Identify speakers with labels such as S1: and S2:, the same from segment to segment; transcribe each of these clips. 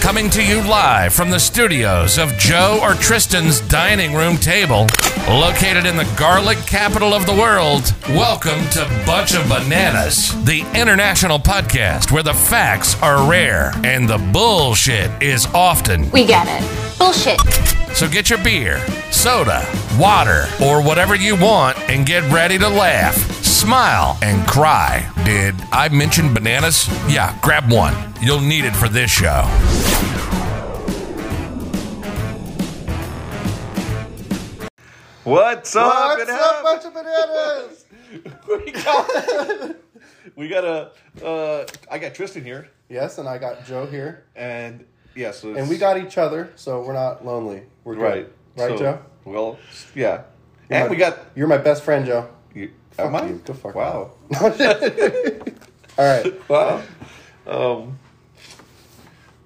S1: coming to you live from the studios of Joe or Tristan's dining room table, located in the garlic capital of the world. Welcome to Bunch of Bananas, the international podcast where the facts are rare and the bullshit is often.
S2: We get it. Bullshit.
S1: So get your beer, soda, water, or whatever you want and get ready to laugh, smile, and cry. Did I mention bananas? Yeah, grab one. You'll need it for this show.
S3: What's up?
S4: What's
S3: and
S4: up,
S3: how-
S4: bunch of bananas?
S3: we got, we got a. Uh, I got Tristan here,
S4: yes, and I got Joe here,
S3: and yeah, so it's-
S4: and we got each other, so we're not lonely. We're good.
S3: right,
S4: right,
S3: so-
S4: Joe.
S3: Well, yeah,
S4: You're
S3: and
S4: my-
S3: we got.
S4: You're my best friend, Joe.
S3: You, am I?
S4: you. Go fuck
S3: wow,
S4: All right.
S3: wow. Um,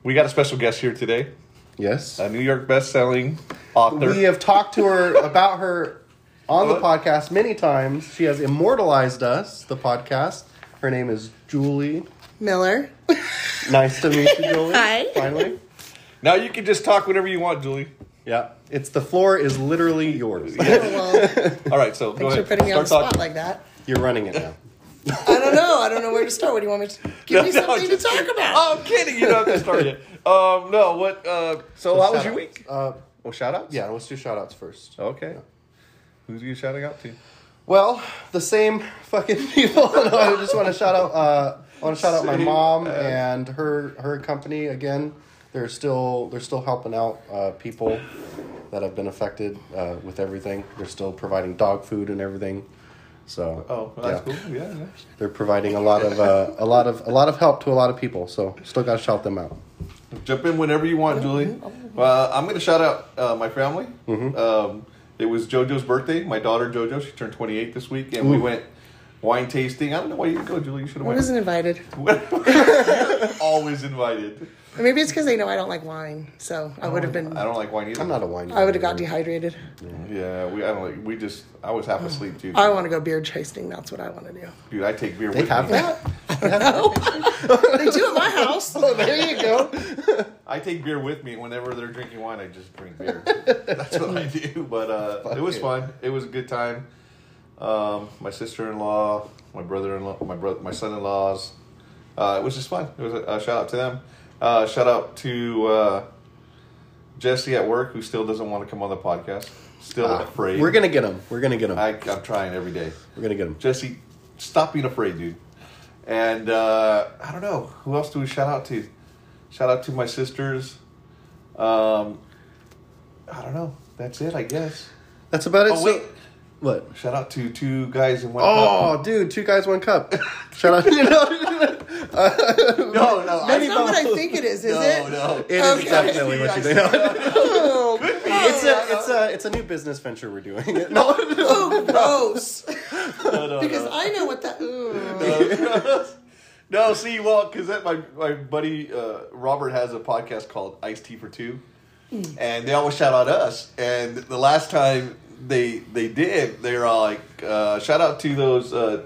S3: we got a special guest here today,
S4: Yes.
S3: a New York best-selling author.
S4: We have talked to her about her on the podcast many times. She has immortalized us, the podcast. Her name is Julie.
S5: Miller.
S4: Nice to meet you, Julie.
S5: Hi.
S4: Finally.
S3: now you can just talk whenever you want, Julie.
S4: Yeah. It's the floor is literally yours.
S5: Oh, well, thanks
S3: All right, so go
S5: for
S3: ahead.
S5: putting me on the
S3: Start
S5: spot
S3: talking.
S5: like that.
S4: You're running it now.
S5: I don't know. I don't know where to start. What do you want me to give me
S3: No, no,
S5: something
S3: just-
S5: to talk about?
S3: Oh, I'm kidding. You don't have to start yet. Um, no, what? Uh, so, how was
S4: shout
S3: your
S4: outs.
S3: week?
S4: Uh,
S3: Oh, shout outs?
S4: yeah, let's do shout outs first.
S3: Okay. Who's you shouting out to?
S4: Well, the same fucking people. no, I just want to shout out. Uh, I want to shout out my
S3: Same
S4: mom and her her company again. They're still they're still helping out uh, people that have been affected uh, with everything. They're still providing dog food and everything. So
S3: Oh, well, that's cool. Yeah, yeah.
S4: They're providing a lot of uh, a lot of a lot of help to a lot of people. So still got to shout them out.
S3: Jump in whenever you want, Julie. Uh, I'm going to shout out uh, my family.
S4: Mm-hmm.
S3: Um, it was JoJo's birthday. My daughter JoJo, she turned 28 this week, and we went wine tasting. I don't know why you didn't go, Julie. You should have
S5: I
S3: went.
S5: wasn't invited.
S3: You're always invited.
S5: Or maybe it's because they know I don't like wine, so I would have been.
S3: I don't like wine either.
S4: I'm not a wine.
S5: I would have got dehydrated.
S3: Yeah, we. I don't like. We just. I was half asleep, dude.
S5: I want to go beer tasting. That's what I want to do.
S3: Dude, I take beer
S4: They
S3: with
S4: have
S3: me.
S4: that.
S5: They do at my house.
S4: there you go.
S3: I take beer with me whenever they're drinking wine. I just drink beer. That's what I do. But uh, it was
S4: it.
S3: fun. It was a good time. Um, my sister in law, my brother in law, my brother, my son in laws. Uh, it was just fun. It was a, a shout out to them. Uh, shout out to uh, Jesse at work, who still doesn't want to come on the podcast. Still afraid.
S4: Ah, We're gonna get them. We're gonna get them.
S3: I, I'm trying every day.
S4: We're gonna get them.
S3: Jesse, stop being afraid, dude. And uh, I don't know who else do we shout out to. Shout out to my sisters. Um, I don't know. That's it, I guess.
S4: That's about it.
S3: Oh
S4: So-
S3: wait,
S4: what?
S3: shout out to two guys in one.
S4: Oh, dude, two guys, one cup. Shout out. You know,
S3: cup. no, no, I-
S5: That's not what I think it is, is
S3: no,
S5: it?
S3: no.
S4: it is
S5: Okay.
S4: definitely what you think. No,
S5: Oh,
S4: it's a, it's a, it's a new business venture we're doing. No,
S5: oh, gross.
S3: No, no,
S5: Because
S3: no.
S5: I know what that. Ooh.
S3: No, see, well, because my my buddy uh, Robert has a podcast called Ice Tea for Two, and they always shout out us. And the last time they they did, they were all like, uh, "Shout out to those uh,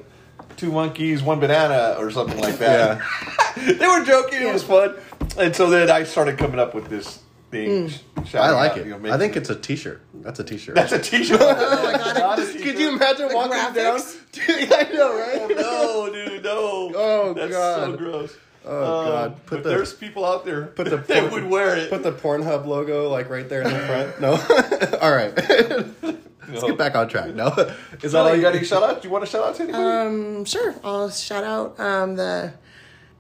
S3: two monkeys, one banana, or something like that." they were joking; it was fun. And so then I started coming up with this thing. sh- shouting
S4: I like
S3: out,
S4: it.
S3: you know,
S4: I
S3: making-
S4: think it's a T-shirt. That's a T-shirt.
S3: that's a T-shirt. oh
S5: my God,
S4: Could you imagine
S5: The
S4: walking down?
S5: graphics?
S4: Dude, I know, right?
S3: No, dude, no.
S4: Oh,
S3: That's so
S4: God.
S3: gross.
S4: Oh, God. Put
S3: Um, but
S4: the-
S3: there's people out there
S4: Put the
S3: that would wear it.
S4: Put the Pornhub logo like right there in the front. No, all right. Let's get back on track. No, is that
S3: Is that
S4: all
S3: all you got any
S4: got?
S3: shout out? Do you want to shout out to anybody?
S5: Um, sure. I'll shout out um, the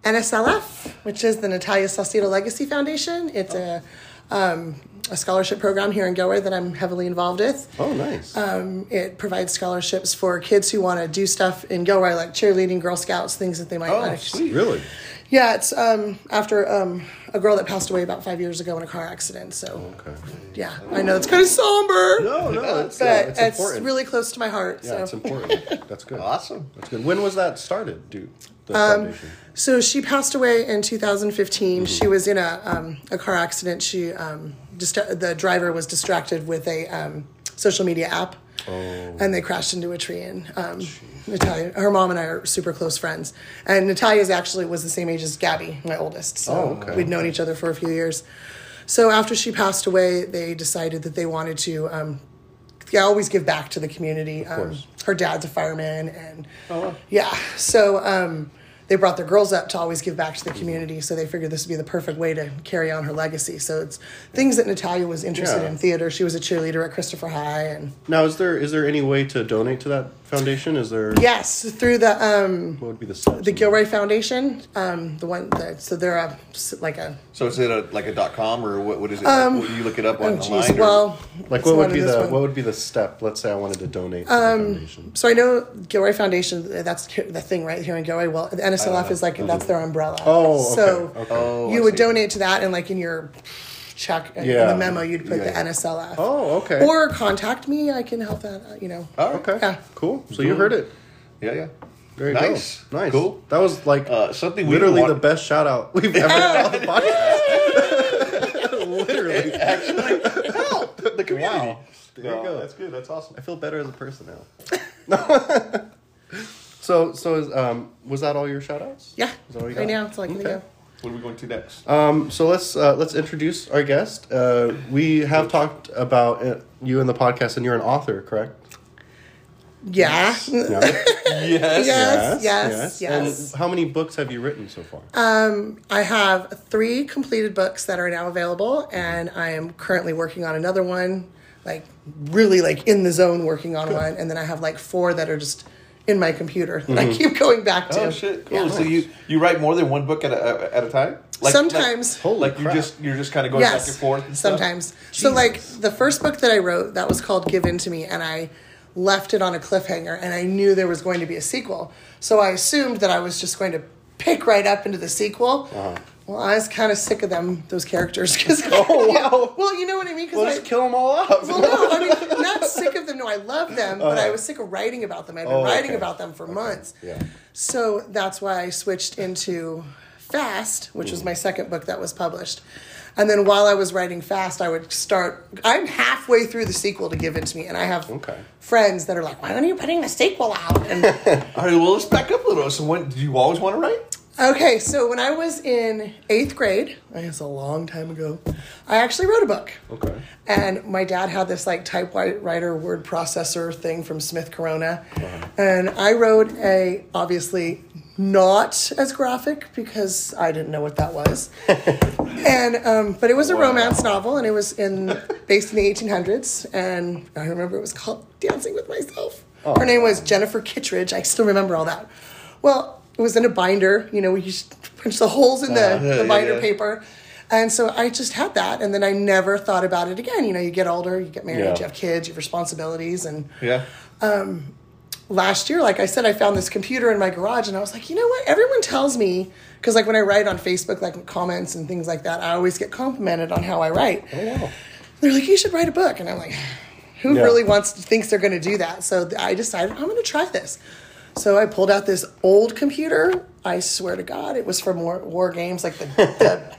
S5: NSLF, which is the Natalia Salcedo Legacy Foundation. It's a um, a scholarship program here in Gilroy that I'm heavily involved with.
S4: Oh, nice.
S5: Um, it provides scholarships for kids who want to do stuff in Gilroy, like cheerleading, Girl Scouts, things that they might
S3: oh,
S5: not.
S3: sweet.
S4: really?
S5: Yeah, it's um, after um, a girl that passed away about five years ago in a car accident. So,
S4: Oh, Okay.
S5: yeah, I know it's kind of somber,
S4: Oh, No, no, it's,
S5: but
S4: yeah, it's,
S5: it's,
S4: important.
S5: really close to my heart.
S4: yeah,
S5: so.
S4: it's important. That's good.
S3: Awesome.
S4: That's good. When was that started, dude? The
S5: Um,
S4: foundation.
S5: So she passed away in
S4: Mm-hmm.
S5: 2015. She was in a um, a car accident. She um, dist- the driver was distracted with a um, social media app.
S4: Oh.
S5: and they crashed into a tree. And um, Natalia, her mom and I are super close friends. And Natalia's actually was the same age as Gabby, my oldest. So
S4: Oh, okay.
S5: we'd known each other for a few years. So after she passed away, they decided that they wanted to. Um, yeah, always give back to the community. Um,
S4: course.
S5: her dad's a fireman, and yeah, so um, they brought their girls up to always give back to the community. So they figured this would be the perfect way to carry on her legacy. So it's things that Natalia was interested
S4: Yeah.
S5: in theater. She was a cheerleader at Christopher High, and
S4: Now, is there is there any way to donate to that foundation? Is there?
S5: yes, through the um,
S4: What would be the steps?
S5: the Gilroy Foundation, um, the one that so they're a like a
S3: So is it a, like a dot com or what? What is it? Would you look it up
S5: oh
S3: on online?
S5: geez,
S3: or-
S5: well
S4: Like,
S5: it's
S4: what
S5: one
S4: would
S5: of
S4: be
S5: this
S4: the
S5: one. Um,
S4: what would be the step? Let's say I wanted to donate to the foundation.
S5: So I know Gilroy Foundation. That's the thing right here in Gilroy. Well, the NSLF is like that's their umbrella.
S4: Oh, okay,
S5: so
S4: okay.
S3: Oh, I
S5: you would
S3: see.
S5: donate to that, and like in your check in
S4: Yeah.
S5: the memo, you'd put
S3: Yeah,
S5: the
S3: yeah.
S5: NSLF.
S4: Oh, okay.
S5: Or contact me. I can help that. out, You know.
S3: All right.
S4: Okay.
S5: Yeah.
S4: Cool. So you heard it.
S3: Yeah, yeah.
S4: There you
S3: nice.
S4: go. Nice.
S3: Cool.
S4: That was like
S3: Uh, something we
S4: literally
S3: didn't
S4: the
S3: want-
S4: best shout out we've ever had on the podcast. literally.
S3: the community.
S4: Wow. There you
S3: No,
S4: go.
S3: That's good. That's awesome.
S4: I feel better as a person now. so so is, um, was that all your shout outs?
S5: Yeah.
S4: Is that all you
S5: Right
S4: got?
S5: now, it's like
S4: Okay.
S5: you know.
S3: What are we going to next?
S4: Um, so let's uh, let's introduce our guest. Uh, we have talked about uh you in the podcast, and you're an author, correct?
S5: Yeah.
S4: Yeah.
S3: yes.
S5: Yes. Yes. Yes. Uh,
S4: And how many books have you written so far?
S5: I have three completed books that are now available, and I am currently working on another one, like really like in the zone working on one, and then I have like four that are just in my computer that I keep going back to.
S3: Oh shit! Cool.
S5: Yeah.
S3: So you you write more than one book at a at a time?
S5: Sometimes.
S3: Like,
S4: Holy
S3: like you
S4: crap.
S3: just you're just kind of going back and
S5: Yes,
S3: forth. And stuff?
S5: sometimes. So like the first book that I wrote that was called Give In to Me, and I left it on a cliffhanger, and I knew there was going to be a sequel, so I assumed that I was just going to pick right up into the sequel.
S3: Uh-huh.
S5: Well, I was kind of sick of them, those characters. Cause, oh wow! Well, you know what I mean. 'Cause
S3: Well,
S5: I-
S3: just kill them all up.
S5: Well, no, I mean, not sick of them. No, I love them, but I was sick of writing about them. I've been
S4: Uh-huh. Oh,
S5: writing
S4: okay.
S5: about them for months.
S4: Yeah.
S5: So that's why I switched into Fast, which
S4: Mm.
S5: was my second book that was published. And then while I was writing Fast, I would start. I'm halfway through the sequel to Give In To Me, and I have
S4: Okay.
S5: friends that are like, why aren't you putting the sequel out? And
S3: All right. Well, let's back up a little. So, when did you always want to write?
S5: Okay, so when I was in eighth grade, it's a long time ago, I actually wrote a book.
S4: Okay.
S5: And my dad had this like typewriter word processor thing from Smith Corona.
S3: Uh-huh.
S5: And I wrote a, obviously, not as graphic because I didn't know what that was. and, um, but it was a romance novel and it was in, based in the 1800s. And I remember it was called Dancing with Myself.
S3: Oh.
S5: Her name was Jennifer Kittredge. I still remember all that. Well, it was in a binder. You know, you just punch the holes in the,
S3: Uh-huh. yeah,
S5: the binder
S3: yeah.
S5: paper. And so I just had that. And then I never thought about it again. You know, you get older, you get married,
S4: Yeah.
S5: you have kids, you have responsibilities. And
S3: Yeah.
S5: last year, like I said, I found this computer in my garage and I was like, you know what? Everyone tells me, because like when I write on Facebook, like comments and things like that, I always get complimented on how I write.
S4: Oh, wow.
S5: They're like, you should write a book. And I'm like, who
S4: Yeah.
S5: really wants thinks they're going to do that? So th- I decided I'm going to try this. So I pulled out this old computer. I swear to God, it was from War, war Games, like the, the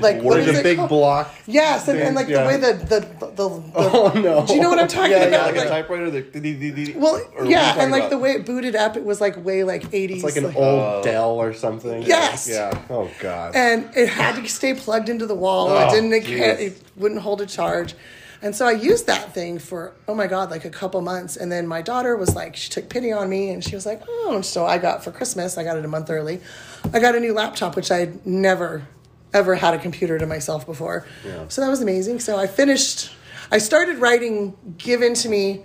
S5: like what
S4: There's
S5: is
S4: a
S5: it
S4: big
S5: called?
S4: block.
S5: Yes, and, and like
S4: Yeah.
S5: the way the the, the, the
S4: Oh no.
S5: do you know what I'm talking
S4: Yeah,
S5: about?
S4: yeah,
S3: Like a
S5: Like-
S3: typewriter. that- dee- dee- dee- dee-
S5: well,
S3: or what are you
S5: yeah,
S3: talking
S5: and like
S3: about?
S5: the way it booted up, it was like way like 80s.
S4: It's like an old Dell or something.
S5: Yes.
S4: Yeah. Oh god.
S5: and it had to stay plugged into the wall.
S4: Oh,
S5: it didn't it,
S4: geez.
S5: it wouldn't hold a charge. And so I used that thing for oh my god, like a couple months. And then my daughter was like, she took pity on me, and she was like, oh. And so I got for Christmas, I got it a month early. I got a new laptop, which I had never ever had a computer to myself before.
S4: Yeah.
S5: So that was amazing. So I finished. I started writing "Given to Me"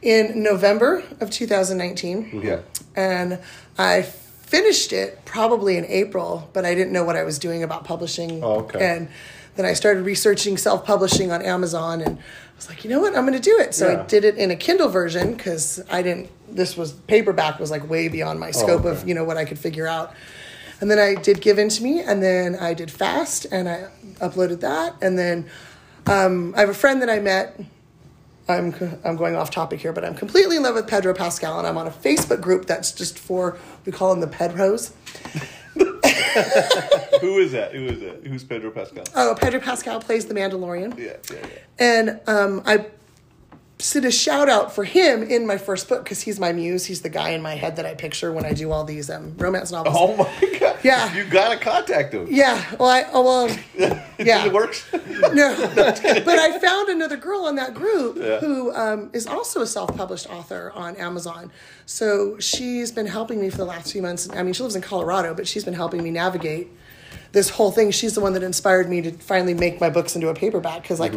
S5: in November of 2019
S3: Yeah.
S5: and I finished it probably in April, but I didn't know what I was doing about publishing.
S4: Oh, okay.
S5: And then I started researching self publishing on Amazon, and I was like, you know what, I'm going to do it. So
S4: Yeah.
S5: I did it in a Kindle version because I didn't. This was paperback was like way beyond my scope of
S4: Oh, okay.
S5: you know what I could figure out. And then I did give in to me, and then I did fast, and I uploaded that, and then. Um, I have a friend that I met I'm, I'm going off topic here, but I'm completely in love with Pedro Pascal, and I'm on a Facebook group that's just for, we call them the Pedros.
S3: Who is that? Who is that? Who's
S5: Uh,
S3: Pedro Pascal?
S5: Oh, Pedro Pascal plays the Mandalorian.
S3: yeah, yeah, yeah.
S5: And um, I did a shout out for him in my first book because he's my muse. He's the guy in my head that I picture when I do all these um, romance novels.
S3: Oh my god!
S5: Yeah.
S3: you gotta contact them.
S5: Yeah. Well, I, oh, well, yeah.
S3: it works.
S5: No, but I found another girl in that group who um, is also a self-published author on Amazon. So she's been helping me for the last few months. I mean, she lives in Colorado, but she's been helping me navigate this whole thing. She's the one that inspired me to finally make my books into a paperback because, like,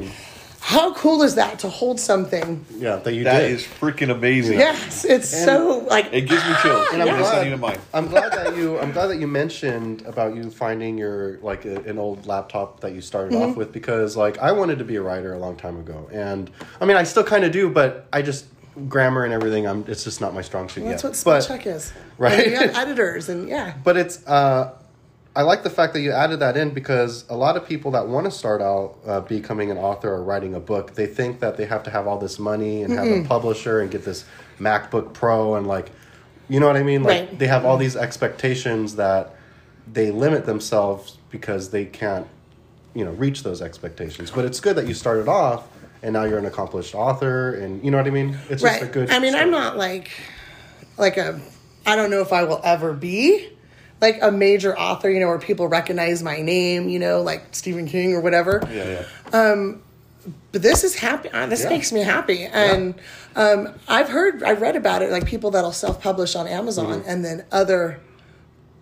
S5: how cool is that to hold something?
S4: Yeah, that you
S3: That
S4: did.
S3: is freaking amazing.
S5: Yes, it's so like
S3: It gives me chills.
S4: And I'm,
S3: It's not
S4: glad,
S3: even mine.
S4: I'm glad that you. I'm glad that you mentioned about you finding your like a, an old laptop that you started off
S5: Mm-hmm.
S4: with because like I wanted to be a writer a long time ago, and I mean I still kind of do, but I just grammar and everything. I'm it's just not my strong suit
S5: that's
S4: yet.
S5: what spell
S4: But-
S5: check is.
S4: Right.
S5: And you have editors and yeah.
S4: but it's uh, i like the fact that you added that in because a lot of people that want to start out uh, becoming an author or writing a book they think that they have to have all this money and have a publisher and get this macbook pro and like you know what i mean like
S5: Right.
S4: they have all these expectations that they limit themselves because they can't you know reach those expectations but it's good that you started off and now you're an accomplished author and you know what i mean it's
S5: right.
S4: just a good
S5: I mean, I'm
S4: start.
S5: not like like a I don't know if I will ever be like a major author, you know, where people recognize my name, you know, like Stephen King or whatever.
S3: Yeah, yeah.
S5: But this is happy. uh, This
S4: Yeah.
S5: makes me happy, and um, I've heard, I've read about it, like people that'll self-publish on Amazon,
S4: Mm-hmm.
S5: and then other,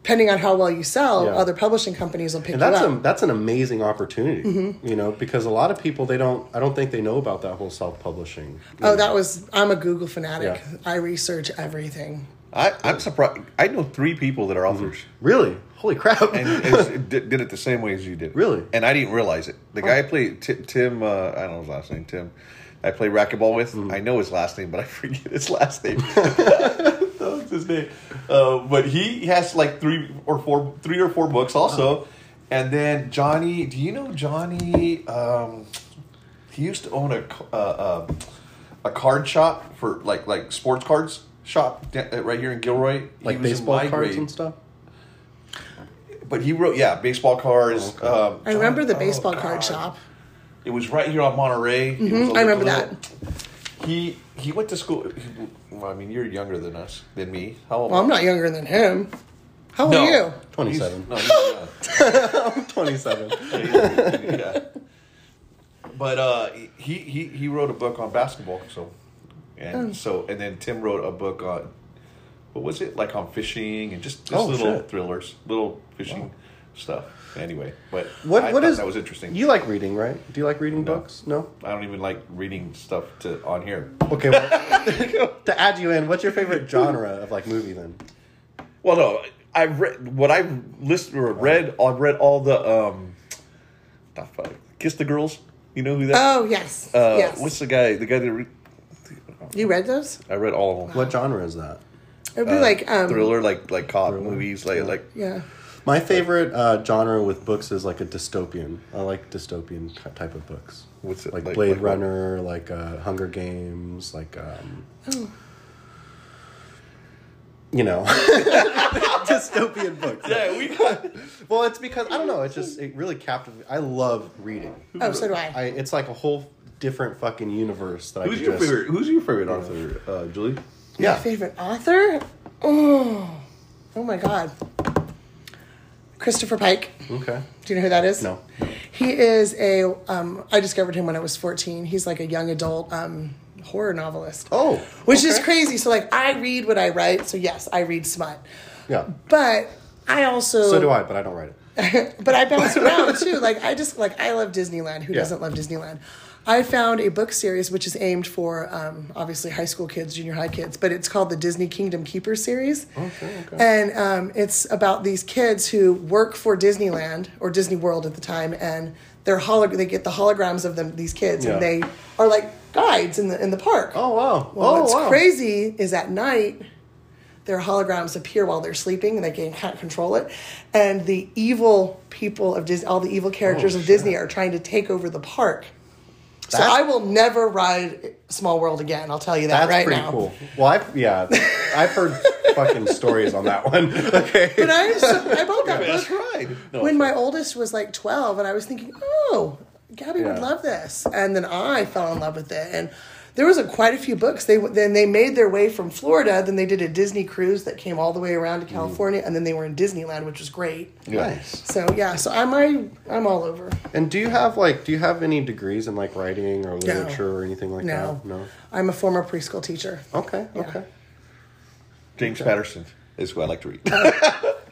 S5: depending on how well you sell,
S4: Yeah.
S5: other publishing companies will pick
S4: And
S5: you
S4: that's
S5: up.
S4: a, that's an amazing opportunity, you know, because a lot of people they don't I don't think they know about that whole self publishing.
S5: oh, that was I'm a Google fanatic.
S4: Yeah.
S5: I research everything.
S3: I, I'm surprised. I know three people that are authors
S4: really? Holy crap!
S3: and is, did, did it the same way as you did.
S4: Really?
S3: And I didn't realize it. The guy I played Ti- Tim. Uh, I don't know his last name. Tim. I play racquetball with. I know his last name, but I forget his last name. That's his name. Uh, but he has like three or four, three or four books also. And then Johnny, do you know Johnny? Um, he used to own a c- uh, um a card shop for like like sports cards shop da- uh, right here in Gilroy. He was
S4: like
S3: in
S4: baseball
S3: my
S4: cards
S3: grade.
S4: and stuff.
S3: But he wrote, yeah, baseball cards. um,
S5: I remember the
S3: oh,
S5: baseball card
S3: God.
S5: shop. Mm-hmm.
S3: It was right here on Monterey. It was a
S5: I remember
S3: little-
S5: that.
S3: He he went to school. he- well, I mean, you're younger than us, than me. How old?
S5: Well, I'm not younger than him. How old
S3: No.
S5: are you?
S4: Twenty
S3: He's-
S4: seven.
S3: No, he's not.
S4: Twenty seven.
S3: yeah. But uh, he, he he wrote a book on basketball. So
S5: Oh.
S3: and so and then Tim wrote a book on what was it like on fishing and just, just
S4: Oh,
S3: little
S4: shit.
S3: thrillers, little fishing stuff. Anyway, but
S4: What
S3: I
S4: what
S3: thought
S4: is
S3: that was interesting.
S4: You like reading, right? Do you like reading books? No.
S3: I don't even like reading stuff to on here.
S4: Okay. Well, to add you in, what's your favorite genre of like movie then?
S3: Well, no, I've read what I've listened or read. I've read all the um, the fuck, Kiss the Girls. You know who that?
S5: Oh yes,
S3: uh,
S5: yes.
S3: What's the guy? The guy that re-
S5: you read those?
S3: I read all of them.
S4: What genre is that?
S5: It would be like um,
S3: Uh, thriller, like like cop movies, like like
S5: Yeah.
S4: My favorite uh, genre with books is like a dystopian. I like dystopian ty- type of books.
S3: What's it-
S4: like,
S3: like-
S4: Blade
S3: like what?
S4: Runner, like uh, Hunger Games, like um,
S3: Oh.
S4: you know, dystopian books.
S3: yeah, we got
S4: Well, it's because I don't know. It just it really captivates. I love reading.
S5: Oh, so do I.
S4: I it's like a whole different fucking universe that I
S3: Who's
S4: could
S3: your
S4: just,
S3: favorite? Who's your favorite author, uh, Julie?
S4: Yeah,
S5: Favorite author? Oh, oh my God. Christopher Pike.
S4: okay.
S5: Do you know who that is?
S4: No.
S5: He is a. Um, I discovered him when I was 14. He's like a young adult um, horror novelist.
S4: Oh,
S5: Which is
S4: okay.
S5: crazy. So, like, I read what I write. So, yes, I read smut.
S4: Yeah,
S5: But I also.
S4: so do I, but I don't write it.
S5: but I bounce around too. Like I just like I love Disneyland. Who
S4: Yeah.
S5: doesn't love Disneyland? I found a book series which is aimed for um, obviously high school kids, junior high kids, but it's called the Disney Kingdom Keepers series.
S4: Okay, okay.
S5: And um, it's about these kids who work for Disneyland or Disney World at the time, and they're holo- they get the holograms of them these kids,
S4: Yeah.
S5: and they are like guides in the in the park.
S4: Oh wow!
S5: Well,
S4: oh
S5: what's
S4: wow!
S5: crazy is at night, their holograms appear while they're sleeping, and they can, can't control it. And the evil people of Disney, all the evil characters
S4: Oh,
S5: of Disney, are trying to take over the park. so
S4: That's-
S5: I will never ride Small World again. I'll tell you that
S4: That's
S5: right
S4: pretty
S5: now.
S4: cool. Well, I've, yeah, I've heard fucking stories on that one. Okay.
S5: But I'm so, I bought that
S3: That's
S5: book
S3: right.
S5: when my oldest was like 12, and I was thinking, oh, Gabby would
S4: Yeah.
S5: love this. And then I fell in love with it. And there was a, quite a few books. They w- then they made their way from Florida. Then they did a Disney cruise that came all the way around
S4: Mm.
S5: to California, and then they were in Disneyland, which was great.
S4: Nice.
S5: So yeah, so I'm I, I'm all over.
S4: And do you have like do you have any degrees in like writing or literature or anything like
S5: No,
S4: that? No. Oh.
S5: I'm a former preschool teacher.
S4: Okay. Okay.
S3: James Patterson is who I like to read.
S5: Oh.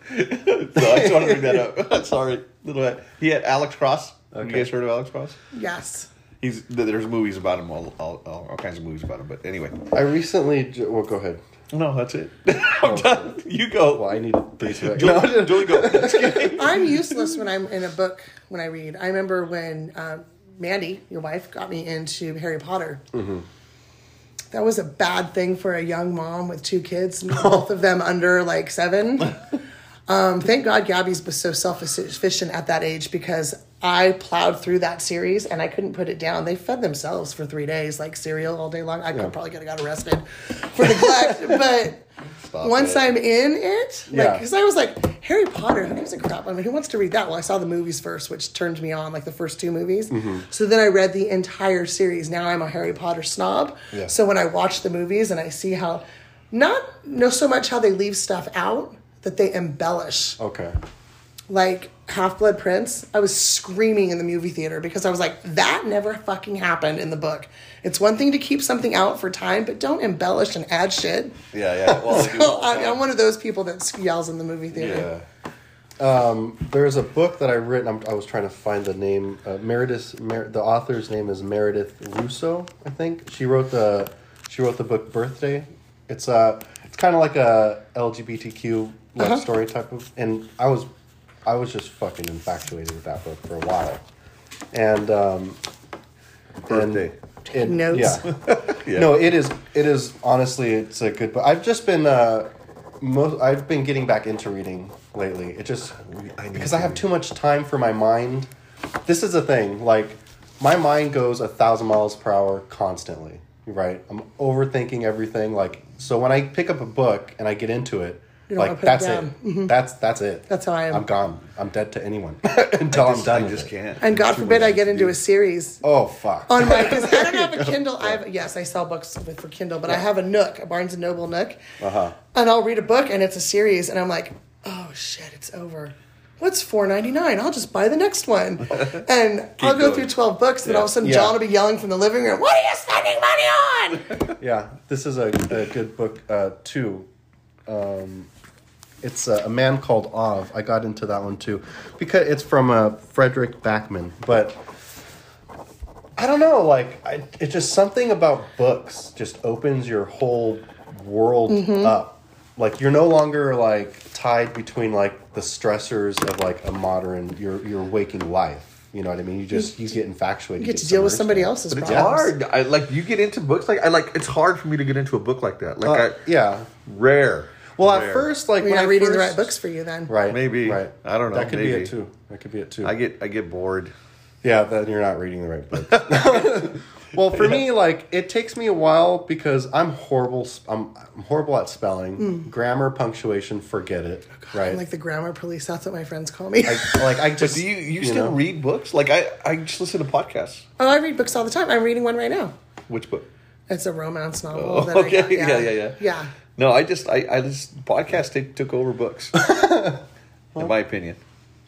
S3: so I just want to bring that up. Sorry, little bit. He had Alex Cross. Have You
S4: Okay.
S3: guys heard of Alex Cross?
S5: Yes.
S3: He's th- there's movies about him, all, all, all, all kinds of movies about him. But anyway,
S4: I recently. j- Well, go ahead.
S3: no, that's it. I'm done. You go.
S4: Well, I need three seconds.
S3: Julie, Julie, go.
S5: I'm useless when I'm in a book when I read. I remember when um, Mandy, your wife, got me into Harry Potter.
S3: Mm-hmm.
S5: That was a bad thing for a young mom with two kids, both of them under like seven. Um, thank God Gabby's was so self sufficient at that age because I plowed through that series and I couldn't put it down. They fed themselves for three days, like cereal all day long. I could probably could have got arrested for neglect, but
S3: Stop
S5: once
S3: it.
S5: I'm in it, like,
S4: Yeah.
S5: because I was like, Harry Potter, who gives a crap? I mean, who wants to read that? Well, I saw the movies first, which turned me on, like the first two movies. So then I read the entire series. Now I'm a Harry Potter snob.
S4: Yeah.
S5: So when I watch the movies and I see how, not no so much how they leave stuff out that they embellish
S4: Okay.
S5: like Half Blood Prince, I was screaming in the movie theater because I was like, that never fucking happened in the book. It's one thing to keep something out for time, but don't embellish and add shit.
S3: Yeah, yeah. Well, I do all
S5: Oh,
S3: the
S5: I,
S3: time.
S5: I'm one of those people that yells in the movie theater.
S3: Yeah.
S4: There's a book that I written. I'm, I was trying to find the name. Uh, Meredith. Mer, the author's name is Meredith Russo. I think she wrote the she wrote the book Birthday. It's uh, it's kind of like a LGBTQ love
S5: Uh-huh.
S4: story type of. And I was I was just fucking infatuated with that book for a while. And um, and-
S3: Birthday.
S4: and-
S5: Notes.
S4: Yeah.
S3: Yeah.
S4: No, it is. It is honestly, it's a good. But I've just been, uh, most. I've been getting back into reading lately. It just
S3: I need
S4: because I
S3: to
S4: have
S3: read.
S4: too much time for my mind. This is the thing. Like my mind goes a thousand miles per hour constantly. Right, I'm overthinking everything. Like so, when I pick up a book and I get into it,
S5: You don't wanna
S4: like
S5: put it
S4: that's
S5: down. Mm-hmm.
S4: it. That's that's it.
S5: That's how I am.
S4: I'm gone. I'm dead to anyone until
S3: just-
S4: I'm done.
S3: I
S4: with
S3: just
S4: it.
S3: can't.
S5: And God forbid I get into a series
S4: Oh fuck.
S5: on my because I don't have a Kindle. I have yes, I sell books with for Kindle, but I have a Nook, a Barnes and Noble Nook,
S4: Uh-huh.
S5: and I'll read a book and it's a series, and I'm like, oh shit, it's over. What's four ninety nine? I'll just buy the next one, and I'll go
S3: going.
S5: through twelve books, and all of a sudden
S4: Yeah.
S5: John will be yelling from the living room, "What are you spending money on?"
S4: Yeah, this is a, a good book uh, too. Um, it's uh, a man called Av. I got into that one too because it's from uh, Frederick Backman. But I don't know, like I, it's just something about books just opens your whole world
S5: Mm-hmm.
S4: up. Like you're no longer like tied between like the stressors of like a modern your your waking life. You know what I mean? You just you get infatuated.
S5: You get to deal with
S4: submersed
S5: somebody
S4: in it.
S5: else's
S3: But it's hard.
S5: problems.
S3: I like you get into books like I like. It's hard for me to get into a book like that. Like
S4: Uh,
S3: I
S4: yeah.
S3: rare.
S4: Well,
S3: Rare.
S4: at first, like
S5: We're
S4: when
S5: not
S4: I
S5: reading the
S4: first-
S5: right books for you then.
S4: Right.
S3: Maybe.
S4: Right.
S3: I don't know,
S4: That could be
S3: maybe.
S4: it too. That could be it too.
S3: I get I get bored.
S4: yeah, then you're not reading the right book. well, for me, like it takes me a while because I'm horrible. sp- I'm, I'm horrible at spelling, grammar, punctuation. Forget it. right.
S5: Hmm. Oh, I'm like the grammar police. That's what my friends call me.
S4: I, like I
S3: But
S4: just.
S3: do you you, still
S4: know?
S3: read books? Like I I just listen to podcasts.
S5: oh, I read books all the time. I'm reading one right now.
S3: Which book?
S5: It's a romance novel.
S3: Oh,
S5: that I
S3: okay.
S5: got-
S3: Yeah, yeah, yeah.
S5: Yeah.
S3: No, I just I I just podcasts take, took over books. in my opinion.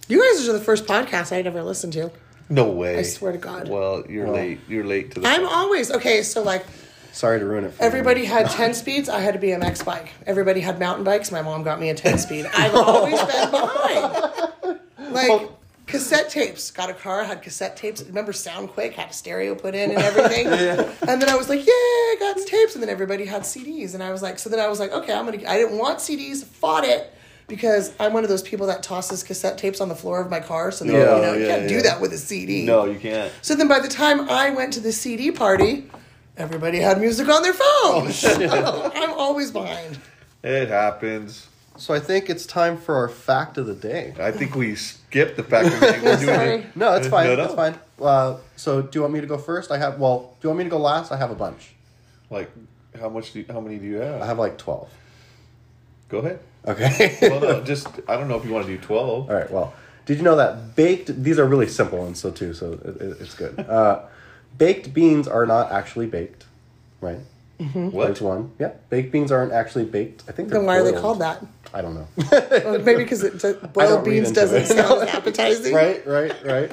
S5: You guys are the first podcast I'd ever listened to.
S3: No way.
S5: I swear to God.
S3: Well, you're late. You're late to the.
S5: I'm always okay. So like
S4: Sorry to ruin it. For you.
S5: everybody had ten speeds, I had a BMX bike. Everybody had mountain bikes. My mom got me a ten speed. I've always been behind. Like cassette tapes. Got a car. Had cassette tapes. Remember SoundQuick had a stereo put in and everything. And then I was like, yeah, I got tapes. And then everybody had CDs. And I was like, so then I was like, okay, I'm gonna. I didn't want CDs. Fought it. Because I'm one of those people that tosses cassette tapes on the floor of my car, so they,
S3: Yeah,
S5: you know, you
S3: yeah,
S5: can't do
S3: yeah.
S5: that with a CD.
S3: No, you can't.
S5: So then by the time I went to the CD party, everybody had music on their
S4: Oh,
S5: phone. I'm always behind.
S3: It happens.
S4: So I think it's time for our fact of the day.
S3: I think we skipped the fact that we were doing
S5: Sorry.
S3: it.
S4: No, that's fine.
S3: No, no.
S4: That's fine. Uh, so do you want me to go first? I have. Well, do you want me to go last? I have a bunch.
S3: Like, how much? Do you, how many do you
S4: I
S3: have?
S4: have like twelve.
S3: Go ahead.
S4: Okay.
S3: Well, no, just I don't know if you want to do twelve.
S4: All right. Well, did you know that baked? These are really simple ones, so too. So it, it, it's good. Uh, baked beans are not actually baked. right?
S3: What?
S4: There's one. Yeah, baked beans aren't actually baked. I think they're
S5: Then why are they
S4: boiled.
S5: called that?
S4: I don't know.
S5: Well, maybe because it do-
S4: I
S5: boiled
S4: don't read
S5: beans
S4: into
S5: doesn't
S4: it.
S5: sound appetizing.
S4: right, right, right.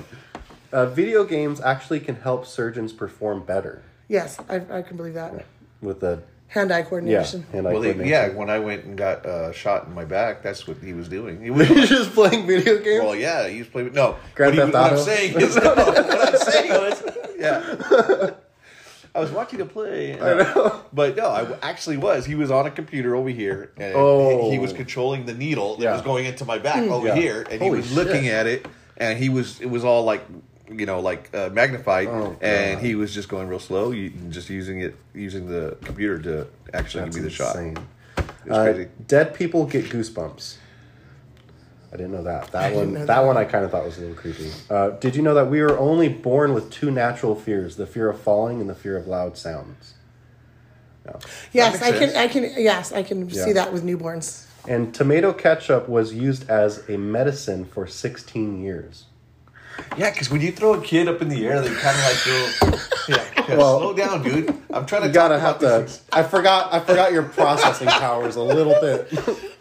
S4: Uh, video games actually can help surgeons perform better
S5: Yes, I, I can believe that.
S4: with the
S5: Hand-eye
S4: yeah
S5: coordination.
S4: hand-eye
S3: Well, they,
S4: coordination.
S3: yeah, when I went and got uh, shot in my back, that's what he was doing. He was,
S4: He's just playing video games.
S3: well, yeah, he was playing. No,
S4: Grand
S3: what, he,
S4: Theft
S3: what I'm
S4: Auto.
S3: saying is, no, what I'm saying was, yeah. I was watching a play, uh, but no, I actually was. He was on a computer over here, and
S4: Oh.
S3: he, he was controlling the needle that
S4: Yeah. Hmm.
S3: was going into my back over
S4: Yeah.
S3: here, and he
S4: Holy
S3: was looking
S4: shit.
S3: at it, and he was it was all like you know like uh, magnified,
S4: Oh,
S3: and
S4: God.
S3: he was just going real slow, you- just using it using the computer to actually
S4: That's
S3: give me the shot.
S4: insane.
S3: It was
S4: Uh,
S3: crazy.
S4: Dead people get goosebumps. I didn't know that. That one.
S5: know
S4: That,
S5: that.
S4: one I kind of thought was a little creepy. Uh, did you know that we are only born with two natural fears: the fear of falling and the fear of loud sounds.
S5: Yes, I
S3: makes
S5: can.
S3: sense.
S5: I can. Yes, I can
S4: Yeah.
S5: see that with newborns.
S4: And tomato ketchup was used as a medicine for 16 years.
S3: Yeah, because when you throw a kid up in the air, they kind of like go, yeah, yeah,
S4: Well-
S3: slow down, dude. I'm trying to
S4: You gotta have
S3: talk
S4: to.
S3: about this.
S4: I forgot. I forgot your processing powers a little bit.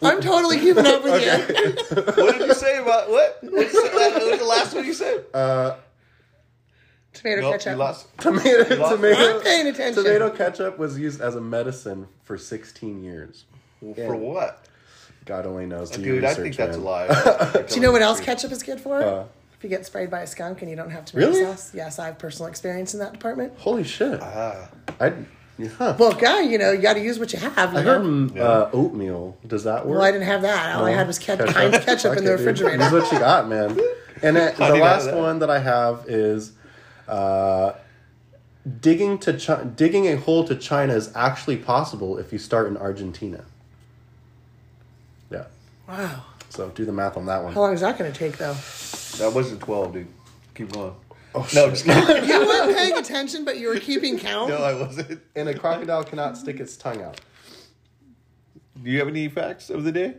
S5: I'm totally keeping up with you.
S3: What did you say about what? What did you say? What was the last one you said?
S5: Tomato
S3: Nope,
S5: ketchup.
S3: you lost.
S4: Tomato.
S3: lost
S5: I'm
S4: Tomato.
S5: paying attention.
S4: Tomato ketchup was used as a medicine for 16 years.
S3: For what?
S4: God only knows. Do your
S3: Dude, I
S4: research,
S3: think that's a
S4: man.
S3: lie.
S5: Do you know what else ketchup is good for? if you get sprayed by a skunk and you don't have tomato
S4: Uh. Really?
S5: sauce. Yes, I have personal experience in that department.
S4: Holy shit! I huh.
S5: Well, guy, you know, you got to use what you have. You
S4: I
S5: know?
S4: heard mm, uh, oatmeal. Does that work?
S5: Well, I didn't have that. All I
S4: No.
S5: had was ketchup, Heinz ketchup in the
S4: Okay, dude.
S5: refrigerator.
S4: This is what you got, man. And uh, the
S3: didn't
S4: last
S3: have that.
S4: one that I have is uh, digging to chi- digging a hole to China is actually possible if you start in Argentina. Yeah.
S5: Wow.
S4: So do the math on that
S5: How
S4: one.
S5: long is that going to take, though?
S3: That wasn't 12, dude. Keep going. no, just kidding.
S5: You weren't paying attention, but you were keeping count.
S3: No, I wasn't.
S4: And a crocodile cannot stick its tongue out.
S3: Do you have any facts of the day?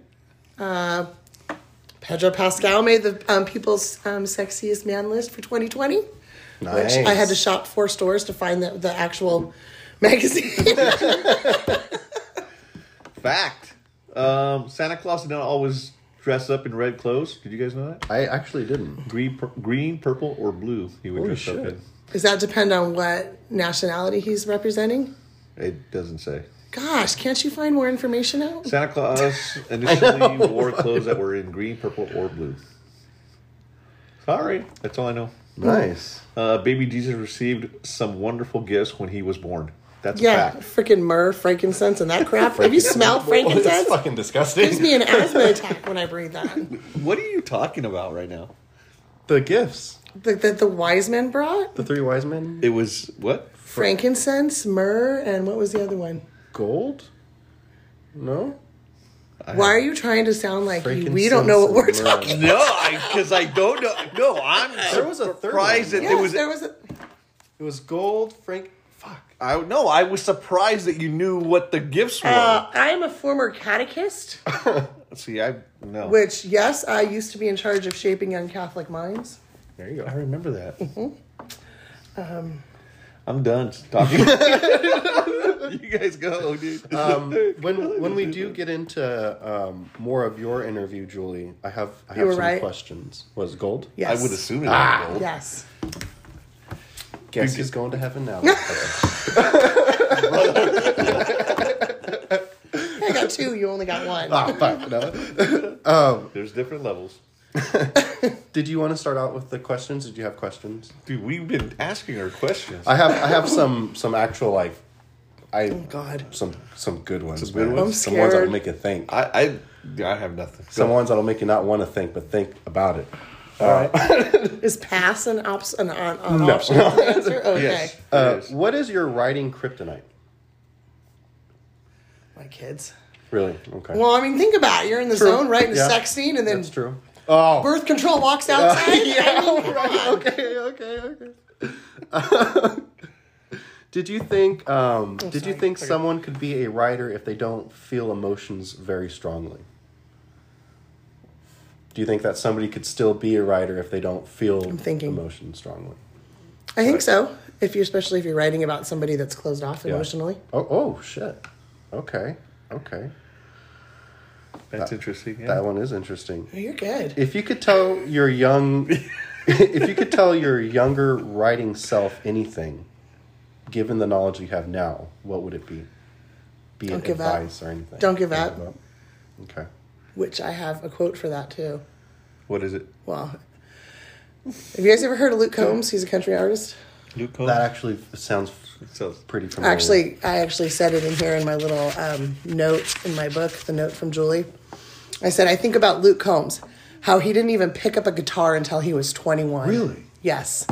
S5: Pedro Pascal made the um, people's um, sexiest man list for 2020,
S4: Nice.
S5: which I had to shop four stores to find the, the actual magazine.
S3: Fact. Um, Santa Claus did not always dress up in red clothes. Did you guys know that?
S4: I actually didn't.
S3: Green, pur- green purple, or blue. He would
S4: Holy
S3: dress up
S4: shit.
S3: in.
S5: Does that depend on what nationality he's representing?
S3: It doesn't say.
S5: Gosh, can't you find more information out?
S3: Santa Claus initially wore clothes that were in green, purple, or blue. Sorry, that's all I know.
S4: Nice.
S3: Uh, baby Jesus received some wonderful gifts when he was born. That's
S5: Yeah,
S3: a fact.
S5: freaking myrrh, frankincense, and that crap. Have you smelled
S4: That's
S5: frankincense?
S4: fucking
S5: Gives
S4: disgusting.
S5: me an asthma attack when I breathe that.
S3: What are you talking about right now?
S4: The gifts.
S5: The, the, the wise men brought
S4: The three wise men.
S3: It was what?
S5: frankincense, myrrh, and what was the other one?
S4: Gold? No?
S5: Why are you trying to sound like you, we don't know what we're
S4: Frankincense and myrrh.
S5: talking?
S3: No, I because I don't know. No, I'm
S4: There was a third
S3: surprised
S4: one.
S3: that
S5: Yes,
S3: there was.
S5: there was a,
S4: It was gold, Frank. Fuck.
S3: I no, I was surprised that you knew what the gifts were.
S5: uh, I'm a former catechist,
S3: See, I no.
S5: which yes, I used to be in charge of shaping young Catholic minds.
S4: There you
S3: I
S4: go.
S3: remember that.
S4: Mm-hmm. Um,
S3: I'm done talking. you guys go, dude. Um,
S4: When when we do get into um, more of your interview, Julie, I have I
S5: You
S4: have
S5: were
S4: some
S5: right.
S4: questions. Was gold?
S5: Yes,
S3: I would assume it.
S4: Ah.
S3: was gold.
S5: Yes,
S4: Guess he's going to heaven now. Okay.
S5: I got two. You only got one.
S4: ah, fuck. No.
S3: There's different levels.
S4: Did you want to start out with the questions? Did you have questions?
S3: Dude, we've been asking her questions.
S4: I have I have some some actual like I
S5: God.
S4: some some good ones.
S3: Some good
S4: man.
S3: ones?
S5: I'm
S4: Some ones that'll
S5: scared.
S4: make you think.
S3: I I, I have nothing.
S4: Some ones that'll make you not want to think, but think about it.
S5: Is pass an ops an, an, an
S4: No.
S5: option to answer? Okay,
S3: Yes.
S4: Uh,
S3: yes.
S4: what is your writing kryptonite?
S5: my kids.
S4: Really? Okay.
S5: Well, I mean, think about it. You're in the
S4: True.
S5: zone, right? In the
S4: Yeah.
S5: sex scene, and then
S4: That's true. Oh.
S5: birth control walks outside.
S4: okay, okay, okay. did you think um, did you
S5: sorry.
S4: think someone could be a writer if they don't feel emotions very strongly? Do you think that somebody could still be a writer if they don't feel
S5: thinking.
S4: emotions strongly?
S5: I think so. If you, especially if you're writing about somebody that's closed off
S4: Yeah.
S5: emotionally.
S4: Oh, oh shit. Okay. Okay.
S2: That's interesting. Yeah.
S4: That one is interesting.
S5: You're good.
S4: If you could tell your young, if you could tell your younger writing self anything, given the knowledge you have now, what would it be? Be
S5: Don't
S4: it
S5: give up.
S4: advice or anything.
S5: Don't give up.
S4: Okay.
S5: Which I have a quote for that too.
S2: What is it?
S5: Well, have you guys ever heard of Luke Combs? He's a country artist.
S2: Luke
S4: That actually sounds
S2: So
S4: pretty familiar.
S5: Actually, I actually said it in here in my little um, note in my book, the note from Julie. I said, I think about Luke Combs, how he didn't even pick up a guitar until he was 21.
S4: Really?
S5: Yes.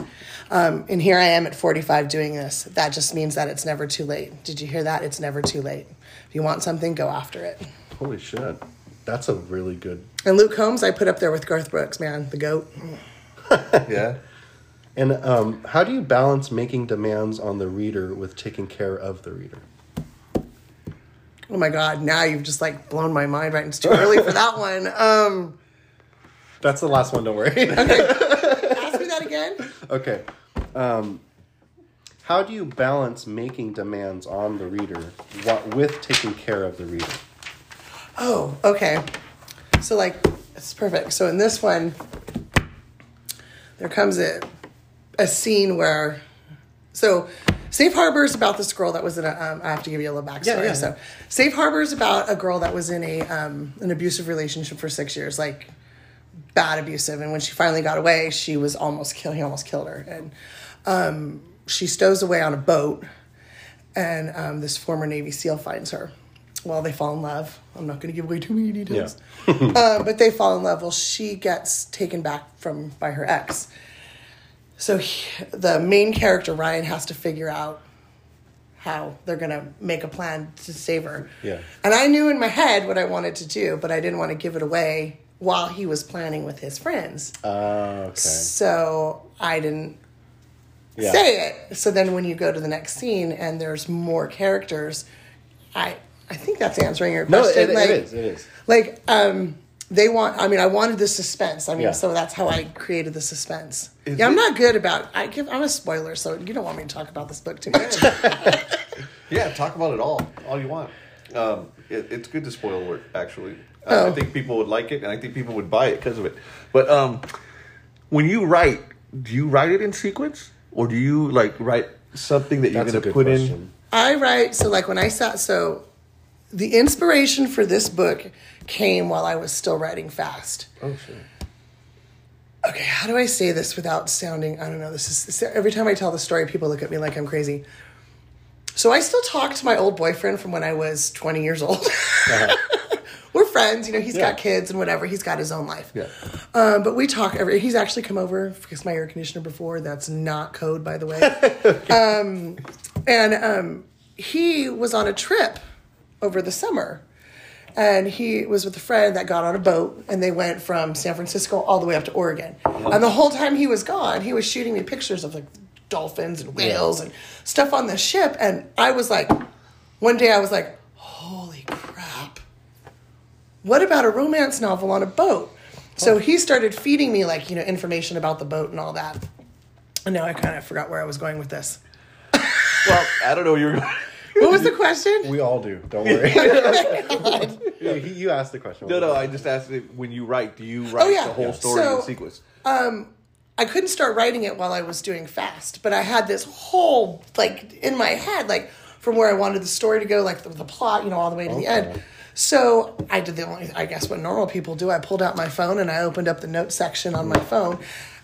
S5: Um, and here I am at 45 doing this. That just means that it's never too late. Did you hear that? It's never too late. If you want something, go after it.
S4: holy shit, that's a really good.
S5: And Luke Combs, I put up there with Garth Brooks, man, the goat.
S2: yeah.
S4: And um, how do you balance making demands on the reader with taking care of the reader?
S5: Oh my God, now you've just like blown my mind right. It's too early for that one. Um,
S4: That's the last one. Don't worry.
S5: ask me that again.
S4: Okay. Um, how do you balance making demands on the reader wha- with taking care of the reader?
S5: Oh, okay. So like it's perfect. So in this one, there comes a a scene where so Safe Harbor is about this girl that was in a. Um, I have to give you a little backstory.
S4: Yeah, yeah,
S5: So Safe Harbor is about a girl that was in a um, an abusive relationship for six years, like bad abusive. And when she finally got away, she was almost killed. He almost killed her, and um, she stows away on a boat and um, this former Navy SEAL finds her. Well, they fall in love. I'm not going to give away too many details, uh, but they fall in love. Well, she gets taken back from by her ex. So he- the main character Ryan has to figure out how they're going to make a plan to save her.
S4: Yeah.
S5: And I knew in my head what I wanted to do, but I didn't want to give it away while he was planning with his friends.
S4: Uh, okay.
S5: So I didn't
S4: Yeah.
S5: say it. So then when you go to the next scene and there's more characters, I I think that's answering your
S4: No,
S5: question.
S4: it,
S5: like,
S4: it is. It is.
S5: Like um, they want. I mean, I wanted the suspense. I mean,
S4: Yeah.
S5: so that's how I created the suspense.
S3: Is
S5: yeah, I'm
S3: it-
S5: not good about. I give. I'm a spoiler, so you don't want me to talk about this book too much.
S3: Yeah, talk about it all, all you want. Um, it, it's good to spoil it, actually. I,
S5: Oh.
S3: I think people would like it, and I think people would buy it because of it. But um, when you write, do you write it in sequence, or do you like write something that you're going
S4: That's a
S3: to
S4: good
S3: put
S4: question.
S5: I write so like when I sat so the inspiration for this book came while I was still writing fast.
S4: Oh shit.
S5: okay, how do I say this without sounding, I don't know, this is, this- every time I tell the story, people look at me like I'm crazy. So I still talk to my old boyfriend from when I was 20 years old. We're friends, you know, He's got
S4: Uh-huh. Yeah.
S5: kids and whatever, he's got his own life.
S4: Yeah.
S5: Um, but we talk every, he's actually come over, fixed my air conditioner before. That's not code, by the way. um, and um, he was on a trip over the summer. And he was with a friend that got on a boat and they went from San Francisco all the way up to Oregon. And the whole time he was gone, he was shooting me pictures of like dolphins and whales and stuff on the ship. And I was like, one day I was like, holy crap what about a romance novel on a boat? So he started feeding me like, you know, information about the boat and all that. And now I kind of forgot where I was going with this.
S3: in? Well, I don't know. You're
S5: What was the question?
S4: We all do. Don't
S5: Oh
S4: worry. you, you asked the question.
S3: no, no. I just asked if when you write, do you write
S5: Oh, yeah.
S3: the whole
S5: Yeah.
S3: story
S5: So-
S3: in sequence?
S5: I couldn't start writing it while I was doing fast, but I had this whole like in my head, like from where I wanted the story to go, like the, the plot, you know, all the way to the end. So I did the only, I guess, what normal people do. I pulled out my phone and I opened up the note section on my phone,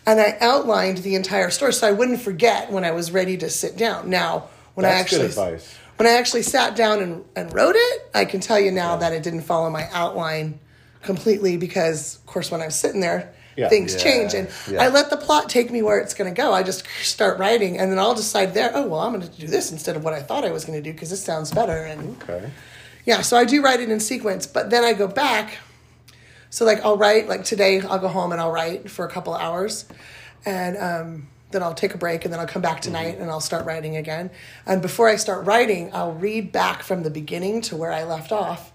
S5: and I outlined the entire story so I wouldn't forget when I was ready to sit down. Now, when I
S4: That's good
S5: actually
S4: advice.
S5: when I actually sat down and, and wrote it, I can tell you now that it didn't follow my outline completely because, of course, when I was sitting there,
S4: Yeah.
S5: things
S4: Yeah.
S5: change. And
S4: Yeah.
S5: I let the plot take me where it's going to go. I just start writing and then I'll decide there, oh, well, I'm going to do this instead of what I thought I was going to do because this sounds better. And
S4: Okay.
S5: yeah, so I do write it in sequence, but then I go back. So like I'll write like today I'll go home and I'll write for a couple hours, and um, then I'll take a break and then I'll come back tonight and I'll start writing again. And before I start writing, I'll read back from the beginning to where I left off,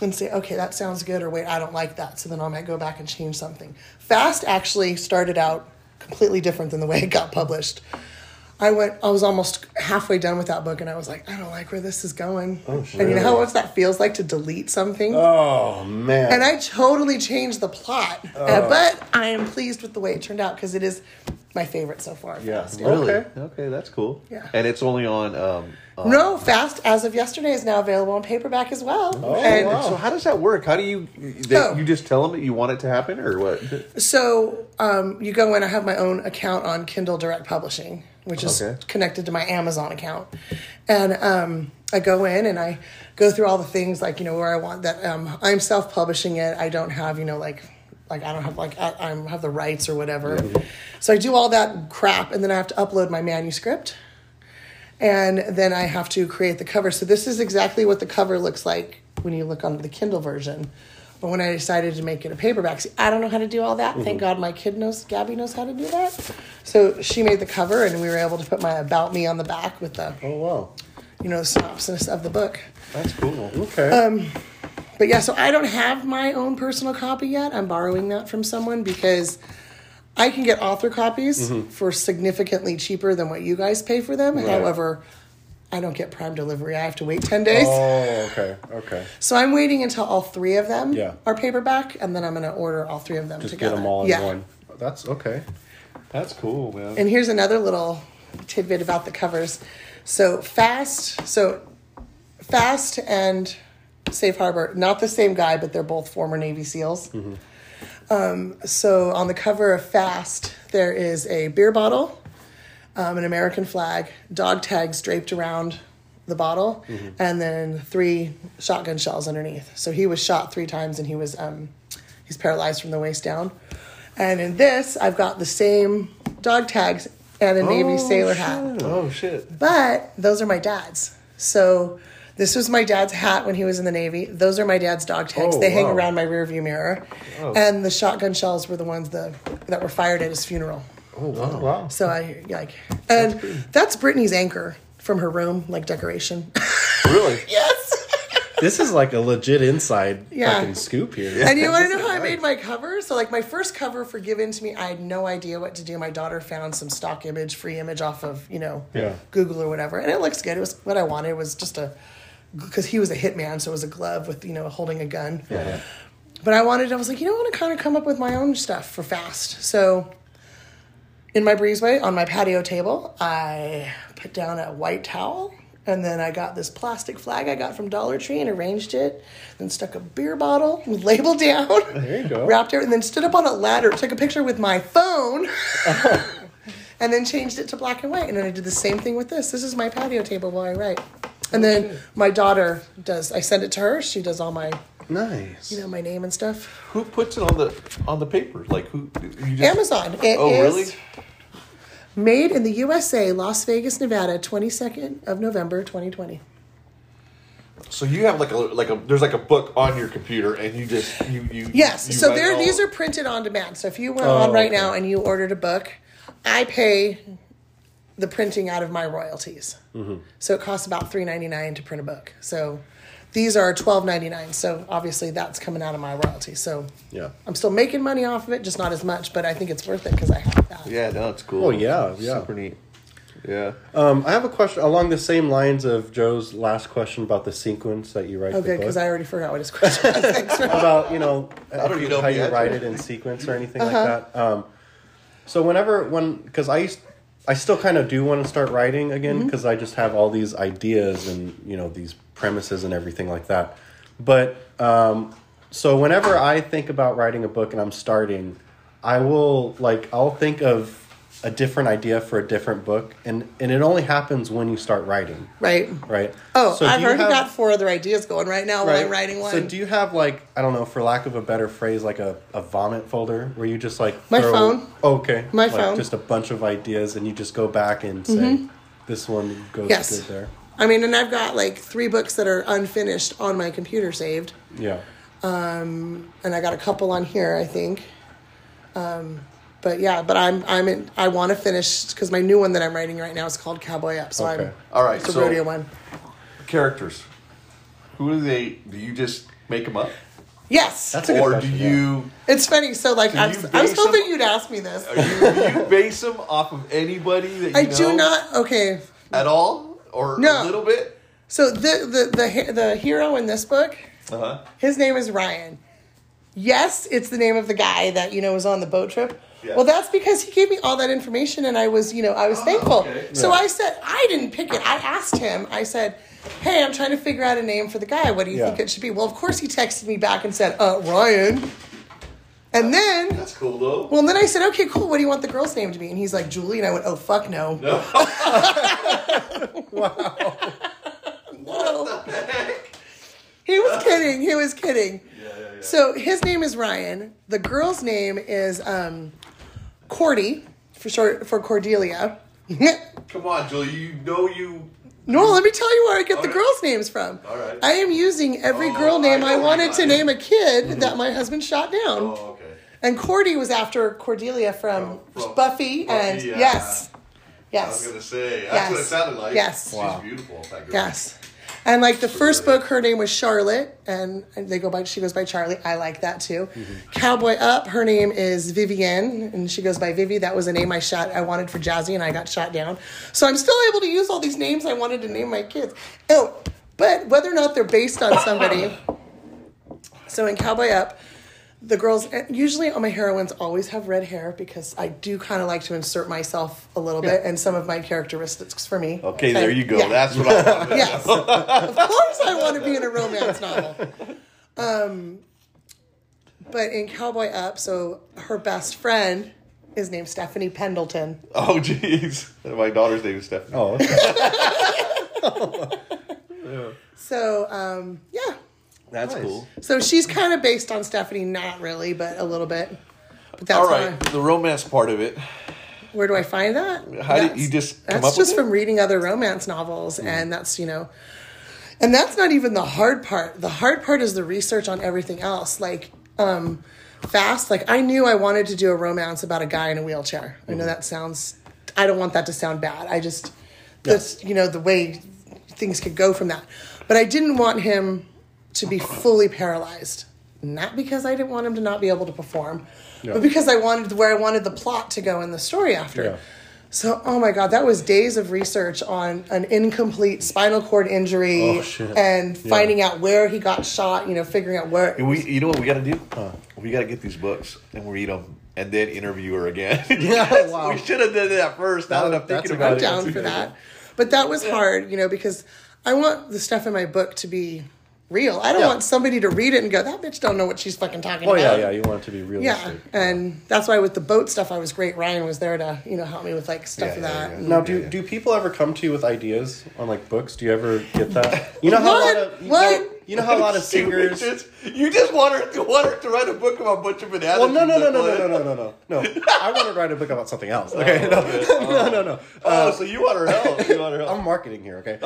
S5: and say, okay, that sounds good, or wait, I don't like that. So then I might go back and change something. Fast actually started out completely different than the way it got published. I went. I was almost halfway done with that book, and I was like, I don't like where this is going. and you know how much that feels like to delete something.
S4: Oh man.
S5: And I totally changed the plot, Uh, but I am pleased with the way it turned out because it is my favorite so far.
S3: Yeah,
S5: Fast.
S3: really?
S2: Okay.
S3: Okay. that's cool.
S5: Yeah.
S3: And it's only on. Um, uh,
S5: No, Fast as of yesterday is now available on paperback as well. and
S3: and So how does that work? How do you? They,
S5: Oh.
S3: You just tell them that you want it to happen, or what?
S5: so um, you go in. I have my own account on Kindle Direct Publishing, which is
S3: Okay.
S5: connected to my Amazon account, and um, I go in and I go through all the things like you know where I want that. Um, I'm self publishing it. I don't have you know like like I don't have like I, I'm have the rights or whatever. So I do all that crap, and then I have to upload my manuscript. and then I have to create the cover. So this is exactly what the cover looks like when you look on the Kindle version. But when I decided to make it a paperback, see, I don't know how to do all that. Thank God my kid knows, Gabby knows how to do that. So she made the cover, and we were able to put my about me on the back with the
S4: oh wow.
S5: you know the synopsis of the book.
S4: That's cool. Okay.
S5: Um, But yeah, so I don't have my own personal copy yet. I'm borrowing that from someone because I can get author copies
S4: Mm-hmm.
S5: for significantly cheaper than what you guys pay for them. However, I don't get prime delivery. I have to wait 10 days.
S4: oh okay. Okay.
S5: So I'm waiting until all three of them
S4: Yeah.
S5: are paperback, and then I'm going to order all three of them
S4: Just
S5: together.
S4: get them all in
S5: yeah.
S4: one. That's okay.
S3: That's cool, man.
S5: And here's another little tidbit about the covers. So fast, so fast and Safe Harbor, not the same guy, but they're both former Navy SEALs. Um, so on the cover of Fast, there is a beer bottle, um, an American flag, dog tags draped around the bottle,
S4: Mm-hmm.
S5: and then three shotgun shells underneath. So he was shot three times, and he was um, he's paralyzed from the waist down. And in this, I've got the same dog tags and a Navy sailor hat.
S2: Oh shit.
S5: But those are my dad's. So this was my dad's hat when he was in the Navy. Those are my dad's dog tags.
S4: Oh,
S5: they hang
S4: wow. Oh.
S5: around my rearview mirror. And the shotgun shells were the ones the, that were fired at his funeral.
S4: Oh wow. wow.
S5: So I like, and that's Brittany's anchor from her room, like decoration.
S3: Really?
S5: yes.
S4: This is like a legit inside
S5: Yeah.
S4: fucking scoop here.
S5: And you want to know how I made my cover? So, like, my first cover for Given to Me, I had no idea what to do. My daughter found some stock image, free image off of, you know,
S4: Yeah.
S5: Google or whatever. And it looks good. It was what I wanted. It was just a, because he was a hitman, so it was a glove with, you know, holding a gun.
S4: Yeah.
S5: But I wanted, I was like, you know, I want to kind of come up with my own stuff for fast. So, in my breezeway on my patio table, I put down a white towel and then I got this plastic flag I got from Dollar Tree and arranged it, then stuck a beer bottle with label down. There
S4: you go.
S5: Wrapped it and then stood up on a ladder, took a picture with my phone. And then changed it to black and white. And then I did the same thing with this. This is my patio table while I write. And then my daughter does, I send it to her. She does all my,
S4: Nice.
S5: you know, my name and stuff.
S3: Who puts it on the on the paper? Like who? You just,
S5: Amazon. It
S3: Oh,
S5: is-
S3: really?
S5: Made in the USA, Las Vegas, Nevada, 22nd of November, 2020.
S3: So you have like a like a there's like a book on your computer, and you just you you
S5: Yes.
S3: you
S5: so
S3: write
S5: there,
S3: all-
S5: these are printed on demand. So if you
S4: Oh,
S5: went on right now and you ordered a book, I pay the printing out of my royalties.
S4: Mm-hmm.
S5: So it costs about three ninety nine to print a book. So these are twelve ninety nine. So obviously that's coming out of my royalties. So
S4: Yeah.
S5: I'm still making money off of it, just not as much. But I think it's worth it because I have that.
S3: Yeah, no, it's cool.
S4: Oh, yeah, yeah.
S3: super neat. Yeah. Uh,
S4: Um, I have a question along the same lines of Joe's last question about the sequence that you write.
S5: Okay,
S4: the book.
S5: because I already forgot what his question was. Thanks for
S4: about you know
S3: don't even know
S4: how
S3: if
S4: you
S3: he had
S4: write
S3: to.
S4: it in sequence or anything like that. Um, so whenever when because I used, I still kind of do want to start writing again because I just have all these ideas and you know these premises and everything like that. But um, so whenever I think about writing a book and I'm starting, I will like I'll think of a different idea for a different book and and it only happens when you start writing,
S5: right.
S4: right?
S5: Oh,
S4: So do
S5: I've
S4: you
S5: already
S4: have-
S5: got four other ideas going right now while I'm
S4: Right.
S5: writing one.
S4: So do you have like I don't know, for lack of a better phrase, like a, a vomit folder where you just like Oh,
S5: My phone.
S4: okay,
S5: My
S4: like,
S5: phone. Mm-hmm.
S4: just a bunch of ideas, and you just go back and say this one goes
S5: Yes.
S4: good there.
S5: I mean, and I've got like three books that are unfinished on my computer saved,
S4: Yeah,
S5: and I got a couple on here, I think. Um, but yeah, but I'm I'm in, I want to finish because my new one that I'm writing right now is called Cowboy Up. So
S4: Okay.
S5: I'm
S3: All right,
S5: It's a
S3: so-
S5: rodeo one.
S3: Characters. Who do they? Do you just make them up?
S5: Yes.
S4: That's a good
S3: or do
S4: question, yeah.
S3: you
S5: it's funny. So, like, I'm,
S3: you
S5: I was
S3: base
S5: hoping
S3: them-
S5: you'd ask me this.
S3: do you, you base them off of anybody that you
S5: I
S3: know
S5: do not. Okay.
S3: at all or
S5: No.
S3: a little bit?
S5: So, the, the, the, he- the hero in this book,
S3: Uh huh.
S5: his name is Ryan. Yes, it's the name of the guy that, you know, was on the boat trip.
S3: Yeah. Ah,
S5: Well, that's because he gave me all that information and I was, you know, I was thankful.
S3: okay.
S5: So I said, I didn't pick it. I asked him, I said, hey, I'm trying to figure out a name for the guy. What do you
S4: Yeah.
S5: think it should be? Well, of course he texted me back and said, uh, Ryan. And then
S3: That's cool though.
S5: Well, and then I said, okay, cool. What do you want the girl's name to be? And he's like, Julie. And I went, oh, fuck no. No. He was kidding. He was kidding. So his name is Ryan. The girl's name is um, Cordy, for short, for Cordelia.
S3: Come on, Julie. You know you.
S5: No, let me tell you where I get the
S3: Alright.
S5: girls' names from.
S3: Alright.
S5: I am using every
S3: Oh,
S5: girl
S3: I
S5: name
S3: know
S5: I,
S3: where you
S5: wanted
S3: got
S5: to
S3: it. Mm-hmm.
S5: name a kid that my husband shot down.
S3: Oh, okay.
S5: And Cordy was after Cordelia from,
S3: Oh, From- from
S5: Buffy,
S3: Buffy,
S5: and
S3: yeah.
S5: yes,
S3: I was
S5: yes,
S3: gonna say that's what it
S5: Yes.
S3: sounded like.
S5: Yes.
S3: She's
S4: Wow.
S3: beautiful. That girl.
S5: yes. And like the first book, her name was Charlotte, and they go by she goes by Charlie. I like that too.
S3: Mm-hmm.
S5: Cowboy Up, her name is Vivienne, and she goes by Vivi. That was a name I shot I wanted for Jazzy, and I got shot down. So I'm still able to use all these names I wanted to name my kids. Oh, but whether or not they're based on somebody. So in Cowboy Up, the girls and usually all my heroines always have red hair because I do kind of like to insert myself a little bit and some of my characteristics for me.
S3: Okay, there you go.
S5: Yeah.
S3: That's what I wanted.
S5: yes. of course, I want to be in a romance novel. Um, but in Cowboy Up, so her best friend is named Stephanie Pendleton.
S3: Oh, jeez. My daughter's name is Stephanie.
S4: Oh, okay.
S5: So um, yeah,
S4: that's cool.
S5: so she's kind of based on Stephanie, not really, but a little bit. But that's
S3: All
S5: why-
S3: right, the romance part of it.
S5: Where do I find that?
S3: How did
S5: That's-
S3: you just come
S5: That's
S3: up
S5: just
S3: with Mm.
S5: from reading other romance novels, and that's you know, and that's not even the hard part. The hard part is the research on everything else, like um, fast. Like I knew I wanted to do a romance about a guy in a wheelchair. I
S4: Mm-hmm.
S5: know that sounds. I don't want that to sound bad. I just that's you know the way things could go from that, but I didn't want him to be fully paralyzed. Not because I didn't want him to not be able to perform, but because I wanted where I wanted the plot to go in the story after.
S4: Yeah.
S5: So, oh my God, that was days of research on an incomplete spinal cord injury
S4: Oh, shit.
S5: and
S4: Yeah.
S5: finding out where he got shot, you know, figuring out where.
S3: it? We, you know what we got to do? We got to get these books and read them and then interview her again.
S4: Yeah, wow.
S3: We should have done that first. Now that I'm
S4: That's
S3: thinking
S4: a
S3: about
S5: I'm
S3: it.
S5: down for that. But that was hard, you know, because I want the stuff in my book to be real. I don't
S4: Yeah.
S5: want somebody to read it and go, that bitch don't know what she's fucking talking
S4: Oh yeah,
S5: about.
S4: yeah. You want it to be
S5: Yeah,
S4: realistic.
S5: and that's why with the boat stuff, I was great. Ryan was there to, you know, help me with like stuff of that. and-
S4: Now, do do people ever come to you with ideas on like books? Do you ever get that? You know how
S5: What?
S4: a lot of you
S5: What?
S4: know- you know how a lot of singers.
S3: Just- you just want her, to, want her to write a book about a bunch of bananas.
S4: Well, no, no,
S3: and
S4: no, no,
S3: that's
S4: no,
S3: all it-
S4: no, no, no, no. No, I want to write a book about something else. Okay, no, no, no, no.
S3: Oh, so you want her help? You want her help?
S4: I'm marketing here. Okay.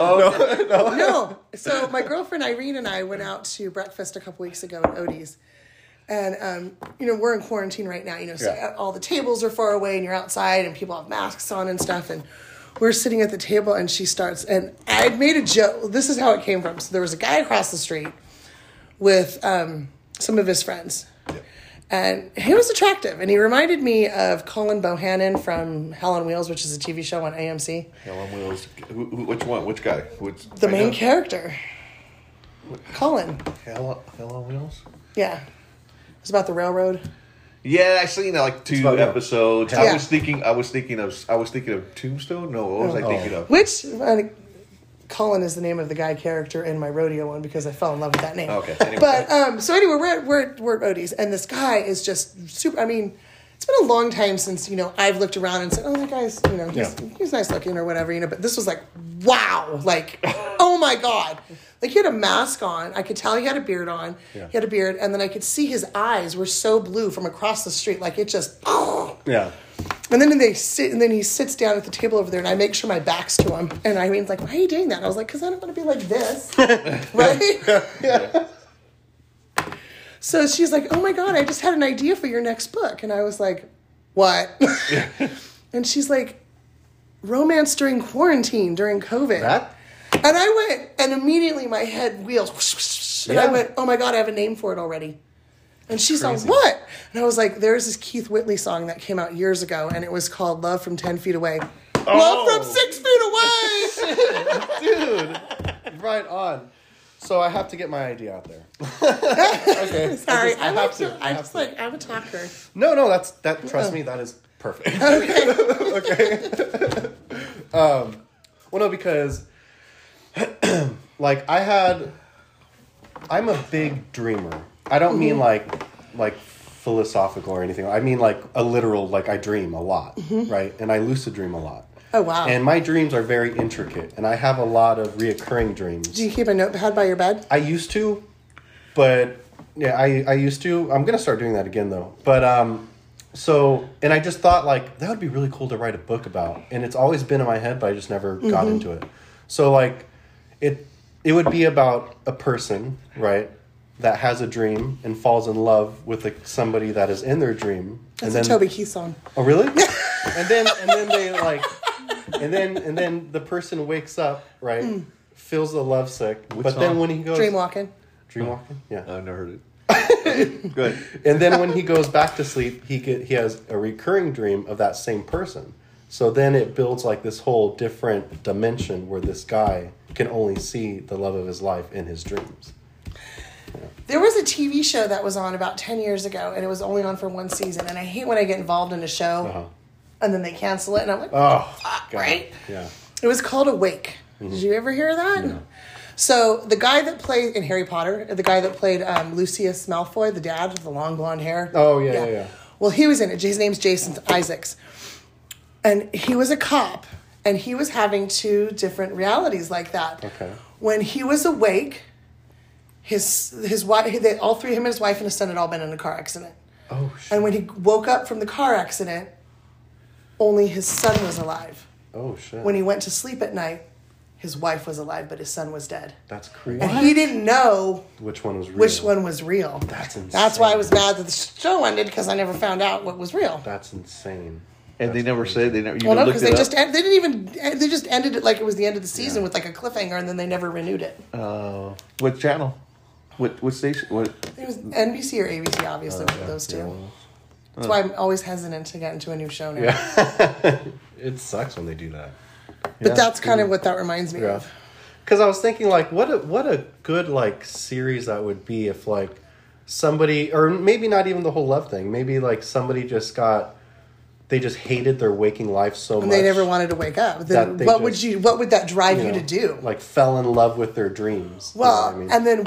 S5: no. So my girlfriend Irene and I went out to breakfast a couple weeks ago at Odie's. And um, you know we're in quarantine right now. You know, so
S4: Yeah.
S5: all the tables are far away, and you're outside, and people have masks on and stuff. And we're sitting at the table, and she starts. And I made a joke. This is how it came from. So there was a guy across the street with um, some of his friends, and he was attractive, and he reminded me of Colin Bohannon from Hell on Wheels, which is a TV show on AMC.
S3: Helen Wills. Who, who, which one? Which guy? Which
S5: The
S3: I
S5: main
S3: know.
S5: character, Colin.
S3: Helen Helen Wills.
S5: Yeah. It's about the railroad.
S3: Yeah, I seen like two
S4: about him.
S3: episodes.
S5: Yeah.
S3: I was thinking, I was thinking of, I was thinking of Tombstone. No, what was
S2: Oh.
S3: I thinking of?
S5: Which uh, Colin is the name of the guy character in my rodeo one because I fell in love with that name.
S3: Okay, anyway.
S5: But um, so anyway, we're at, we're at, we're at Odie's, and this guy is just super. I mean, it's been a long time since you know I've looked around and said, "Oh, that guy's you know he's,
S4: Yeah.
S5: he's nice looking" or whatever you know. But this was like, wow, like oh my god, like he had a mask on. I could tell he had a beard on.
S4: Yeah.
S5: He had a beard, and then I could see his eyes were so blue from across the street, like it just.
S4: Yeah.
S5: And then they sit, and then he sits down at the table over there, and I make sure my back's to him. And Irene's like, "Why are you doing that?" And I was like, "Cause I don't want to be like this, right?" So she's like, "Oh my god, I just had an idea for your next book," and I was like, "What?" and she's like, "Romance during quarantine, during COVID."
S4: That.
S5: And I went, and immediately my head wheels, and I
S4: Yeah.
S5: went, "Oh my god, I have a name for it already." And she's like,
S2: Crazy.
S5: what? And I was like, there's this Keith Whitley song that came out years ago, and it was called Love from 10 Feet Away. Love
S4: Oh.
S5: from Six Feet Away!
S4: Right on. So I have to get my idea out there.
S5: okay. Sorry,
S4: just- I
S5: I,
S4: have
S5: like
S4: to,
S5: to,
S4: I
S5: I
S4: have
S5: just
S4: to.
S5: like, I'm a talker.
S4: No, no, that's that. Trust
S5: Oh.
S4: me, that is perfect. Okay. um, well, no, because like I had, I'm a big dreamer. I don't
S5: Mm-hmm.
S4: mean like like philosophical or anything. I mean like a literal like I dream a lot, right? And I lucid dream a lot.
S5: Mm-hmm. Oh, wow.
S4: And my dreams are very intricate, and I have a lot of reoccurring dreams.
S5: Do you keep a notepad by your bed?
S4: I used to, but yeah, I, I used to. I'm gonna start doing that again though. But um, so and I just thought like that would be really cool to write a book about, and it's always been in my head, but I just never
S5: Mm-hmm.
S4: got into it. So like, it it would be about a person, right? That has a dream and falls in love with like, somebody that is in their dream,
S5: That's
S4: and
S5: a Toby Keith song.
S4: Oh really? and then and then they like and then and then the person wakes up, right? Feels the love sick. but then
S2: song?
S4: when he goes
S5: Mm. Dream Walking.
S4: dream walking? Yeah.
S2: I've never heard it. Good.
S4: And then when he goes back to sleep, he get he has a recurring dream of that same person. So then it builds like this whole different dimension where this guy can only see the love of his life in his dreams.
S5: There was a TV show that was on about 10 years ago, and it was only on for one season. And I hate when I get involved in a show
S4: Uh-huh.
S5: and then they cancel it, and I'm like,
S4: Oh, God.
S5: right?
S4: Yeah.
S5: It was called Awake. Did
S4: Mm-hmm.
S5: you ever hear that? So the guy that played in Harry Potter, the guy that played um, Lucius Malfoy, the dad with the long blonde hair.
S4: Oh, yeah, yeah, yeah.
S5: Well, he was in it. His name's Jason Isaacs, and he was a cop, and he was having two different realities like that.
S4: Okay.
S5: When he was awake, his his wife, they, all three, him and his wife and his son had all been in a car accident.
S4: Oh shit.
S5: And when he woke up from the car accident, only his son was alive
S4: oh shit.
S5: when he went to sleep at night, his wife was alive, but his son was dead.
S4: That's crazy.
S5: And he didn't know
S4: Which one was real?
S5: which one was real.
S4: That's insane.
S5: That's why I was mad that the show ended because I never found out what was real.
S4: That's insane.
S2: And they
S4: That's
S2: never
S4: crazy.
S2: said they never. You
S5: well, no,
S2: never
S5: because
S2: looked
S5: they
S2: it up?
S5: just end, they didn't even they just ended it like it was the end of the season with like a cliffhanger, and then they never renewed it.
S2: Oh, what channel? What what station? What?
S5: It was NBC or ABC,
S4: Oh,
S5: obviously, one of those two.
S4: uh.
S5: That's why I'm always hesitant to get into a new show now.
S4: It sucks when they do that.
S5: But that's kind of what that reminds me
S4: Mm-hmm. Yeah.
S5: of.
S4: Because I was thinking, like, what a what a good like series that would be if like somebody, or maybe not even the whole love thing. Maybe like somebody just got they just hated their waking life so
S5: And
S4: much
S5: they never wanted to wake up. Then
S4: That they
S5: what would
S4: just-
S5: you? What would that drive you,
S4: know,
S5: to do?
S4: like fell in love with their dreams. you know
S5: Well,
S4: what I mean?
S5: and then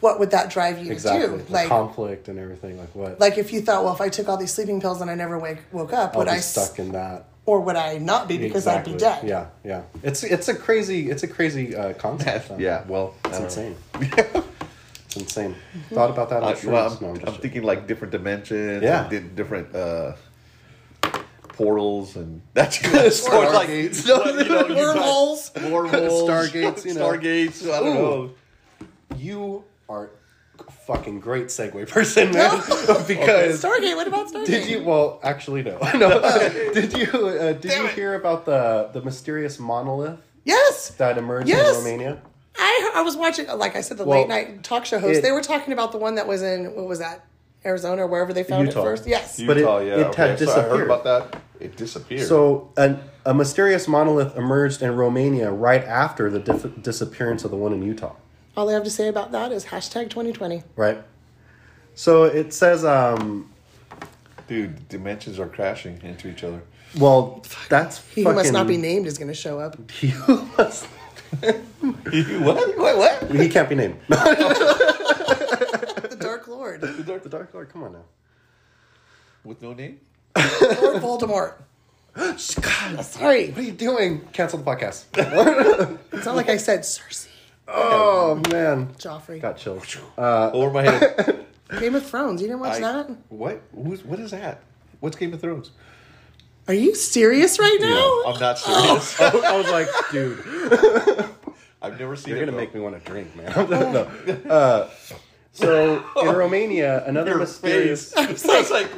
S5: what would that drive you
S4: exactly
S5: to do?
S4: the
S5: Like,
S4: conflict and everything. Like what?
S5: like if you thought, well, if I took all these sleeping pills and I never wake, woke up,
S4: I'll
S5: would
S4: be
S5: I s-
S4: stuck in that
S5: or would I not be because I'd be dead?
S4: Exactly. Yeah, yeah. It's it's a crazy it's a crazy uh, concept. though.
S2: Yeah. Well,
S4: it's insane. it's insane. Thought about that.
S2: I,
S4: on
S2: am
S4: shrooms. No,
S2: I'm,
S4: just
S2: Uh, I'm
S4: joking.
S2: thinking like different dimensions.
S4: Yeah.
S2: and di- different uh, portals and that's it's more like no, you know, you got
S5: Wormholes.
S4: Wormholes, Stargates, you know.
S2: Stargates. I don't know.
S4: You are a fucking great segue person, man. because
S5: Stargate. What about Stargate?
S4: did you? Well, actually, no. no. did you? Uh, did you hear about the the mysterious monolith
S5: Yes,
S4: that emerged
S5: Yes!
S4: in Romania?
S5: I I was watching. Like I said, the
S4: Well,
S5: late night talk show host.
S4: it-
S5: they were talking about the one that was in what was that Arizona or wherever they found
S4: Utah.
S5: it first. Yes.
S4: But it-
S2: Utah, yeah,
S4: it had
S2: okay, so I heard
S4: disappeared.
S2: about that. It disappeared.
S4: So, an, a mysterious monolith emerged in Romania right after the dif- disappearance of the one in Utah.
S5: all I have to say about that is hashtag 2020.
S4: Right. So it says, um,
S2: dude, dimensions are crashing into each other.
S4: well, that's
S5: He who
S4: fucking.
S5: must not be named is going to show up.
S4: He who must-
S2: what? What? What?
S4: he can't be named.
S5: The Dark Lord
S4: the Dark, the Dark Lord. Come on now.
S2: With no name?
S5: or Voldemort.
S4: God, what
S5: Sorry,
S4: are you doing? Cancel the podcast.
S5: it's not like I said Cersei,
S4: oh man,
S5: Joffrey,
S4: got chills.
S2: Over my head.
S5: Game of Thrones. You didn't watch
S2: I-
S5: that?
S2: what? Who's? What is that? What's Game of Thrones?
S5: Are you serious right now?
S2: I'm not serious.
S4: I, I was like, dude,
S2: I've never seen
S4: you're
S2: it.
S4: gonna
S2: though.
S4: make me want to drink, man. no. Uh, so in Romania, another
S2: Your
S4: mysterious.
S2: face. So it's like,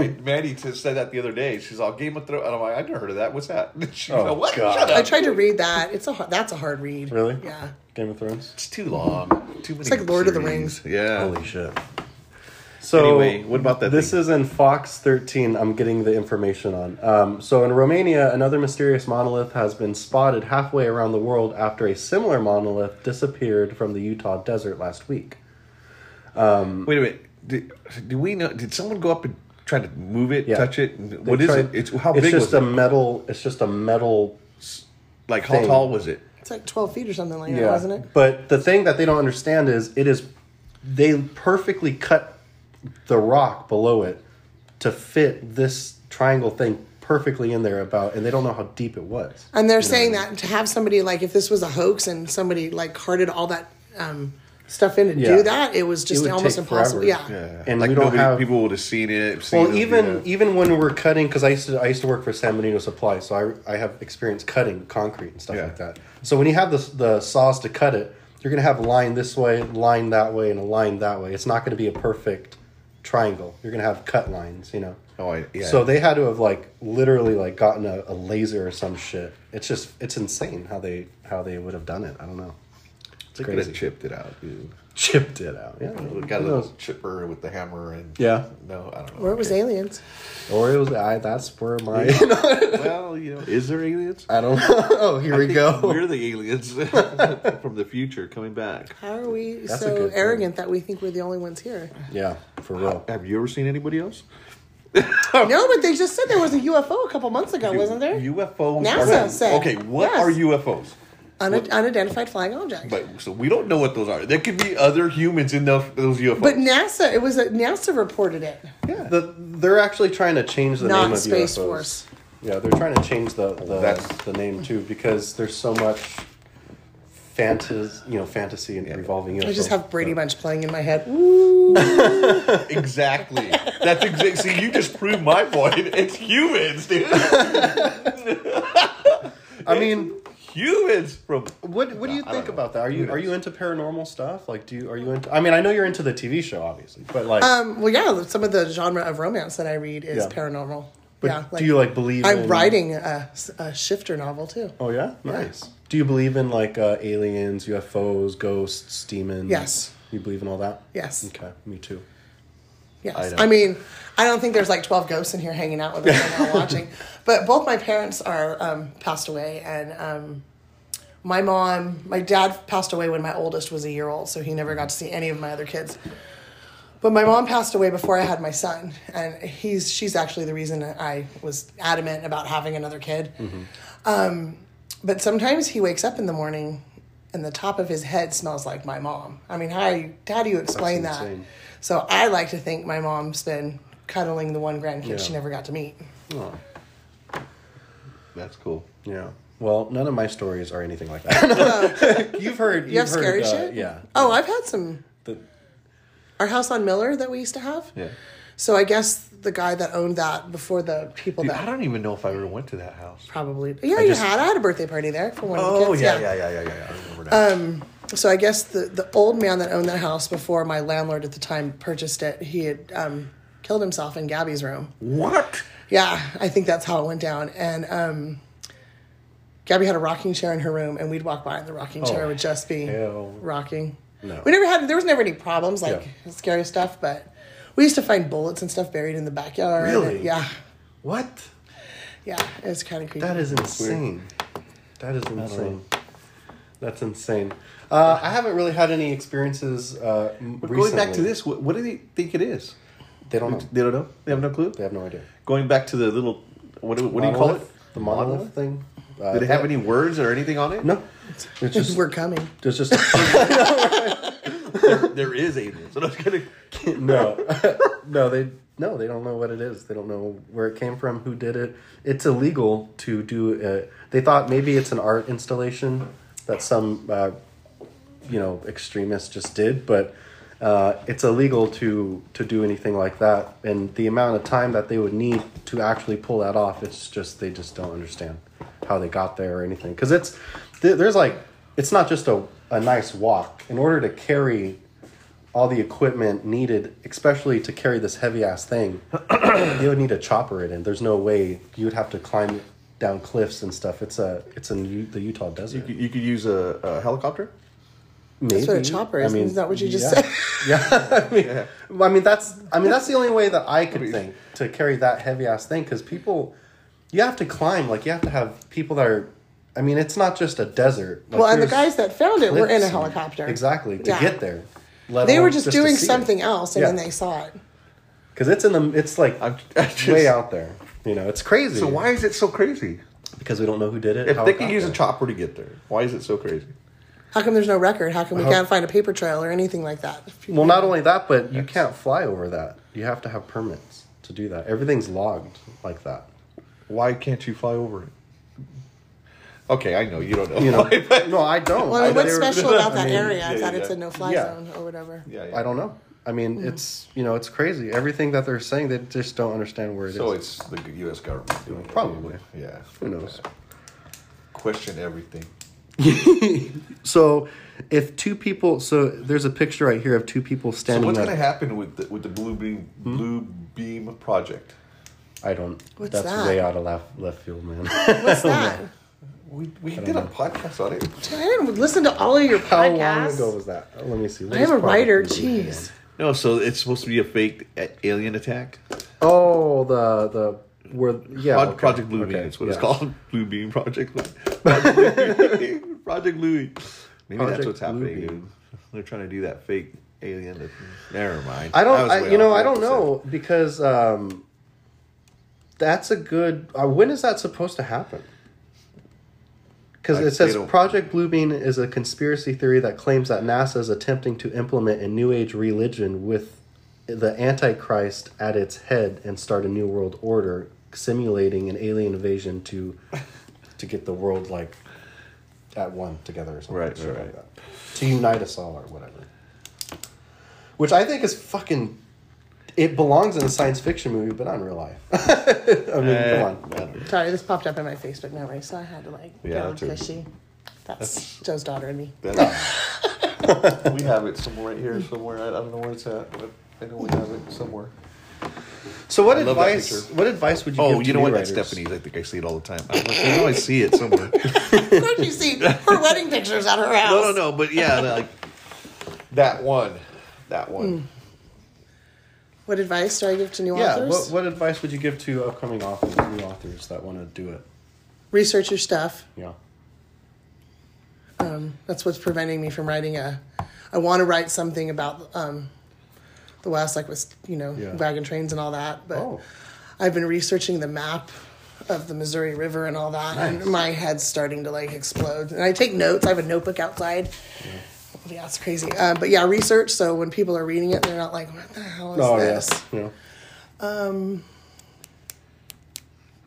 S2: I, Maddie just said that the other day. She's all Game of Thrones, and I'm like, I never heard of that. What's that? She's
S4: Oh,
S2: like, what?
S4: God.
S2: Shut up.
S5: I tried to read that. It's a har- that's a hard read.
S4: Really?
S5: Yeah.
S4: Game of Thrones.
S2: It's too long. Too many.
S5: like Lord of the
S2: series. Yeah.
S4: shit. So
S3: Anyway, what about that
S4: This
S3: thing?
S4: is in Fox 13. I'm getting the information on. Um, so in Romania, another mysterious monolith has been spotted halfway around the world after a similar monolith disappeared from the Utah desert last week.
S3: Wait a minute. Did, do we know? Did someone go up and try to move it,
S4: Yeah.
S3: touch it?
S4: They
S3: What is
S4: tried-
S3: it? It's how big
S4: just
S3: was
S4: a
S3: it?
S4: metal. It's just a metal
S3: Like how
S4: thing.
S3: tall was it?
S5: It's like 12 feet or something like that,
S4: Yeah.
S5: wasn't it?
S4: But the thing that they don't understand is it is they perfectly cut the rock below it to fit this triangle thing perfectly in there about and they don't know how deep it was.
S5: And they're saying that to have somebody like if this was a hoax and somebody like carted all that um, stuff in to
S4: Yeah.
S5: do that, it was just
S4: would
S5: almost
S4: take
S5: impossible.
S4: forever.
S5: Yeah.
S4: And
S3: like
S4: we don't
S3: nobody,
S4: have
S3: people would have seen it. Seen
S4: Well,
S3: it,
S4: even e-
S3: yeah.
S4: even when we're cutting, because I used to I used to work for San Benito Supply, so I I have experience cutting concrete and stuff
S3: Yeah.
S4: like that. So when you have the the saws to cut it, you're gonna have a line this way, line that way, and a line that way. It's not gonna be a perfect triangle. You're gonna have cut lines, you know.
S3: Oh, I- yeah.
S4: So they had to have like literally like gotten a, a laser or some shit. It's just it's insane how they how they would have done it. I don't know. It's
S3: they could
S4: crazy.
S3: have chipped it out. Dude.
S4: Chipped it out. Yeah.
S3: Got a
S4: Who
S3: little
S4: knows?
S3: chipper with the hammer and
S4: Yeah.
S3: No, I don't know.
S5: Where it was aliens?
S4: Or it was I. That's where my.
S3: well, you know, is there aliens?
S4: I don't know. Oh, here we go.
S3: We're the aliens from the future coming back.
S5: How are we
S4: That's a
S5: so
S4: good point.
S5: arrogant that we think we're the only ones here?
S4: Yeah, for real.
S3: Have you ever seen anybody else?
S4: Oh.
S5: no, but they just said there was a UFO a couple months ago, wasn't there?
S3: UFOs.
S5: NASA
S3: are,
S5: said.
S3: Okay, what
S5: Yes.
S3: are UFOs?
S5: Unid- unidentified flying object. But,
S3: But so we don't know what those are. There could be other humans in those, those UFOs.
S5: NASA, it was a, NASA reported it,
S4: The, they're actually trying to change the name
S5: not
S4: of
S5: Space
S4: UFOs.
S5: Force.
S4: Yeah, they're trying to change the the,
S3: That's-
S4: the name too because there's so much fantasy, you know, fantasy and revolving UFOs.
S5: I just have Brady Bunch playing in my head.
S3: exactly. That's exactly. See, you just proved my point. It's humans, dude.
S4: I mean,
S3: humans from.
S4: what what do you
S3: I don't
S4: think
S3: know.
S4: about that? Are you
S3: Who
S4: are you
S3: knows?
S4: into paranormal stuff? Like, do you are you into? I mean, I know you're into the TV show, obviously, but like,
S5: Um, well, yeah, some of the genre of romance that I read is
S4: Yeah.
S5: paranormal.
S4: but
S5: yeah,
S4: do you like believe?
S5: I'm
S4: in-
S5: writing a, a shifter novel too.
S4: Oh yeah, nice. Do you believe in like uh, aliens, UFOs, ghosts, demons?
S5: Yes.
S4: You believe in all that?
S5: Yes.
S4: Okay, me too.
S3: I
S5: Yes.
S3: know.
S5: I, mean, I don't think there's like 12 ghosts in here hanging out with us right now watching. But both my parents are um, passed away. And um, my mom, my dad passed away when my oldest was a year old, so he never got to see any of my other kids. But my mom passed away before I had my son, and he's she's actually the reason that I was adamant about having another kid.
S4: Mm-hmm.
S5: Um, but sometimes he wakes up in the morning, and the top of his head smells like my mom. I mean, how you, how do you explain
S4: That's
S5: that?
S4: insane.
S5: So I like to think my mom's been cuddling the one grandkid she
S4: Yeah.
S5: never got to meet.
S3: That's cool.
S4: Yeah. Well, none of my stories are anything like that. you've heard.
S5: You
S4: you've
S5: have
S4: heard,
S5: scary
S4: uh,
S5: shit.
S4: Yeah.
S5: Oh, I've had some.
S4: The-
S5: Our house on Miller that we used to have.
S3: Yeah.
S5: So I guess the guy that owned that before the people
S3: Dude,
S5: that
S3: I don't even know if I ever went to that house.
S5: Probably. Yeah, you
S3: just-
S5: had. I had a birthday party there for one of the
S3: Oh
S5: kids.
S3: yeah, yeah, yeah, yeah, yeah. I remember
S4: Uh,
S3: now.
S5: So I guess the, the old man that owned that house before my landlord at the time purchased it, he had um, killed himself in Gabby's room.
S3: what?
S5: Yeah, I think that's how it went down. And um, Gabby had a rocking chair in her room, and we'd walk by, and the rocking
S3: Oh,
S5: chair would just be
S4: hell.
S5: rocking.
S4: No.
S5: We never had. There was never any problems like
S4: Yeah.
S5: scary stuff, but we used to find bullets and stuff buried in the backyard.
S4: Really?
S5: Yeah,
S4: What?
S5: yeah. It was kind of creepy.
S4: That is insane. That is insane. That's insane. Uh, I haven't really had any experiences uh, m-
S3: But
S4: recently.
S3: going back to this, what, what do they think it is?
S4: they don't. Know.
S3: They don't know. They have no clue.
S4: They have no idea.
S3: Going back to the little, what do, what do you call it?
S4: Monolith? The monolith, thing. Uh,
S3: Did it have any words or anything on it?
S4: No. It's just.
S5: We're coming.
S4: It's just.
S3: there is aliens. And I was gonna-
S4: no, no, they no, they don't know what it is. They don't know where it came from, who did it. It's illegal to do. Uh, they thought maybe it's an art installation that some uh, you know extremists just did, but uh, it's illegal to to do anything like that. And the amount of time that they would need to actually pull that off, it's just they just don't understand how they got there or anything. Because it's th- there's like it's not just a a nice walk. In order to carry all the equipment needed, especially to carry this heavy ass thing, you would need to chopper it in. There's no way you would have to climb down cliffs and stuff. It's a it's in U- the Utah
S3: you,
S4: desert.
S3: could- you could use a, a helicopter.
S4: Maybe.
S5: what a chopper is. Isn't that what you just
S4: yeah. yeah.
S5: said?
S4: I mean, well, I mean, that's I mean that's the only way that I could think to carry that heavy ass thing because people, you have to climb like you have to have people that are. I mean, it's not just a desert. Like,
S5: well, and the
S4: there's
S5: guys that found it were in
S4: cliffs
S5: a
S4: and-
S5: helicopter.
S4: exactly to
S5: Yeah.
S4: get there. let
S5: They were
S4: alone
S5: just,
S4: to
S5: doing
S4: see it.
S5: something else, and
S4: Yeah.
S5: then they saw it.
S4: because it's in the it's like
S3: I'm- I just-
S4: way out there. You know, it's crazy.
S3: So why is it so crazy?
S4: Because we don't know who did it.
S3: If
S4: how
S3: they
S4: it
S3: can
S4: got
S3: use a
S4: there.
S3: chopper to get there, why is it so crazy?
S5: How come there's no record? How come we can't find a paper trail or anything like that?
S4: Well, not only that, but you can't fly over that. You have to have permits to do that. Everything's logged like that.
S3: Why can't you fly over it? Okay, I know you don't know.
S4: You know, no, I don't.
S5: Well, I mean,
S4: I-
S5: what's
S4: they were-
S5: special about that
S4: I mean,
S5: area?
S3: yeah,
S5: I thought
S3: yeah.
S5: it's a no-fly
S4: Yeah.
S5: zone or whatever.
S3: yeah, yeah.
S4: I don't know. I mean,
S5: Hmm.
S4: it's you know, it's crazy. Everything that they're saying, they just don't understand where it is.
S3: So it's the U.S. government doing it.
S4: Probably.
S3: Yeah.
S4: Who knows?
S3: Question everything.
S4: So, if two people, so there's a picture right here of two people
S3: So
S4: standing.
S3: what's
S4: up.
S3: going to happen with the, with the blue beam
S4: Hmm?
S3: blue beam project?
S4: I don't.
S5: What's
S4: that's
S5: that?
S4: way out of left left field, man. Oh,
S5: What's that?
S3: We, we did a podcast on it.
S5: I didn't listen to all of your
S4: How
S5: podcasts.
S4: long ago was that? Oh, Let me see.
S5: I am a writer. Jeez.
S3: No, so it's supposed to be a fake alien attack.
S4: Oh, the the where yeah
S3: Pro-
S4: okay.
S3: Project Blue Beam.
S4: Okay,
S3: That's what it's
S4: yeah.
S3: called. Blue Beam Project. Project Blue- Project Louis. Maybe
S4: Project
S3: that's what's happening,
S4: Blue Beam.
S3: dude. They're trying to do that fake alien. Never mind.
S4: I
S3: That
S4: don't.
S3: was
S4: I,
S3: way
S4: you know,
S3: off.
S4: I don't
S3: Like said.
S4: know because um, that's a good. Uh, when is that supposed to happen? Because
S3: I-
S4: it says
S3: they don't-
S4: Project Bluebeam is a conspiracy theory that claims that NASA is attempting to implement a New Age religion with the Antichrist at its head and start a new world order, simulating an alien invasion to to get the world like at one together or something
S3: Right,
S4: shit
S3: right,
S4: like
S3: right.
S4: that. to unite us all or whatever. Which I think is fucking. It belongs in a science fiction movie, but not in real life. I mean,
S3: Eh,
S4: come on.
S5: Sorry, this popped up in my Facebook memory, so I had to like
S3: Yeah,
S5: go
S3: that's a-
S5: because she, that's, Joe's daughter and me.
S3: That- we have it somewhere right here, somewhere. I I don't know where it's at, but I know we have it somewhere.
S4: So, what
S3: I love that
S4: advice?
S3: picture.
S4: What advice would you?
S3: Oh,
S4: give
S3: you
S4: to
S3: know what?
S4: new
S3: That's
S4: writers?
S3: Stephanie's. I think I see it all the time. I'm like, I know I see it somewhere.
S5: Of course, you see her wedding pictures at her house.
S3: No, no, no. But yeah, like that one, that
S5: Mm.
S3: one.
S5: What advice do I give to new
S4: Yeah.
S5: authors?
S4: What, what advice would you give to upcoming authors, new authors that want to do it?
S5: Research your stuff.
S4: Yeah.
S5: That's what's preventing me from writing a. I want to write something about um, the West, like with you know
S4: Yeah.
S5: wagon trains and all that. But
S4: Oh.
S5: I've been researching the map of the Missouri River and all that,
S4: Nice.
S5: and my head's starting to like explode. And I take notes. I have a notebook outside. Yeah, it's crazy. Uh, but yeah, research. So when people are reading it, they're not like, "What the hell is
S4: Oh
S5: this?"
S4: yes. Yeah.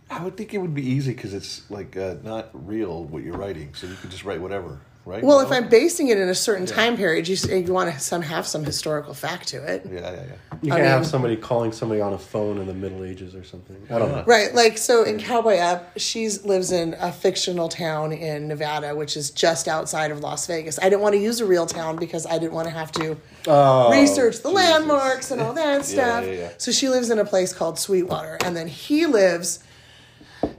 S3: I would think it would be easy because it's like uh, not real what you're writing, so you could just write whatever, right?
S5: Well, if
S4: Oh.
S3: No?
S5: I'm basing it in a certain time period, you, s- you want to some have some historical fact to it.
S3: yeah, yeah, yeah.
S4: You
S5: I
S4: can't have
S5: mean-
S4: somebody calling somebody on a phone in the Middle Ages or something. I don't know.
S5: Right, like so in Cowboy Up, she lives in a fictional town in Nevada, which is just outside of Las Vegas. I didn't want to use a real town because I didn't want to have to research the landmarks and all that stuff.
S3: Oh, yeah, yeah.
S5: So she lives in a place called Sweetwater, and then he lives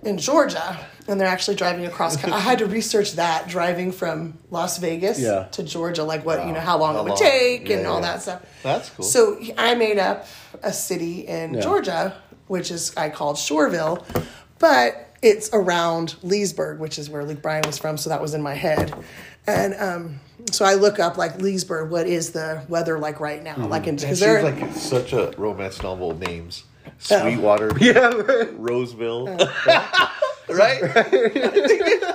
S5: in Georgia, and they're actually driving across. I had to research that driving from Las Vegas
S4: Yeah.
S5: to Georgia, like what you know, how long
S3: How
S5: it would
S3: long?
S5: take, and
S3: Yeah,
S5: all
S3: yeah.
S5: that stuff.
S3: That's cool.
S5: So he- I made up a city in
S4: Yeah.
S5: Georgia, which is I called Shoreville, but it's around Leesburg, which is where Luke Bryan was from. So that was in my head, and um, so I look up like Leesburg. What is the weather like right now? Like in
S3: That
S5: because
S3: seems
S5: they're
S3: like it's such a romance novel names.
S5: Oh.
S3: Sweetwater,
S4: Yeah. Right.
S3: Roseville, right?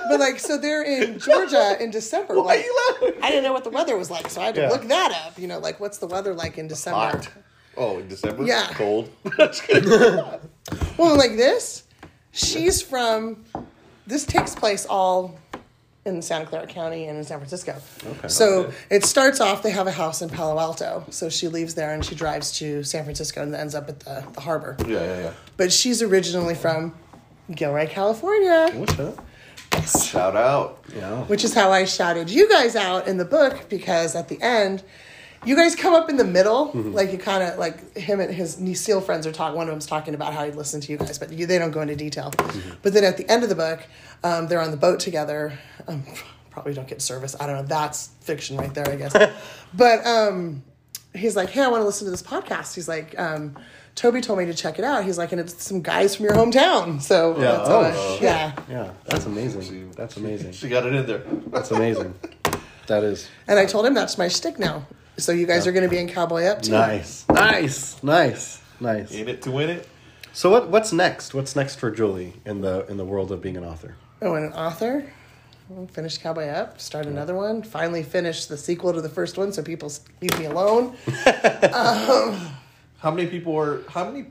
S5: but like so they're in Georgia in December.
S3: Why are
S5: like-
S3: you laughing?
S5: I didn't know what the weather was like, so I had to
S4: Yeah.
S5: look that up. You know, like what's the weather like in December?
S3: Hot. Oh, in December.
S5: Yeah.
S3: Cold. That's good.
S5: Well, like this, she's from. This takes place all in Santa Clara County and in San Francisco. Okay. So it starts off. They have a house in Palo Alto, so she leaves there and she drives to San Francisco and ends up at the, the harbor.
S3: Yeah, yeah, yeah.
S5: But she's originally from Gilroy, California,
S4: What's that?
S3: Shout out.
S4: Yeah.
S5: which is how I shouted you guys out in the book because at the end. You guys come up in the middle, like you kind of like him and his new SEAL friends are talking. One of them's talking about how he listened to you guys, but you, they don't go into detail. But then at the end of the book, um, they're on the boat together. Um, probably don't get service. I don't know. That's fiction right there, I guess. but um, he's like, hey, I want to listen to this podcast. He's like, um, Toby told me to check it out. He's like, and it's some guys from your hometown. So yeah, that's what I-
S4: Oh, shit.
S5: yeah.
S4: Yeah, that's amazing. That's amazing.
S3: She got it in there.
S4: That's amazing. That is
S5: And I told him that's my shtick now. So you guys are going to be in Cowboy Up too.
S4: nice, nice, nice, nice.
S3: In it to win it.
S4: So what what's next? What's next for Julie in the in the world of being an author?
S5: Oh, and an author. Finish Cowboy Up, start another one. Finally, finish the sequel to the first one, so people leave me alone.
S3: How many people are? How many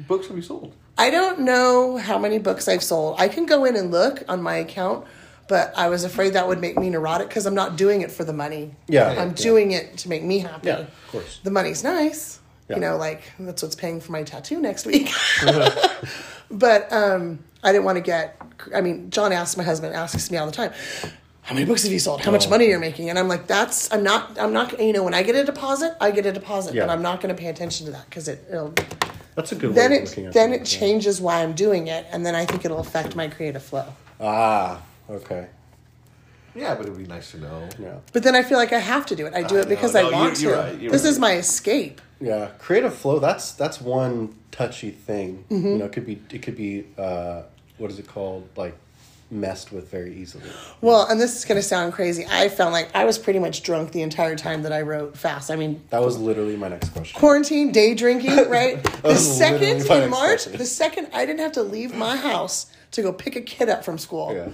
S3: books have you sold?
S5: I don't know how many books I've sold. I can go in and look on my account, but I was afraid that would make me neurotic because I'm not doing it for the money.
S4: Yeah,
S5: I'm
S4: yeah.
S5: doing it to make me happy.
S4: Yeah, of course.
S5: The money's nice.
S4: Yeah.
S5: You know, like that's what's paying for my tattoo next week. but um, I didn't want to get. I mean, John asks my husband asks me all the time, "How many books have you sold? How much money are you making?" And I'm like, "That's I'm not I'm not you know when I get a deposit, I get a deposit,
S4: Yeah.
S5: but I'm not going to pay attention to that because it, it'll
S4: That's a good
S5: then
S4: way of looking
S5: it
S4: at
S5: then
S4: it.
S5: it changes why I'm doing it, and then I think it'll affect my creative flow.
S4: Ah, okay.
S3: Yeah, but it'd be nice to know.
S4: Yeah.
S5: But then I feel like I have to do it. I do it because
S3: no,
S5: I
S3: no, you're-
S5: want to.
S3: you're right, you're
S5: this
S3: right.
S5: is my escape.
S4: Yeah, creative flow. That's that's one touchy thing.
S5: Mm-hmm.
S4: You know, it could be it could be uh, what is it called? Like messed with very easily.
S5: Well, and this is going to sound crazy. I felt like I was pretty much drunk the entire time that I wrote fast. I mean,
S4: That was literally my next question.
S5: quarantine, day drinking, right? The
S4: was literally
S5: second
S4: my
S5: in March,
S4: expression.
S5: the second I didn't have to leave my house to go pick a kid up from school.
S4: Yeah.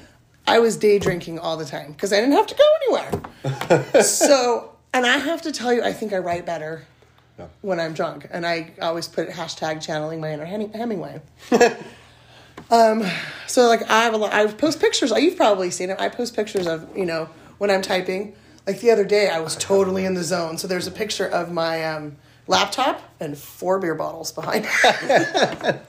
S5: I was day drinking all the time because I didn't have to go anywhere. so, and I have to tell you, I think I write better
S4: Yeah.
S5: when I'm drunk, and I always put hashtag channeling my inner Heming- Hemingway. um, so like I have a lot. I post pictures. You've probably seen it. I post pictures of you know when I'm typing. Like the other day, I was totally in the zone. So there's a picture of my um, laptop and four beer bottles behind.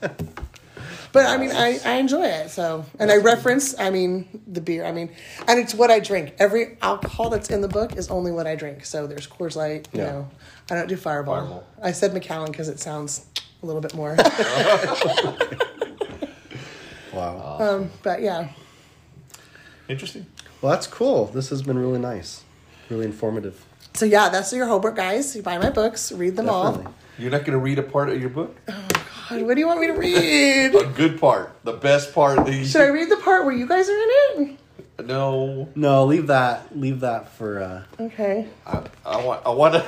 S5: But I mean, I, I enjoy it. So, and I reference, I mean, the beer. I mean, and it's what I drink. Every alcohol that's in the book is only what I drink. So there's Coors Light. You
S4: Yeah.
S5: know, I don't do Fireball.
S3: Fireball.
S5: I said McAllen because it sounds a little bit more.
S4: Wow.
S5: um, but yeah,
S3: Interesting.
S4: well, that's cool. This has been really nice, really informative.
S5: so yeah, that's your homework, guys. You buy my books, read them
S4: Definitely.
S5: all.
S3: You're not going to read a part of your book.
S5: God, what do you want me to read?
S3: A good part, the best part. The
S5: Should I read the part where you guys are in it?
S3: no.
S4: No, leave that. Leave that for. Uh,
S5: Okay.
S3: I, I want. I want to.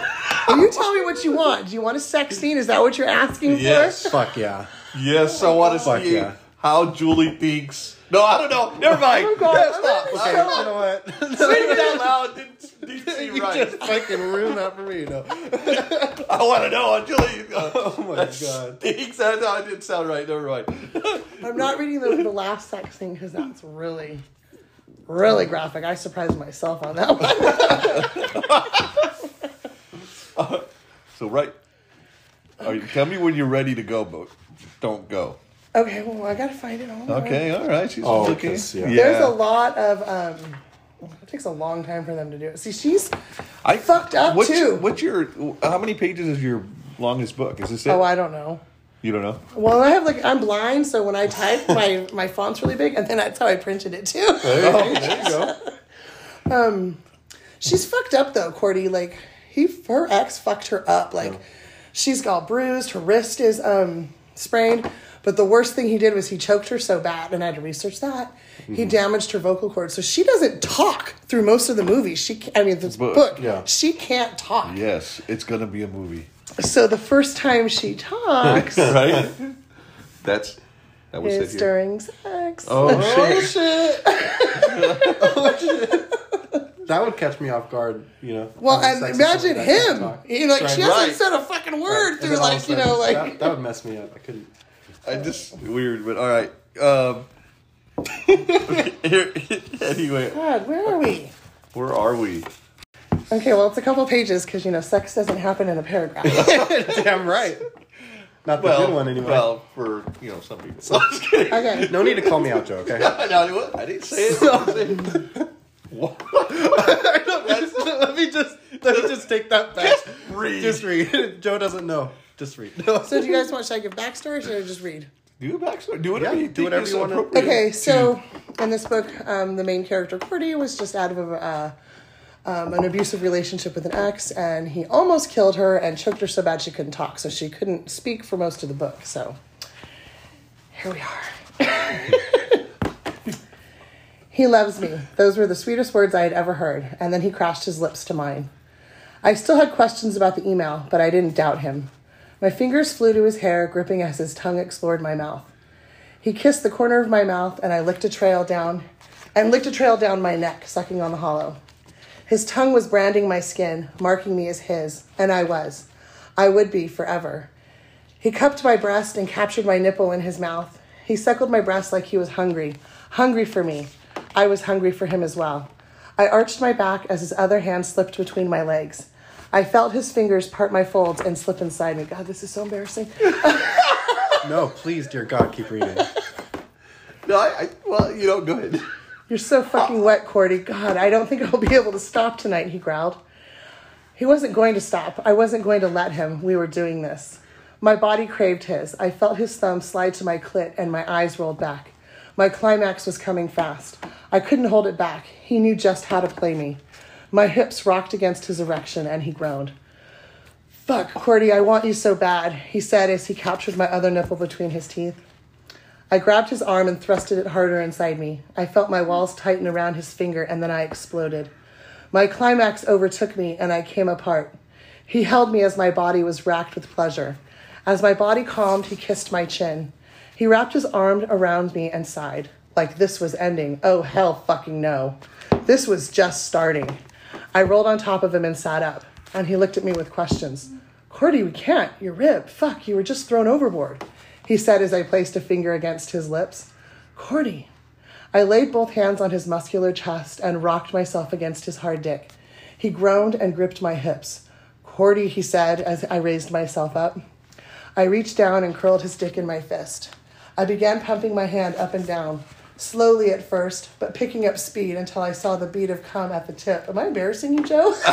S5: Well, you tell me what you want. Do you want a sex scene? Is that what you're asking
S3: Yes.
S4: fuck yeah.
S3: Yes, I want to
S4: Fuck
S3: see
S4: yeah.
S3: how Julie thinks. No, I don't know. Never mind.
S5: Oh, God.
S3: Yeah, stop.
S4: Okay,
S5: Okay.
S4: you know what?
S3: Saying it out loud didn't, didn't seem
S4: you
S3: right.
S4: just fucking ruined that for me. No.
S3: I want to know how Julie. oh
S4: my God.
S3: Thinks that no, it didn't sound right. Never mind.
S5: for? I'm not reading the, the last sex scene because that's really, really graphic. I surprised myself on that one.
S3: So right. Are you, tell me when you're ready to go, but don't go.
S5: Okay, well, I gotta find it all.
S3: Okay, all right. She's
S4: Oh,
S3: looking.
S4: 'cause, yeah.
S5: There's a lot of, um, it takes a long time for them to do it. See, she's,
S3: I
S5: fucked up,
S3: what's Your,
S5: too.
S3: what's your? How many pages is your longest book? Is this it?
S5: oh, I don't know.
S3: you don't know.
S5: Well, I have like, I'm blind, so when I type, my, my font's really big, and then that's how I printed it too.
S3: Oh, there you go.
S5: She's fucked up though, Cordy. Like he, her ex fucked her up. Like she's all bruised. Her wrist is um sprained. But the worst thing he did was he choked her so bad, and I had to research that. He damaged her vocal cords, so she doesn't talk through most of the movie. She, ca- I mean, this
S3: Book,
S5: book,
S4: yeah.
S5: she can't talk.
S3: Yes, it's gonna be a movie,
S5: So the first time she talks
S3: right? That's that was
S5: is
S3: it here.
S5: during sex.
S3: Oh shit!
S4: That would catch me off guard. You know.
S5: well,
S4: having
S5: and
S4: sex with somebody that
S5: imagine
S4: can't
S5: him.
S4: talk.
S5: You know, like she
S4: Right.
S5: hasn't
S3: Right.
S5: said a fucking word
S4: And
S5: through,
S4: then all of
S5: like
S4: a
S5: you know, like
S4: sudden, that, that would mess me up. I couldn't.
S3: I just weird, but all right. Um, here, anyway,
S5: God, where are we?
S3: where are we?
S5: Okay, well, it's a couple pages because you know sex doesn't happen in a paragraph.
S4: Damn right. Not the good one anyway.
S3: well, for you know some people. So I'm just kidding.
S5: okay,
S4: no need to call me out, Joe. Okay.
S3: I, know, I didn't say it. I didn't say it. What?
S4: let me just let me just take that back.
S3: Just read.
S4: Just read. Joe doesn't know. Just read. No.
S5: so do you guys want should I give backstory or should I just read?
S2: Do a backstory. Do whatever
S4: Yeah,
S2: you
S4: do
S2: think
S4: whatever
S2: is
S4: you wanna-
S2: appropriate.
S5: Okay, so in this book, um, the main character Cordy was just out of a, uh, um, an abusive relationship with an ex, and he almost killed her and choked her so bad she couldn't talk, so she couldn't speak for most of the book. So here we are. he loves me. Those were the sweetest words I had ever heard, and then he crashed his lips to mine. I still had questions about the email, but I didn't doubt him. My fingers flew to his hair, gripping as his tongue explored my mouth. He kissed the corner of my mouth, and I licked a trail down, and licked a trail down my neck, sucking on the hollow. His tongue was branding my skin, marking me as his, and I was. I would be forever. He cupped my breast and captured my nipple in his mouth. He suckled my breast like he was hungry, hungry for me. I was hungry for him as well. I arched my back as his other hand slipped between my legs. I felt his fingers part my folds and slip inside me. God, this is so embarrassing.
S4: No, please, dear God, keep reading.
S2: No, I, I, well, you know, go ahead.
S5: You're so fucking wet, Cordy. God, I don't think I'll be able to stop tonight, he growled. He wasn't going to stop. I wasn't going to let him. We were doing this. My body craved his. I felt his thumb slide to my clit and my eyes rolled back. My climax was coming fast. I couldn't hold it back. He knew just how to play me. My hips rocked against his erection and he groaned. Fuck, Cordy, I want you so bad, he said as he captured my other nipple between his teeth. I grabbed his arm and thrusted it harder inside me. I felt my walls tighten around his finger and then I exploded. My climax overtook me and I came apart. He held me as my body was racked with pleasure. As my body calmed, he kissed my chin. He wrapped his arm around me and sighed, like this was ending. Oh, hell fucking no. This was just starting. I rolled on top of him and sat up, and he looked at me with questions. Cordy, we can't. You're ripped. Fuck, you were just thrown overboard, he said as I placed a finger against his lips. Cordy. I laid both hands on his muscular chest and rocked myself against his hard dick. He groaned and gripped my hips. Cordy, he said as I raised myself up. I reached down and curled his dick in my fist. I began pumping my hand up and down, slowly at first, but picking up speed until I saw the bead of cum at the tip. Am I embarrassing you, Joe?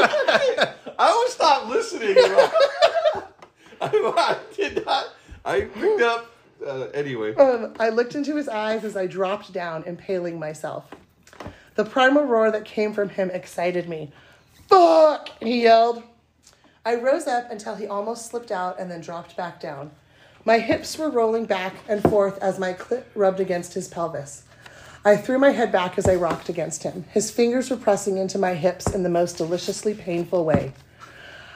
S2: I was not listening. Rob. I, I did not. I picked up. Uh, anyway,
S5: Um, I looked into his eyes as I dropped down, impaling myself. The primal roar that came from him excited me. Fuck! He yelled. I rose up until he almost slipped out and then dropped back down. My hips were rolling back and forth as my clit rubbed against his pelvis. I threw my head back as I rocked against him. His fingers were pressing into my hips in the most deliciously painful way.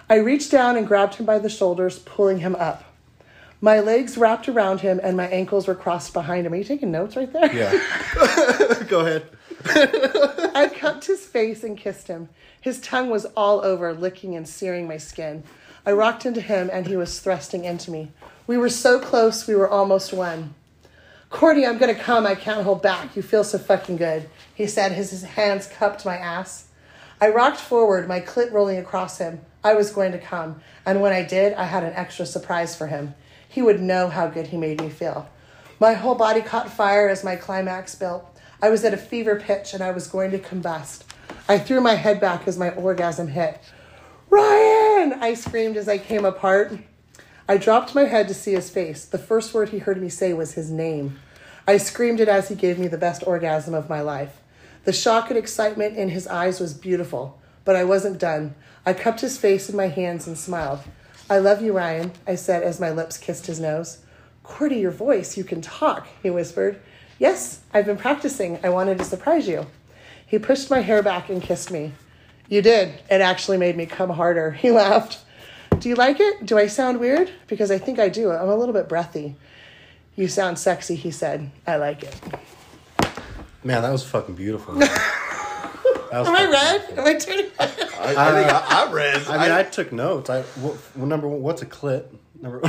S5: I reached down and grabbed him by the shoulders, pulling him up. My legs wrapped around him and my ankles were crossed behind him. Are you taking notes right there?
S4: Yeah. Go ahead.
S5: I cupped his face and kissed him. His tongue was all over, licking and searing my skin. I rocked into him and he was thrusting into me. We were so close, we were almost one. Cordy, I'm gonna come. I can't hold back. You feel so fucking good, he said as his hands cupped my ass. I rocked forward, my clit rolling across him. I was going to come, and when I did, I had an extra surprise for him. He would know how good he made me feel. My whole body caught fire as my climax built. I was at a fever pitch and I was going to combust. I threw my head back as my orgasm hit. Ryan! I screamed as I came apart. I dropped my head to see his face. The first word he heard me say was his name. I screamed it as he gave me the best orgasm of my life. The shock and excitement in his eyes was beautiful, but I wasn't done. I cupped his face in my hands and smiled. I love you, Ryan, I said as my lips kissed his nose. Cordy, your voice, you can talk, he whispered. Yes, I've been practicing. I wanted to surprise you. He pushed my hair back and kissed me. You did. It actually made me come harder. He laughed. Do you like it? Do I sound weird? Because I think I do. I'm a little bit breathy. You sound sexy, he said. I like it.
S4: Man, that was fucking beautiful. That was
S5: Am I
S4: fucking-
S5: red? Am I turning
S2: I, I think I, I read.
S4: I mean, I, took notes. I well, well, number one, what's a clit? Number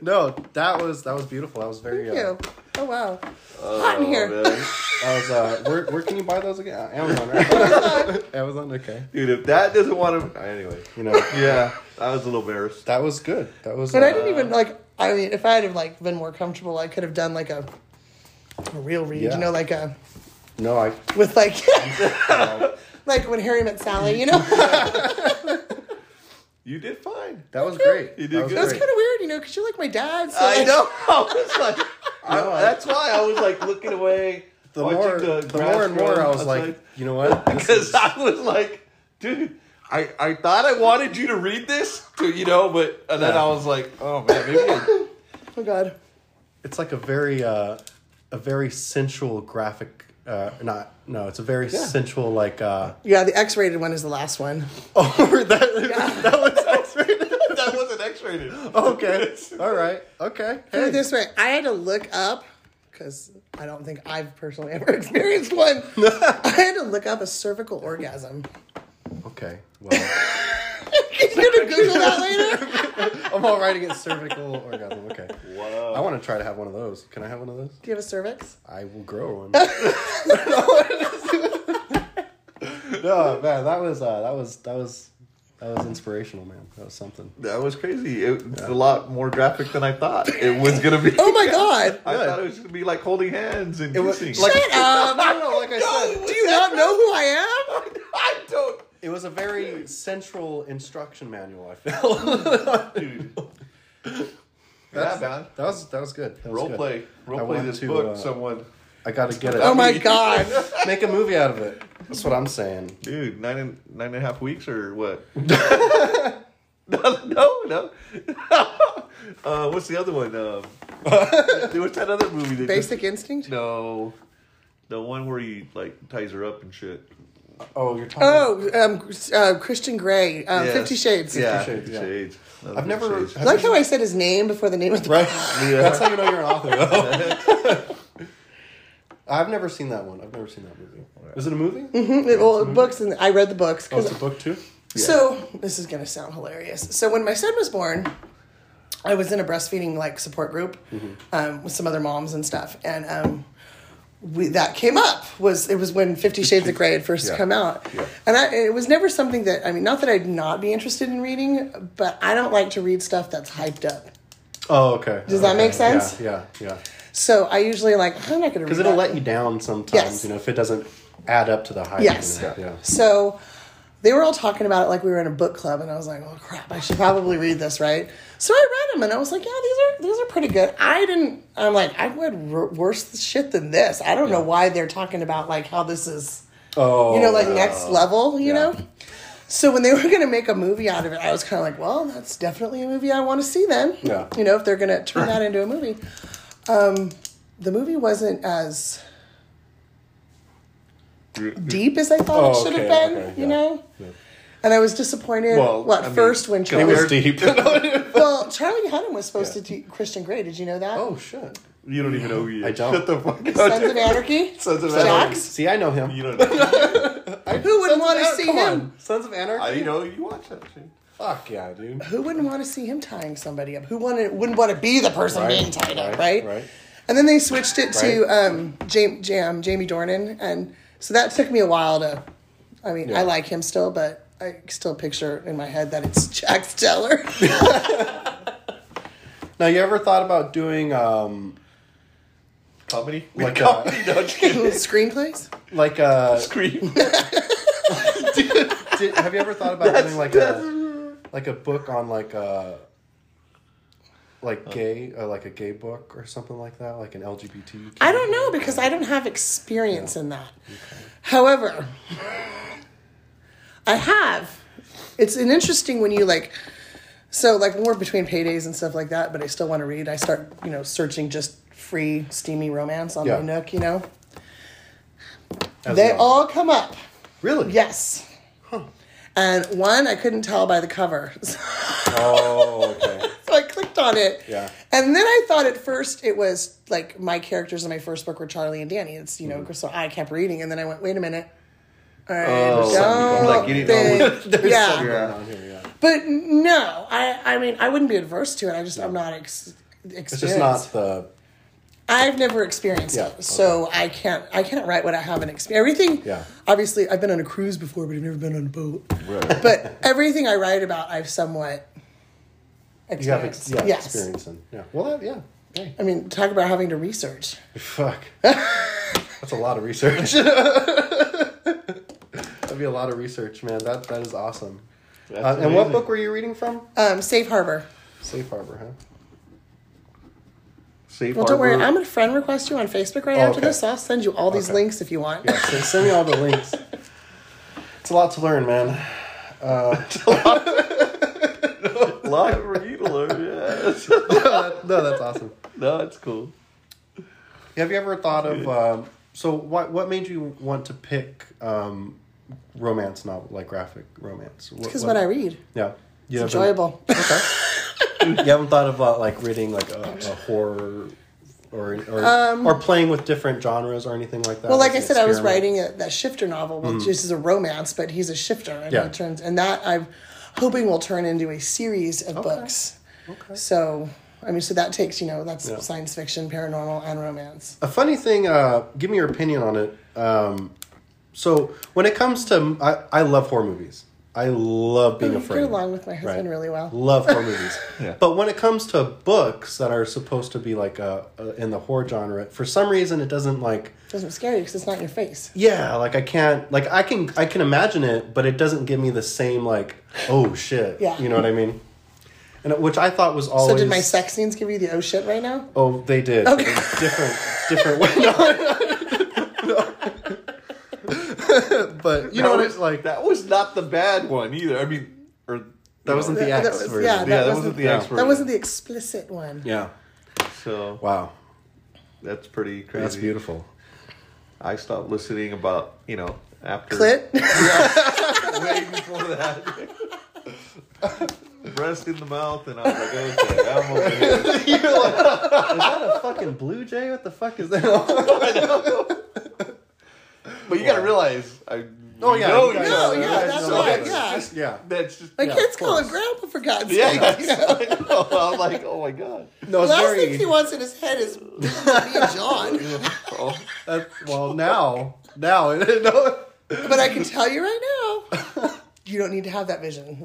S4: no, that was that was beautiful. That was very.
S5: Thank
S4: uh,
S5: you. Oh, wow. Hot in here.
S4: That was. Uh, where, where can you buy those again? Uh, Amazon, right? Amazon. Okay.
S2: dude, if that doesn't want to, anyway.
S4: You know,
S2: Yeah, I was a little embarrassed.
S4: that was good. That was.
S5: And I
S4: uh,
S5: didn't even, like, I mean, if I had have, like, been more comfortable, I could have done, like, a, a real read,
S4: Yeah.
S5: you know, like a,
S4: No, I.
S5: with, like, like when Harry met Sally, you know?
S3: You did fine.
S4: That was great.
S3: You did
S4: that was
S3: good.
S5: That's
S3: That's
S5: kind of weird, you know, because you're like my dad. So
S3: I
S5: like,
S3: know. I was like, I- that's why I was like looking away.
S4: The
S3: watching
S4: more, the, more and more,
S3: grow
S4: I was like,
S3: outside.
S4: you know what? This
S3: because
S4: is-
S3: I was like, dude, I, I thought I wanted you to read this, to, you know, but and then I was like, oh man, maybe I,
S5: Oh God.
S4: it's like a very, uh, a very sensual graphic. Uh, not no, it's a very sensual like. Uh,
S5: Yeah, the X-rated one is the last one.
S4: oh, that, that was X-rated.
S3: that wasn't X-rated.
S4: Okay, all right, okay.
S5: Put
S4: Hey.
S5: it this way, I had to look up because I don't think I've personally ever experienced one. I had to look up a cervical orgasm.
S4: Okay, well,
S5: You're gonna Google that later.
S4: I'm all right against cervical orgasm. Okay, I want to try to have one of those. Can I have one of those?
S5: Do you have a cervix?
S4: I will grow one. no, man, that was uh, that was that was that was inspirational, man. That was something.
S3: That was crazy. It was a lot more graphic than I thought it was gonna be.
S5: Oh my God.
S3: I thought it was gonna be like holding hands and
S4: It was
S3: kissing.
S4: like
S5: Um,
S4: I don't know, like I said,
S5: do you not know who I am?
S3: I don't,
S4: it was a very central instruction manual. I feel
S3: dude.
S4: That's-
S3: yeah, man.
S4: that was that was good. That was
S3: Role
S4: good.
S3: play,
S4: I
S3: role play
S4: want
S3: this
S4: to,
S3: book.
S4: uh,
S3: someone,
S4: I gotta get it.
S5: Oh my God.
S4: Make a movie out of it. That's what I'm saying.
S3: dude, nine and nine and a half weeks or what? no, no, no. uh, what's the other one? Um, dude, what's that other movie? That just-
S5: Basic instinct.
S3: No, the one where he like ties her up and shit.
S4: Oh, you're talking.
S5: Oh, um, uh, Christian Grey, um,
S3: Yes.
S5: Fifty Shades.
S3: Yeah,
S4: Shades,
S3: Fifty
S4: yeah.
S3: Shades. Another
S4: I've never-
S3: Fifty Shades.
S5: I like how I said his name before the name of the.
S4: Right. That's how you know you're an author. I've never seen that one. I've never seen that movie. Is it a movie?
S5: Mhm. Well, books and I read the books.
S4: Oh,
S5: 'cause-
S4: it's a book too.
S5: So this is gonna sound hilarious. So when my son was born, I was in a breastfeeding like support group
S4: Mm-hmm.
S5: um, with some other moms and stuff, and um, we, that came up was it was when Fifty Shades of Grey had first
S4: Yeah.
S5: come out,
S4: Yeah.
S5: and I, it was never something that I mean, not that I'd not be interested in reading, but I don't like to read stuff that's hyped up.
S4: Oh, okay.
S5: Does that
S4: Okay.
S5: make sense?
S4: Yeah, yeah. yeah.
S5: So I usually like I'm not gonna
S4: Because
S5: read
S4: it'll
S5: that.
S4: let you down sometimes,
S5: Yes.
S4: you know, if it doesn't add up to the hype.
S5: Yes.
S4: You know? Yeah.
S5: So they were all talking about it like we were in a book club, and I was like, "Oh crap, I should probably read this, right?" So I read them, and I was like, "Yeah, these are these are pretty good." I didn't. I'm like, I read r- worse shit than this. I don't know why they're talking about like how this is,
S4: Oh.
S5: you know, like next level, you
S4: Yeah.
S5: know. So when they were going to make a movie out of it, I was kind of like, "Well, that's definitely a movie I want to see." Then,
S4: Yeah.
S5: you know, if they're going to turn that into a movie, um, the movie wasn't as deep as I thought it
S4: Mm-hmm. Oh,
S5: should have
S4: okay,
S5: been,
S4: okay,
S5: you
S4: yeah,
S5: know? And I was disappointed.
S3: Well,
S5: Well,
S3: I
S5: what
S3: mean,
S5: first when
S4: it
S5: Charlie?
S4: was deep. oh
S5: well, Charlie Hunnam was supposed to do Christian Grey. Did you know that?
S4: shit.
S3: You don't even know who you.
S4: I don't.
S3: Shut the fuck up.
S5: Sons of Anarchy.
S3: Sons of
S5: Jax?
S3: Anarchy.
S4: See, I know him.
S3: You don't know.
S5: Who wouldn't want to
S4: Sons of
S5: see
S4: Anar-
S5: him?
S4: come on. Sons of Anarchy.
S3: I didn't know you watched that shit.
S4: Fuck yeah, dude.
S5: Who wouldn't want to see him tying somebody up? Who wanted, wouldn't want to be the person
S4: Right,
S5: being tied up,
S4: right,
S5: right?
S4: right.
S5: And then they switched it to
S4: Right.
S5: um, Jam, Jam, Jamie Dornan, and so that took me a while to. I mean,
S4: Yeah.
S5: I like him still, but I still picture in my head that it's Jack Steller.
S4: Now, you ever thought about doing um
S3: Comedy?
S4: Like,
S3: comedy? no, I'm just kidding.
S5: Screenplays?
S4: like a
S3: Scream.
S4: did, have you ever thought about doing like a like a book on like a like gay uh, like a gay book or something like that, like an LGBT.
S5: I don't know because I don't have experience in that. However, I have. It's an interesting when you like. So like when we're between paydays and stuff like that, but I still want to read. I start you know searching just free steamy romance on
S4: Yeah.
S5: my Nook. You know,
S4: As
S5: they
S4: well.
S5: all come up.
S4: really
S5: Yes. And one I couldn't tell by the cover, so
S4: Oh, okay.
S5: I clicked on it.
S4: Yeah.
S5: And then I thought at first it was like my characters in my first book were Charlie and Danny. It's you
S4: Mm-hmm.
S5: know so I kept reading and then I went wait a minute. I
S4: Oh,
S5: don't
S3: like, you didn't know
S5: think- yeah.
S4: Going on here, yeah.
S5: But no, I I mean I wouldn't be adverse to it. I just I'm not ex- experienced.
S4: It's just not the
S5: I've never experienced
S4: Yeah,
S5: it, so I can't. I can't write what I haven't experienced. Everything.
S4: Yeah.
S5: Obviously, I've been on a cruise before, but I've never been on a boat. But everything I write about, I've somewhat
S4: you have ex-
S5: experienced.
S4: yeah,
S5: yes.
S4: experience in. Yeah. Well, that, yeah. Hey,
S5: I mean, talk about having to research.
S4: fuck. That's a lot of research. That'd be a lot of research, man. That that is awesome. Uh, and what book were you reading from?
S5: Um, Safe Harbor.
S4: Safe Harbor, huh?
S3: Safe
S5: Well, don't worry.
S3: Harbor.
S5: I'm gonna friend request you on Facebook right
S4: Oh,
S5: after
S4: okay.
S5: this. So I'll send you all these
S4: Okay.
S5: links if you want.
S4: Yeah, send, send me all the links. It's a lot to learn, man.
S3: Live for you to learn, yes.
S4: No, that's awesome.
S3: No, it's cool.
S4: Have you ever thought of um, so what? What made you want to pick um, romance novel, like graphic romance?
S5: Because what I read,
S4: yeah, you
S5: it's
S4: haven't-
S5: enjoyable.
S4: you haven't thought about like reading like a, a horror or or, or playing with different genres or anything like that.
S5: Um, Well, like I
S4: as an
S5: said, I was
S4: experiment? Mm-hmm.
S5: writing a, that shifter novel, which just is a romance, but he's a shifter, and
S4: Yeah.
S5: it turns, and that I'm hoping will turn into a series of books. Okay. So, I mean, so that takes you know that's
S4: Yeah.
S5: science fiction, paranormal, and romance.
S4: A funny thing, uh, give me your opinion on it. Um, so when it comes to, I, I love horror movies. I love being
S5: I
S4: afraid.
S5: Oh, get along with my husband
S4: Right.
S5: really well.
S4: Love horror movies.
S3: Yeah.
S4: But when it comes to books that are supposed to be like uh, uh, in the horror genre, for some reason it doesn't like.
S5: Doesn't scare you because it's not in your face.
S4: Yeah, like I can't. Like I can. I can imagine it, but it doesn't give me the same like. Oh shit.
S5: Yeah.
S4: You know what I mean. And it- which I thought was always.
S5: So, did my sex scenes give you the oh shit right now?
S4: Oh, they did.
S5: Okay.
S4: It was Different, different way. No, no. but you know what it's like.
S3: That was not the bad one either. I mean, or
S4: That wasn't the
S5: That- that
S4: X
S5: was-
S4: version.
S5: yeah,
S3: yeah,
S5: that
S3: that,
S5: wasn't-
S3: wasn't the
S4: yeah.
S3: expert.
S5: That wasn't the explicit one.
S4: Yeah.
S3: so.
S4: Wow.
S3: That's pretty crazy.
S4: That's beautiful.
S3: I stopped listening about you know after
S5: Clit.
S3: way before that. Breast in the mouth, and I was like, okay, I'm over here.
S4: What a fucking blue jay? What the fuck is that?
S3: But you gotta realize, I
S4: Oh, yeah,
S3: know
S4: you guys-
S3: you
S4: Yeah,
S5: No, yeah,
S4: yeah,
S5: that's
S4: no,
S5: right.
S4: that's
S5: Yeah,
S3: just-
S4: yeah.
S3: that's just
S5: my
S4: yeah,
S5: kids
S4: of
S5: call him
S4: course.
S5: grandpa for God's
S3: yeah.
S5: sake.
S3: yes, I know. I'm like, oh my god.
S4: No,
S5: The
S4: it's
S5: last
S4: very.
S5: thing he wants in his head is me and John.
S3: Oh,
S4: uh, well, now, now, no.
S5: But I can tell you right now, you don't need to have that vision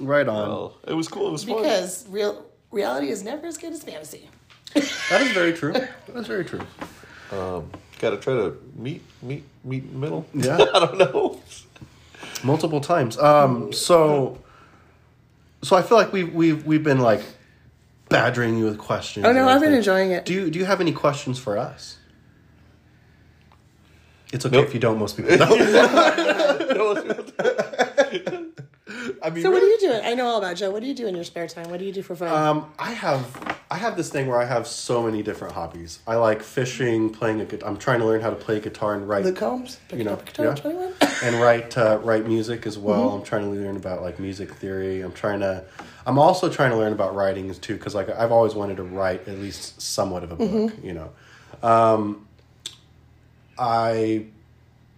S4: Right on.
S3: well, it was cool. It was fun.
S5: because real reality is never as good as fantasy.
S4: That is very true. That's very true.
S3: Gotta try to meet, meet, meet in the middle.
S4: Yeah.
S3: I don't know.
S4: multiple times. Um, so, so I feel like we've we've we've been like badgering you with questions.
S5: Oh, no,
S4: and
S5: I've been
S4: everything.
S5: enjoying it.
S4: Do you do you have any questions for us? It's okay
S3: Nope.
S4: if you don't. Most people don't.
S3: I mean,
S5: So what do you do? I know all about Joe. What do you do in your spare time? What do you do for fun?
S4: Um, I have I have this thing where I have so many different hobbies. I like fishing, playing a guitar. I'm trying to learn how to play guitar and write.
S5: Luke Combs, picked
S4: you know,
S5: up a guitar Mm-hmm. at
S4: yeah.
S5: 21.
S4: and write uh, write music as well. I'm trying to learn about like music theory. I'm trying to. I'm also trying to learn about writing too, because like I've always wanted to write at least somewhat of a book.
S5: Mm-hmm.
S4: You know, um, I,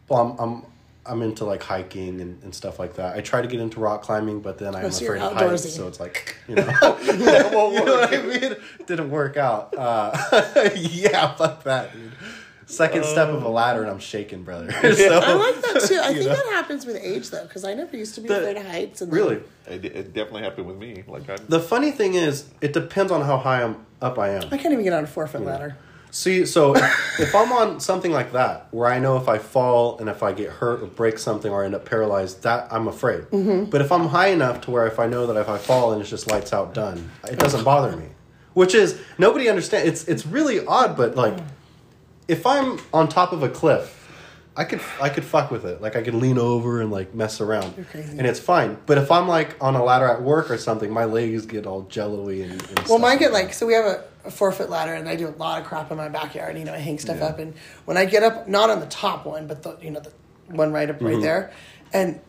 S4: well, I'm. I'm I'm into like hiking and, and stuff like that. I try to get into rock climbing, but then I'm
S5: so you're
S4: afraid of heights,
S5: outdoorsy.
S4: so it's like you know, that won't work. I mean? Didn't work out. Uh, yeah, fuck that, dude. Second step of a ladder and I'm shaking, brother. so,
S5: I like that too. I think that happens with age though, because I never used to be afraid of heights. And
S4: Really?
S3: It, it definitely happened with me. Like I'm
S4: The funny thing is, it depends on how high I'm up I am.
S5: I can't even get on a four foot ladder.
S4: See, so if, if I'm on something like that, where I know if I fall and if I get hurt or break something or end up paralyzed, that I'm afraid.
S5: Mm-hmm.
S4: But if I'm high enough to where if I know that if I fall and it's just lights out done, it doesn't bother me. Which is nobody understands. It's it's really odd, but like, if I'm on top of a cliff. I could I could fuck with it. Like I could lean over and like mess around,
S5: crazy.
S4: and it's fine. But if I'm like on a ladder at work or something, my legs get all jello-y and, and
S5: Well,
S4: stuff.
S5: mine get like so we have a, a four foot ladder, and I do a lot of crap in my backyard. You know, I hang stuff up, and when I get up, not on the top one, but the you know the one right up right there, and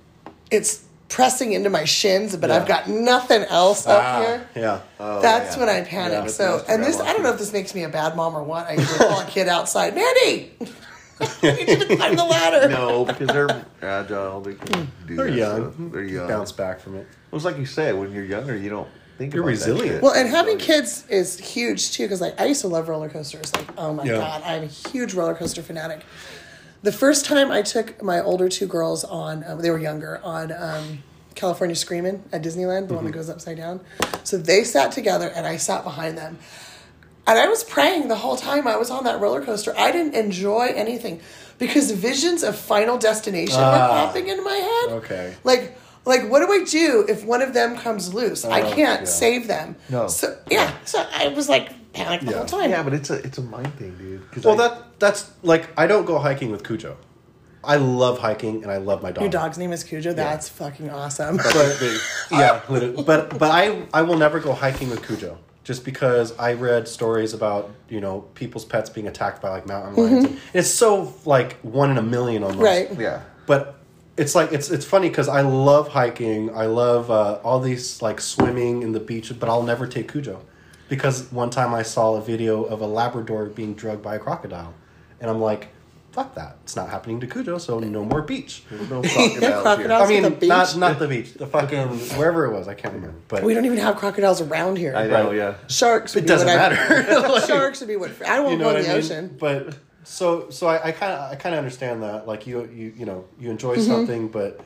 S5: it's pressing into my shins, but I've
S4: Yeah.
S5: got nothing else
S4: Ah,
S5: up here.
S4: Yeah.
S5: That's
S3: yeah.
S5: when I panic.
S4: Yeah.
S5: so, and this, I don't know if this makes me a bad mom or what. I usually call a kid outside, Mandy, you need to climb the ladder.
S3: no, because they're agile. They can do
S4: They're
S3: that
S4: young.
S3: stuff. They're young.
S4: Bounce back from it.
S3: Well, it's like you say, when you're younger, you don't think
S4: You're
S3: about that
S4: resilient.
S3: shit.
S5: Well, and having kids is huge too, because like I used to love roller coasters. Like, oh my
S4: Yeah.
S5: god, I'm a huge roller coaster fanatic. The first time I took my older two girls on, um, they were younger, on um, California
S4: Mm-hmm.
S5: Screamin' at Disneyland, the one that goes upside down. So they sat together, and I sat behind them. And I was praying the whole time I was on that roller coaster. I didn't enjoy anything because visions of Final Destination were popping into my head.
S4: Ah. okay.
S5: Like, like what do I do if one of them comes loose? I can't
S4: Uh, yeah.
S5: save them.
S3: No.
S5: So yeah. So I was like panicked the whole time.
S3: Yeah, but it's a it's a mind thing, dude. 'Cause
S4: Well,
S3: I-
S4: that that's like I don't go hiking with Cujo. I love hiking and I love my dog.
S5: Your dog's name is Cujo. That's fucking awesome.
S4: But, yeah, literally. but but I I will never go hiking with Cujo just because I read stories about you know people's pets being attacked by like mountain lions. And it's so like one in a million almost.
S5: Mm-hmm. Right.
S3: yeah.
S4: But it's like it's it's funny because I love hiking. I love uh, all these like swimming in the beach, but I'll never take Cujo because one time I saw a video of a Labrador being drugged by a crocodile, and I'm like, fuck that! It's not happening to Cujo, so no more beach.
S3: No crocodiles here.
S5: Crocodile-
S4: I
S5: Also
S4: mean,
S5: the beach?
S4: not not the beach, the fucking wherever it was. I can't remember, but
S5: We don't even have crocodiles around here.
S3: I know, yeah.
S5: Sharks. Would
S4: it
S5: be
S4: doesn't
S5: what
S4: matter.
S5: I, sharks would be what I won't
S4: you know
S5: go
S4: what
S5: in
S4: I
S5: the
S4: mean?
S5: ocean.
S4: But so so I kind of I kind of understand that. Like you you you know you enjoy
S5: Mm-hmm.
S4: something, but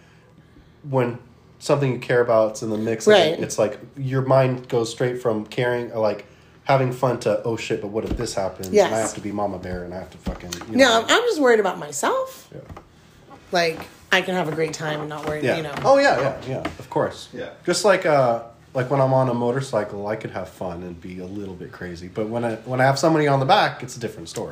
S4: when something you care about's in the mix, of it,
S5: Right.
S4: it's like your mind goes straight from caring or like having fun to oh shit, but what if this happens? And I
S5: Yes.
S4: have to be mama bear and I have to fucking you
S5: No,
S4: know,
S5: I'm- I'm just worried about myself.
S4: Yeah.
S5: Like I can have a great time and not worry.
S4: Yeah.
S5: You know.
S4: Oh yeah, yeah, yeah. Of course.
S3: Yeah.
S4: Just like uh, like when I'm on a motorcycle, I could have fun and be a little bit crazy. But when I when I have somebody on the back, it's a different story.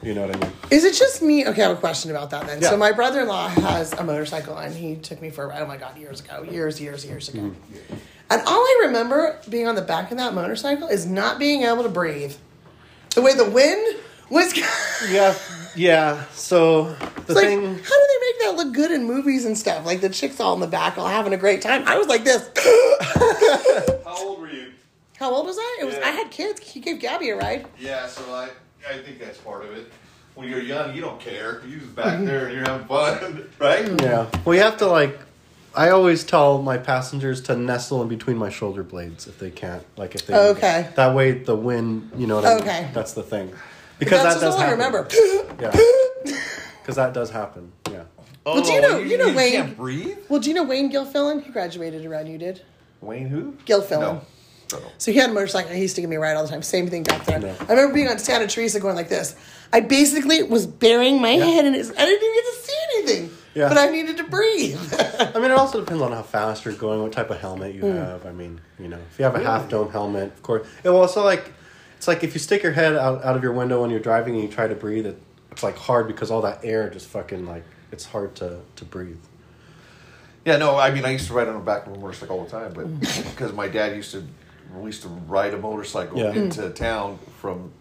S4: You know what I mean?
S5: Is it just me? Okay, I have a question about that then.
S4: Yeah.
S5: So my brother-in-law has a motorcycle, and he took me for a ride. Oh my god, years ago, years, years, years ago.
S4: Mm-hmm.
S5: And all I remember being on the back of that motorcycle is not being able to breathe. The way the wind was. It's
S4: Yeah. Yeah. So the
S5: like, how do they
S4: thing.
S5: make that look good in movies and stuff? Like the chicks all in the back, all having a great time. I was like this.
S2: How old were you?
S5: How old was I? It was.
S2: Yeah.
S5: I had kids. He gave Gabby a ride.
S2: Yeah, so I I think that's part of it. When you're young, you don't care. You
S3: Mm-hmm.
S2: just back there and you're having fun, right?
S4: Yeah. Well, you have to like. I always tell my passengers to nestle in between my shoulder blades if they can't. Like if they.
S5: Oh, Okay.
S4: That way the wind. You know what I mean?
S5: Okay.
S4: That's the thing. Because that
S5: that's just
S4: does
S5: all
S4: happen.
S5: I remember.
S4: Yeah. Because that does happen. Yeah.
S5: Well,
S4: Oh,
S5: do you
S3: Oh,
S5: know- you know Wayne-
S3: can't breathe.
S5: well, do you know Wayne Gilfillan? He graduated around you did.
S3: Wayne who?
S5: Gilfillan.
S3: No.
S5: So he had a motorcycle. He used to give me a ride all the time. Same thing back there.
S4: Yeah.
S5: I remember being on Santa Teresa going like this. I basically was burying my head in his. I didn't even get to see anything.
S4: Yeah.
S5: But I needed to breathe.
S4: I mean, it also depends on how fast you're going, what type of helmet
S5: Hmm.
S4: you have. I mean, you know, if you have a half dome helmet, of course. It will also like, it's like if you stick your head out, out of your window when you're driving and you try to breathe, it, it's like hard because all that air just fucking like it's hard to to breathe.
S3: Yeah, no. I mean, I used to ride on the back of a motorcycle all the time, but
S5: Mm.
S3: because my dad used to, we used to ride a motorcycle
S4: Yeah.
S5: Mm.
S3: into town from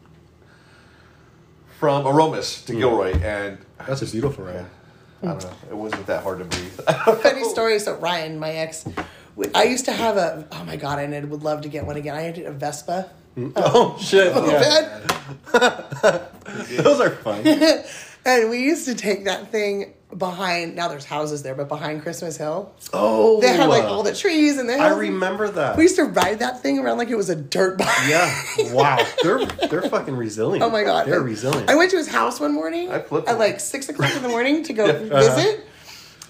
S3: from Aromas to Gilroy, and
S4: That's a beautiful ride.
S3: I don't know, it wasn't that hard to breathe.
S5: funny story. So Ryan, my ex, we- I used to have a. Oh my god, I did- would love to get one again. I had a Vespa.
S4: Oh shit! Yeah.
S5: Bad.
S4: Those are fun.
S5: And we used to take that thing behind. Now there's houses there, but behind Christmas Hill,
S4: Oh,
S5: they had like
S4: uh,
S5: all the trees and they.
S4: I remember that.
S5: We used to ride that thing around like it was a dirt bike.
S4: Yeah. Wow. They're they're fucking resilient.
S5: Oh my god,
S4: They're resilient.
S5: I went to his house one morning
S3: I flipped
S5: at
S3: it.
S5: like six o'clock in the morning to go visit.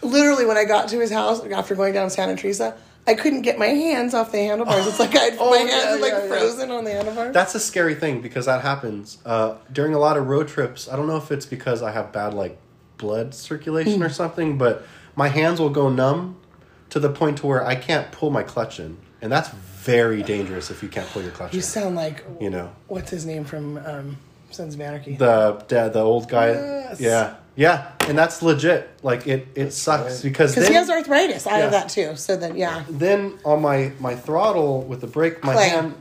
S5: Literally, when I got to his house after going down Santa Teresa, I couldn't get my hands off the handlebars. It's like I'd, my hands
S4: Oh, yeah,
S5: were like
S4: yeah, yeah.
S5: frozen on the handlebars.
S4: That's a scary thing because that happens uh, during a lot of road trips. I don't know if it's because I have bad like blood circulation
S5: Mm.
S4: or something, but my hands will go numb to the point to where I can't pull my clutch in, and that's very dangerous if you can't pull your clutch
S5: you
S4: in.
S5: sound like
S4: You know
S5: what's his name from um, Sons of Anarchy?
S4: the the, the old guy.
S5: Yes.
S4: Yeah, yeah, and that's legit. Like it it sucks because
S5: Because
S4: then,
S5: he has arthritis. I have
S4: Yeah.
S5: that too. So then, yeah.
S4: then on my my throttle with the brake, my
S5: Clay.
S4: hand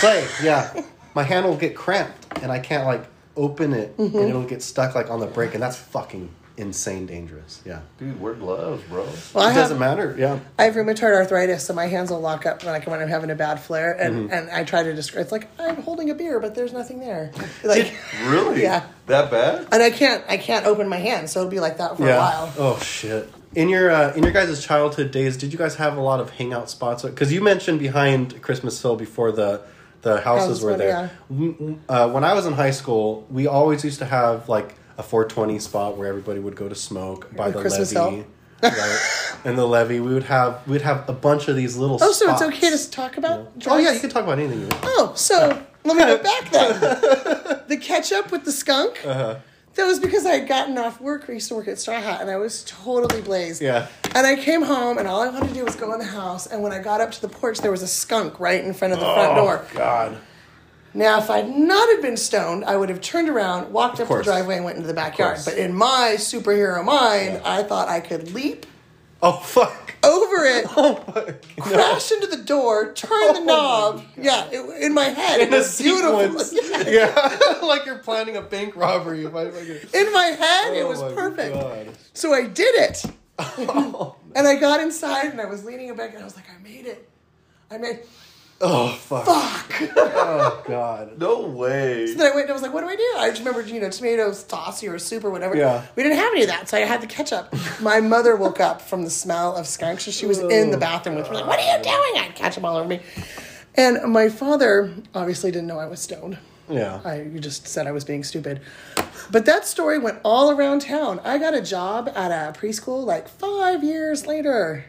S4: clay, yeah, my hand will get cramped, and I can't like open it,
S5: Mm-hmm.
S4: and it'll get stuck like on the brake, and that's fucking insane dangerous. Yeah,
S3: Dude, wear gloves, bro.
S5: Well, I
S4: it
S5: have-
S4: doesn't matter. Yeah,
S5: I have rheumatoid arthritis, so my hands will lock up when, like, when I'm having a bad flare, and,
S4: Mm-hmm.
S5: and I try to describe. It's like I'm holding a beer, but there's nothing there. Like,
S3: Really?
S5: Yeah.
S3: That bad?
S5: and I can't I can't open my hand, so it'll be like that for
S4: yeah.
S5: a while.
S4: Oh shit. In your uh, in your guys' childhood days, did you guys have a lot of hangout spots? Because you mentioned behind Christmas Hill before the the houses
S5: Houses
S4: were
S5: were-
S4: there. Mm, mm, Uh, when I was in high school, we always used to have like a 420 spot where everybody would go to smoke by
S5: At
S4: the
S5: Christmas
S4: levee.
S5: Hill?
S4: Right? and the levee, we would have we'd have a bunch of these little.
S5: Oh, so it's
S4: spots.
S5: okay to s- talk about?
S4: Oh yeah, you
S5: drugs?
S4: can talk about anything you want.
S5: Oh, so Let me go back then. the catch up with the skunk.
S4: Uh-huh.
S5: That was because I had gotten off work. I used to work at Straw Hat, and I was totally blazed.
S4: Yeah.
S5: And I came home, and all I wanted to do was go in the house. And when I got up to the porch, there was a skunk right in front of the front
S4: Oh.
S5: door.
S4: God.
S5: Now, if I'd not had been stoned, I would have turned around, walked up
S4: course.
S5: the driveway, and went into the backyard.
S4: course.
S5: But in my superhero mind, I thought I could leap
S4: Oh fuck.
S5: over it,
S4: Oh
S5: crash into the door, turn the knob. Yeah, it, in my head, it
S4: In a
S5: was beautiful.
S4: sequence. Yeah. like you're planning a bank robbery. If I fucking-
S5: In my head, it
S4: Oh
S5: was
S4: my
S5: perfect.
S4: God. Oh,
S5: So I did it. and I got inside and I was leaning back and I was like, I made it. I made
S4: Oh fuck.
S5: fuck.
S4: Oh god.
S3: No way.
S5: then I went and I was like, what do I do? I just remembered, you know, tomato sauce or soup or whatever.
S4: Yeah.
S5: We didn't have any of that, so I had the ketchup. My mother woke up from the smell of skunks and she was in
S4: Oh,
S5: the bathroom with me, like, what are you doing? I'd catch them all over me. And my father obviously didn't know I was stoned.
S4: Yeah.
S5: I you just said I was being stupid. But that story went all around town. I got a job at a preschool like five years later.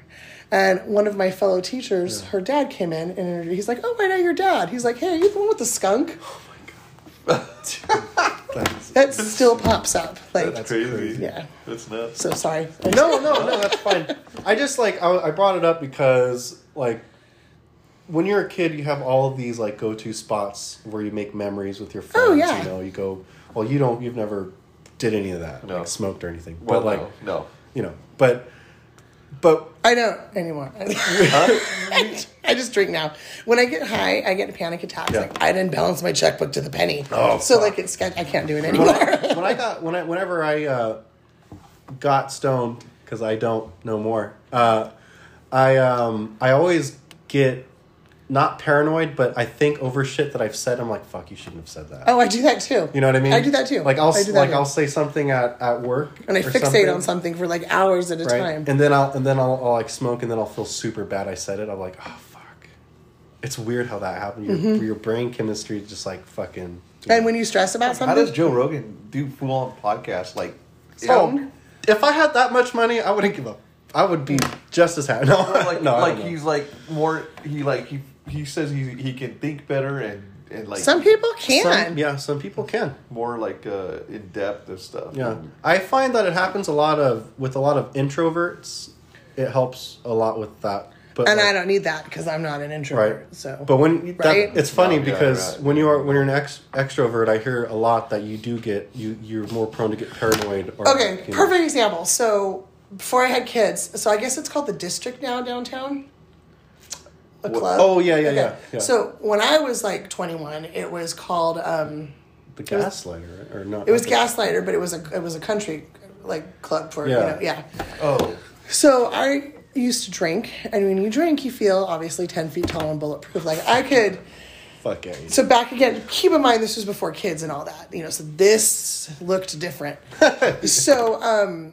S5: And one of my fellow teachers, her dad came in and interviewed- he's like, Oh, I know your dad. He's like, Hey, are you the one with the skunk? That still pops up. Like,
S3: That's crazy.
S5: yeah.
S3: That's nuts.
S5: So sorry.
S4: No, no, no, that's fine. I just like I, I brought it up because like when you're a kid, you have all of these like go-to spots where you make memories with your friends.
S5: Oh, yeah.
S4: You know, you go. Well, you don't. You've never did any of that.
S3: No.
S4: Like smoked or anything.
S3: Well,
S4: but like
S3: no,
S4: you know, but but
S5: I don't anymore. I just drink now. When I get high, I get panic attacks.
S4: Yeah.
S5: Like I didn't balance my checkbook to the penny.
S4: Oh,
S5: so
S4: fuck.
S5: like it's got- I can't do it
S4: when
S5: anymore.
S4: I, when I got when I whenever I uh, got stoned because I don't know more. Uh, I um I always get not paranoid, but I think over shit that I've said. I'm like, fuck, you shouldn't have said that.
S5: Oh, I do that too.
S4: You know what I mean?
S5: I do that too.
S4: Like I'll
S5: I
S4: s
S5: do that
S4: like
S5: too.
S4: I'll say something at, at work
S5: and I
S4: or
S5: fixate on something for like hours at a
S4: right?
S5: time.
S4: And then I'll and then I'll, I'll like smoke and then I'll feel super bad. I said it. I'm like, oh fuck. It's weird how that happened. Your your brain chemistry is just like fucking.
S5: Mm-hmm. And when you stress about
S2: How does
S5: something,
S2: Joe Rogan do full on podcasts like?
S5: stoned.
S4: If I had that much money, I wouldn't give up. I would be just as happy. No,
S2: Oh, Like,
S4: no, I
S2: like
S4: don't know.
S2: he's like more. He like he he says he he can think better and and like
S5: Some people can.
S4: Some, yeah, some people can.
S2: more like uh, in depth of stuff.
S4: Yeah, I find that it happens a lot of with a lot of introverts. It helps a lot with that. But
S5: And
S4: like-
S5: I don't need that because I'm not an introvert.
S4: right.
S5: So,
S4: but when
S5: Right?
S4: that, it's funny
S2: Oh, yeah,
S4: because
S2: right.
S4: when you are when you're an ex, extrovert, I hear a lot that you do get you you're more prone to get paranoid. Or,
S5: okay,
S4: you know.
S5: perfect example. So before I had kids, so I guess it's called the district now downtown. A club.
S4: Oh yeah, yeah,
S5: Okay.
S4: yeah, yeah.
S5: So when I was like 21, it was called. um
S4: the gaslighter right? or not?
S5: It was
S4: not the-
S5: Gaslighter, but it was a it was a country like club for
S4: Yeah.
S5: you know yeah.
S2: Oh,
S5: So I used to drink, and when you drink, you feel obviously ten feet tall and bulletproof. Like I could.
S4: Fuck yeah.
S5: So back again, keep in mind this was before kids and all that. You know, so this looked different. so um,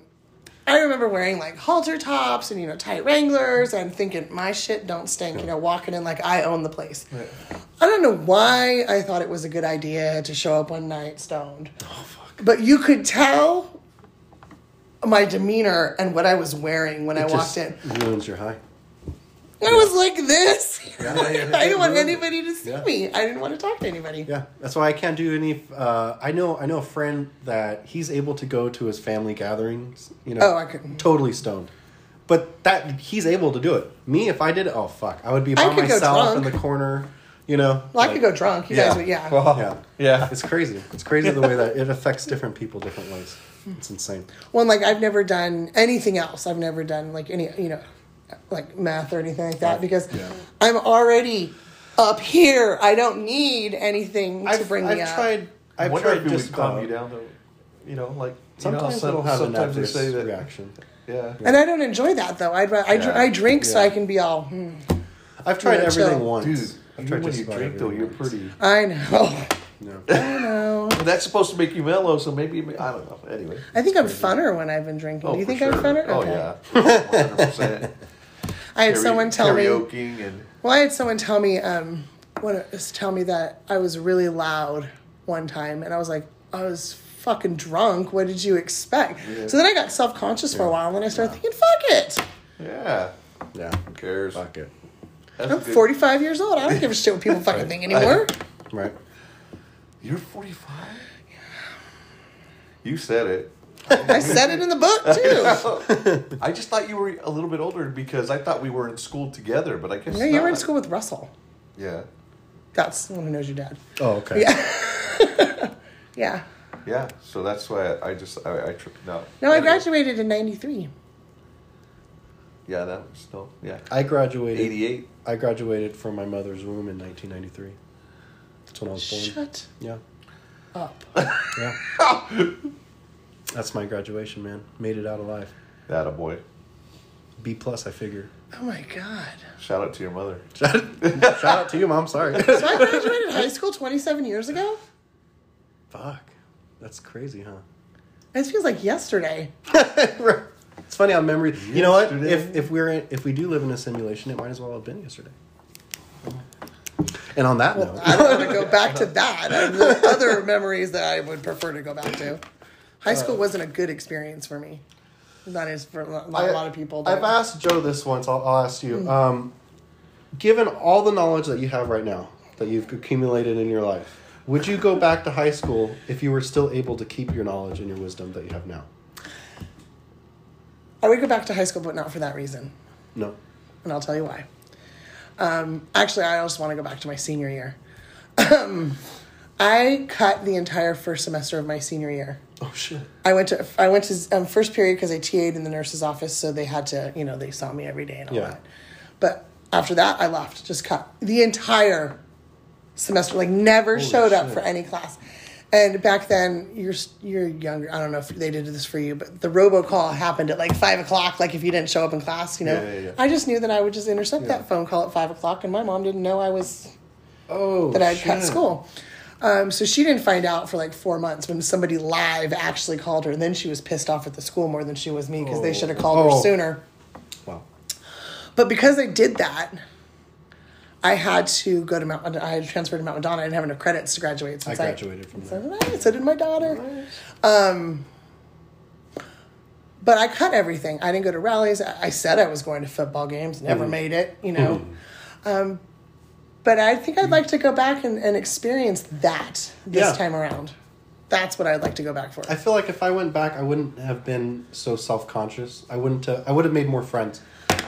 S5: I remember wearing like halter tops and you know tight Wranglers and thinking my shit don't stink. You know, walking in like I own the place. I don't know why I thought it was a good idea to show up one night stoned. Oh fuck! But you could tell my demeanor and what I was wearing when I
S4: Just
S5: walked in.
S4: ruins your high.
S5: I was like this.
S4: yeah,
S5: I didn't want anybody to see
S4: Yeah.
S5: me. I didn't want to talk to anybody.
S4: Yeah, that's why I can't do any. Uh, I know, I know a friend that he's able to go to his family gatherings. You know,
S5: Oh, I couldn't.
S4: totally stoned, but that he's able to do it. Me, if I did it, oh fuck, I would be by
S5: I could go
S4: myself in
S5: drunk.
S4: the corner. You know,
S5: Well, I
S4: like-
S5: could go drunk. You
S4: yeah.
S5: guys would, yeah.
S4: Yeah,
S2: Yeah.
S4: It's crazy. It's crazy the way that it affects different people different ways. It's insane.
S5: Well, and, like I've never done anything else. I've never done like any, you know, like math or anything like that because
S4: Yeah.
S5: I'm already up here. I don't need anything to
S4: I've,
S5: bring
S4: I've
S5: me
S2: uh,
S5: up.
S4: tried.
S2: I
S4: I've
S2: wonder
S4: tried
S2: if it
S4: just
S2: would calm
S4: about-
S2: you down though. You know, like you know,
S4: Sometimes
S2: some-
S4: it'll have
S2: sometimes
S4: an
S2: they say that.
S4: reaction.
S2: Yeah.
S5: And I don't enjoy that though. I'd ra- I, dr-
S2: Yeah.
S5: I drink so
S4: Yeah.
S5: I can be all. Hmm.
S4: I've tried
S5: Yeah,
S4: everything
S5: chill.
S4: once.
S2: Dude,
S4: I've
S2: even
S4: tried
S2: when
S4: just
S2: you
S4: about
S2: drink though,
S4: everything
S2: you're
S4: once.
S2: pretty.
S5: I know.
S4: No.
S5: I know.
S2: But that's supposed to make you mellow, so maybe I don't know. Anyway.
S5: I think I'm funner when I've been drinking. Do you
S2: for
S5: think
S2: sure.
S5: I'm funner?
S2: Oh yeah, one hundred percent.
S5: I had someone tell me.
S2: karaokeing and
S5: Well, I had someone tell me, um, what was tell me that I was really loud one time, and I was like, I was fucking drunk. What did you expect? So then I got self conscious for a while, and then I started thinking, fuck it.
S2: yeah,
S4: Yeah.
S2: who cares?
S4: Fuck it.
S2: That's
S5: I'm
S2: a good-
S5: 45 years old. I don't give a shit what people fucking think anymore.
S4: Right.
S3: You're 45? You said it.
S5: I said it in the book too.
S3: I just thought you were a little bit older because I thought we were in school together, but I guess
S5: Yeah, you were in
S3: not.
S5: school with Russell.
S3: Yeah.
S5: That's the one who knows your dad.
S4: Oh, okay.
S5: Yeah.
S3: Yeah. So that's why I, I just, I, I tripped out.
S5: No, I graduated in '93.
S3: Yeah, that was still, yeah.
S4: I graduated.
S3: 88.
S4: I graduated from my mother's womb in 1993. That's when I was born.
S5: Shut
S4: Yeah,
S5: up.
S4: yeah. That's my graduation, man. Made it out alive.
S3: That a boy.
S4: B plus, I figure.
S5: Oh my god.
S3: Shout out to your mother.
S4: Shout out to you, mom. Sorry.
S5: So I graduated high school 27 years ago.
S4: Fuck, that's crazy, huh?
S5: It feels like yesterday.
S4: It's funny how memory. You know what?
S3: Yesterday.
S4: If if we're in, if we do live in a simulation, it might as well have been yesterday. And on that note,
S5: I don't want to go back to that. I have other memories that I would prefer to go back to. High school wasn't a good experience for me. That is for a lot, a lot of people. Hmm.
S4: I've
S5: that-
S4: asked Joe this once. I'll, I'll ask you. Um, given all the knowledge that you have right now, that you've accumulated in your life, would you go back to high school if you were still able to keep your knowledge and your wisdom that you have now?
S5: I would go back to high school, but not for that reason.
S4: No.
S5: and I'll tell you why. Um, actually, I just want to go back to my senior year. I cut the entire first semester of my senior year.
S4: Oh shit.
S5: I went to I went to um, first period because I TA'd in the nurse's office, so they had to you know they saw me every day and all
S4: Yeah.
S5: that. But after that, I left. Just cut the entire semester. Like never showed up
S4: shit.
S5: for any class. And back then, you're s- you're younger. I don't know if they did this for you, but the robocall happened at like five o'clock. Like if you didn't show up in class, you know.
S4: Yeah, yeah, yeah.
S5: I just knew that I would just intercept that phone call at five o'clock, and my mom didn't know I was
S4: Oh.
S5: that I had cut
S4: shit.
S5: school. Um, so she didn't find out for like four months when somebody live actually called her, and then she was pissed off at the school more than she was me because they should have called
S4: Oh.
S5: her sooner.
S4: Wow.
S5: But because I did that, I had to go to Mount. I had transferred to Mount Madonna. I didn't have enough credits to graduate.
S4: I
S5: Since
S4: graduated from
S5: So
S4: there.
S5: did, I, so did my daughter. Um, but I cut everything. I didn't go to rallies. I I said I was going to football games. Never
S4: Mm-hmm.
S5: made it. You know. Um, but I think I'd like to go back and, and experience that this
S4: Yeah.
S5: time around. That's what I'd like to go back for.
S4: I feel like if I went back, I wouldn't have been so self conscious. I wouldn't. Have, I would have made more friends.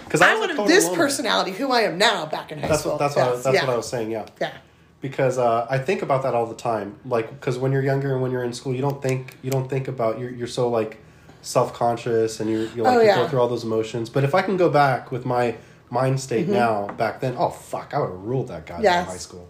S4: Because
S5: I would have this personality who I am now back in high
S4: That's
S5: school.
S4: what. That's, what, I was- that's
S5: yeah.
S4: what I was saying. Yeah.
S5: Yeah.
S4: because uh, I think about that all the time. Like, because when you're younger and when you're in school, you don't think you don't think about you're you're so like self conscious and you're, you're like
S5: Oh,
S4: you
S5: yeah.
S4: go through all those emotions. But if I can go back with my mind state now, back then, oh fuck, I would have ruled that guy
S5: Mm-hmm. Yes. Mm-hmm.
S4: in high school.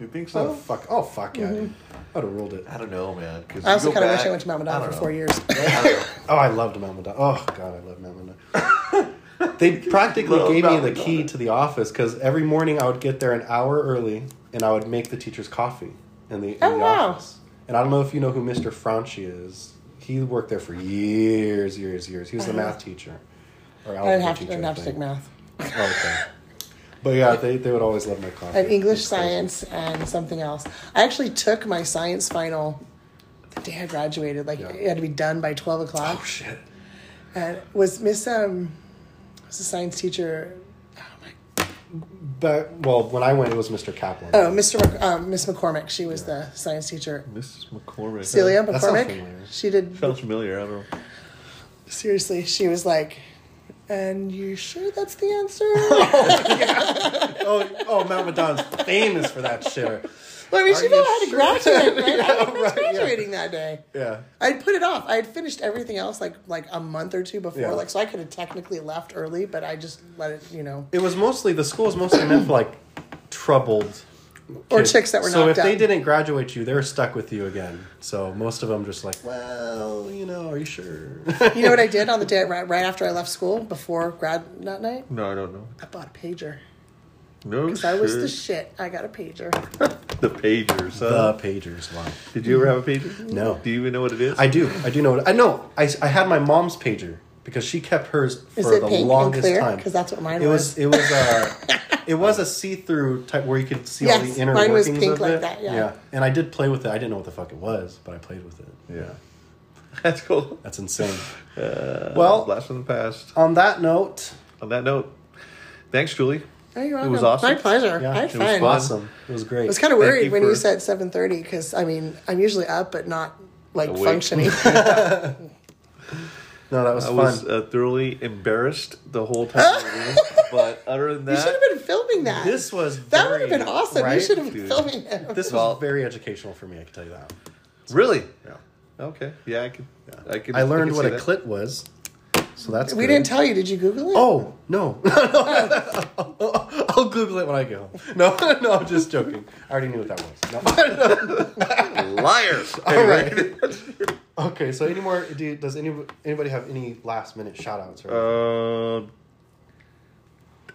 S3: You think
S4: Oh
S3: so?
S4: fuck, oh fuck yeah, dude. I would have ruled it.
S3: I don't know, man. 'cause
S5: I
S3: you
S5: also
S3: go
S5: kind of wish
S3: back-
S5: I went to Mount Madonna
S3: I
S5: for
S3: don't
S5: four
S3: know.
S5: years.
S3: I don't know.
S4: Oh, I loved Mount Madonna. Oh god, I love Mount Madonna. they practically
S3: Love
S4: gave me
S3: Mount
S4: the key
S3: Madonna.
S4: to the office because every morning I would get there an hour early and I would make the teachers coffee in the, in
S5: Oh,
S4: the
S5: wow.
S4: office. And I don't know if you know who Mr. Franchi is. He worked there for years, years, years. He was the math teacher. Or
S5: I didn't
S4: algebra
S5: Uh-huh. have to.
S4: teacher,
S5: Didn't have to
S4: think.
S5: take math.
S4: Oh, okay. But yeah, they, they would always love my coffee.
S5: and English
S4: It's crazy.
S5: science and something else. I actually took my science final the day I graduated. Like
S4: Yeah.
S5: it had to be done by twelve o'clock.
S4: Oh shit.
S5: And was Miss um was the science teacher? Oh, my,
S4: But well, when I went, it was Mr. Kaplan.
S5: oh Mr. Mc, um, Miss McCormick. She was the science teacher.
S3: Mrs. McCormick.
S5: Celia
S4: That sounds
S5: McCormick.
S4: familiar.
S5: She did
S3: Sounds familiar. I don't know.
S5: seriously. She was like, "And you sure that's the answer?"
S4: Oh, oh, Mount Madonna's famous for that shit.
S5: well, I mean,
S4: Are
S5: she knew
S4: you
S5: I had
S4: sure?
S5: to graduate. Right? I
S4: Yeah,
S5: was
S4: right, yeah.
S5: graduating that day.
S4: Yeah.
S5: I'd put it off. I had finished everything else like like a month or two before,
S4: Yeah.
S5: like so I could have technically left early, but I just let it, you know.
S4: it was mostly the school was mostly meant for like troubled
S5: Or
S4: kids.
S5: chicks that were
S4: so
S5: knocked
S4: if they
S5: up.
S4: didn't graduate you they're stuck with you again so most of them just like well you know are you sure
S5: You know what I did on the day right, right after I left school before grad that night?
S3: No, I don't know.
S5: I bought a pager.
S3: No,
S5: Because I was
S3: shit.
S5: the shit. I got a pager.
S3: the pagers.
S4: the
S3: Huh?
S4: pagers wow
S3: Did you ever have a pager?
S4: No.
S3: Do you even know what it is?
S4: i do i do know what i know i, I had my mom's pager because she kept hers for
S5: Is it
S4: the
S5: pink and
S4: longest
S5: clear?
S4: time
S5: 'Cause that's what mine
S4: it
S5: was.
S4: it was uh it was a see-through type where you could see all
S5: Yes,
S4: the inner
S5: mine was
S4: workings
S5: pink
S4: of
S5: like
S4: it
S5: that, yeah.
S4: and i did play with it i didn't know what the fuck it was but i played with it
S3: yeah. That's cool.
S4: that's insane well
S3: Blast from the past.
S4: on that note
S3: On that note, thanks, Julie.
S5: Oh, you're
S3: It
S5: welcome.
S3: was awesome.
S5: My pleasure.
S4: Yeah,
S5: I had
S4: it
S5: fun.
S3: was fun.
S4: Awesome. It was great.
S5: I was kind of
S3: Thank
S5: worried
S3: you
S5: when you
S3: for-
S5: said 7:30 because I mean I'm usually up but not like
S3: Awake.
S5: functioning.
S4: no, that was
S3: I
S4: fun.
S3: was uh, thoroughly embarrassed the whole time, we were in, but other than
S5: you should
S3: that,
S5: have been filming that.
S4: this was
S5: that would
S4: very-
S5: have been awesome.
S4: right,
S5: you should have been
S3: dude?
S5: filming it.
S4: this was
S3: Well-
S4: very educational for me. I can tell you that.
S3: really
S4: Yeah.
S3: okay. Yeah, I can. I can.
S4: I learned
S3: can
S4: what
S3: see
S4: a
S3: that.
S4: clit was. So that's
S5: we
S4: good.
S5: didn't tell you. Did you Google it?
S4: Oh no! I'll Google it when I get home. No, no, I'm just joking. I already knew what that was. No.
S3: Liar.
S4: All right. Okay, so any more? Do, does any, anybody have any last minute shout outs? Or
S3: Um,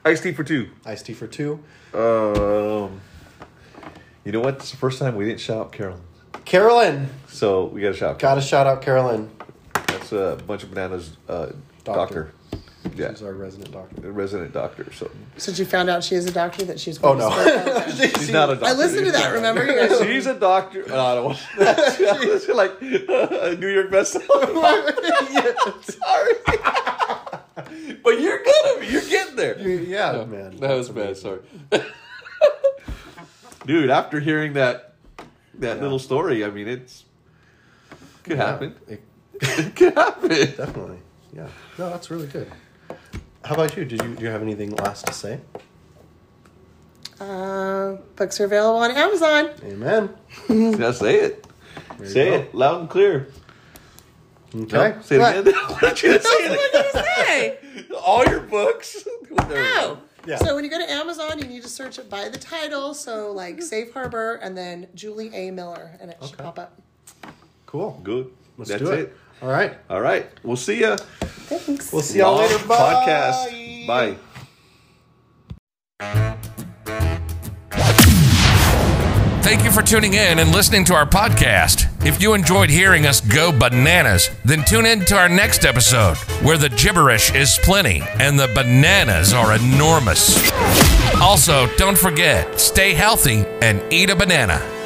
S3: iced tea for two.
S4: iced tea for two.
S3: Um, you know what? It's the first time we didn't shout out Carolyn,
S4: Carolyn,
S3: so we got to shout. out
S4: gotta shout out Carolyn.
S3: That's a bunch of bananas. Uh, doctor.
S4: Doctor.
S3: Yeah,
S4: She's our resident doctor.
S3: a resident doctor. So
S5: Since you found out she is a doctor that she's.
S4: Oh
S5: going to school.
S4: no!
S3: she's not a doctor.
S5: I listened to that. Remember, you guys?
S3: She's a doctor. No, I don't want She's like uh, New York bestseller. Sorry, but you're good. at it. You're getting there.
S4: yeah, man.
S3: That was bad. Sorry, dude. After hearing that that
S4: Yeah.
S3: little story, I mean, it's could happen.
S4: It-
S3: It could happen.
S4: definitely. Yeah. No, that's really good. How about you? Did you do you have anything last to say?
S5: Uh, books are available on Amazon.
S4: Amen.
S3: Now say it.
S4: There you
S3: Say
S4: go.
S3: it loud and clear.
S4: Okay.
S3: No, say it
S5: What?
S3: again. Why don't you say
S5: That's what
S3: it
S5: I'm gonna say.
S3: again? All your books.
S5: No.
S4: Yeah.
S5: Oh. So when you go to Amazon, you need to search it by the title. So like Safe Harbor and then Julie A. Miller, and it should
S4: Okay.
S5: pop up.
S4: Cool.
S3: Good.
S4: Let's
S3: That's
S4: do it.
S3: it.
S4: All right.
S3: All right. We'll see ya.
S5: Thanks.
S4: We'll see y'all
S3: Long
S4: later. Bye.
S3: Podcast. Bye.
S1: Thank you for tuning in and listening to our podcast. If you enjoyed hearing us go bananas, then tune in to our next episode where the gibberish is plenty and the bananas are enormous. Also, don't forget, stay healthy and eat a banana.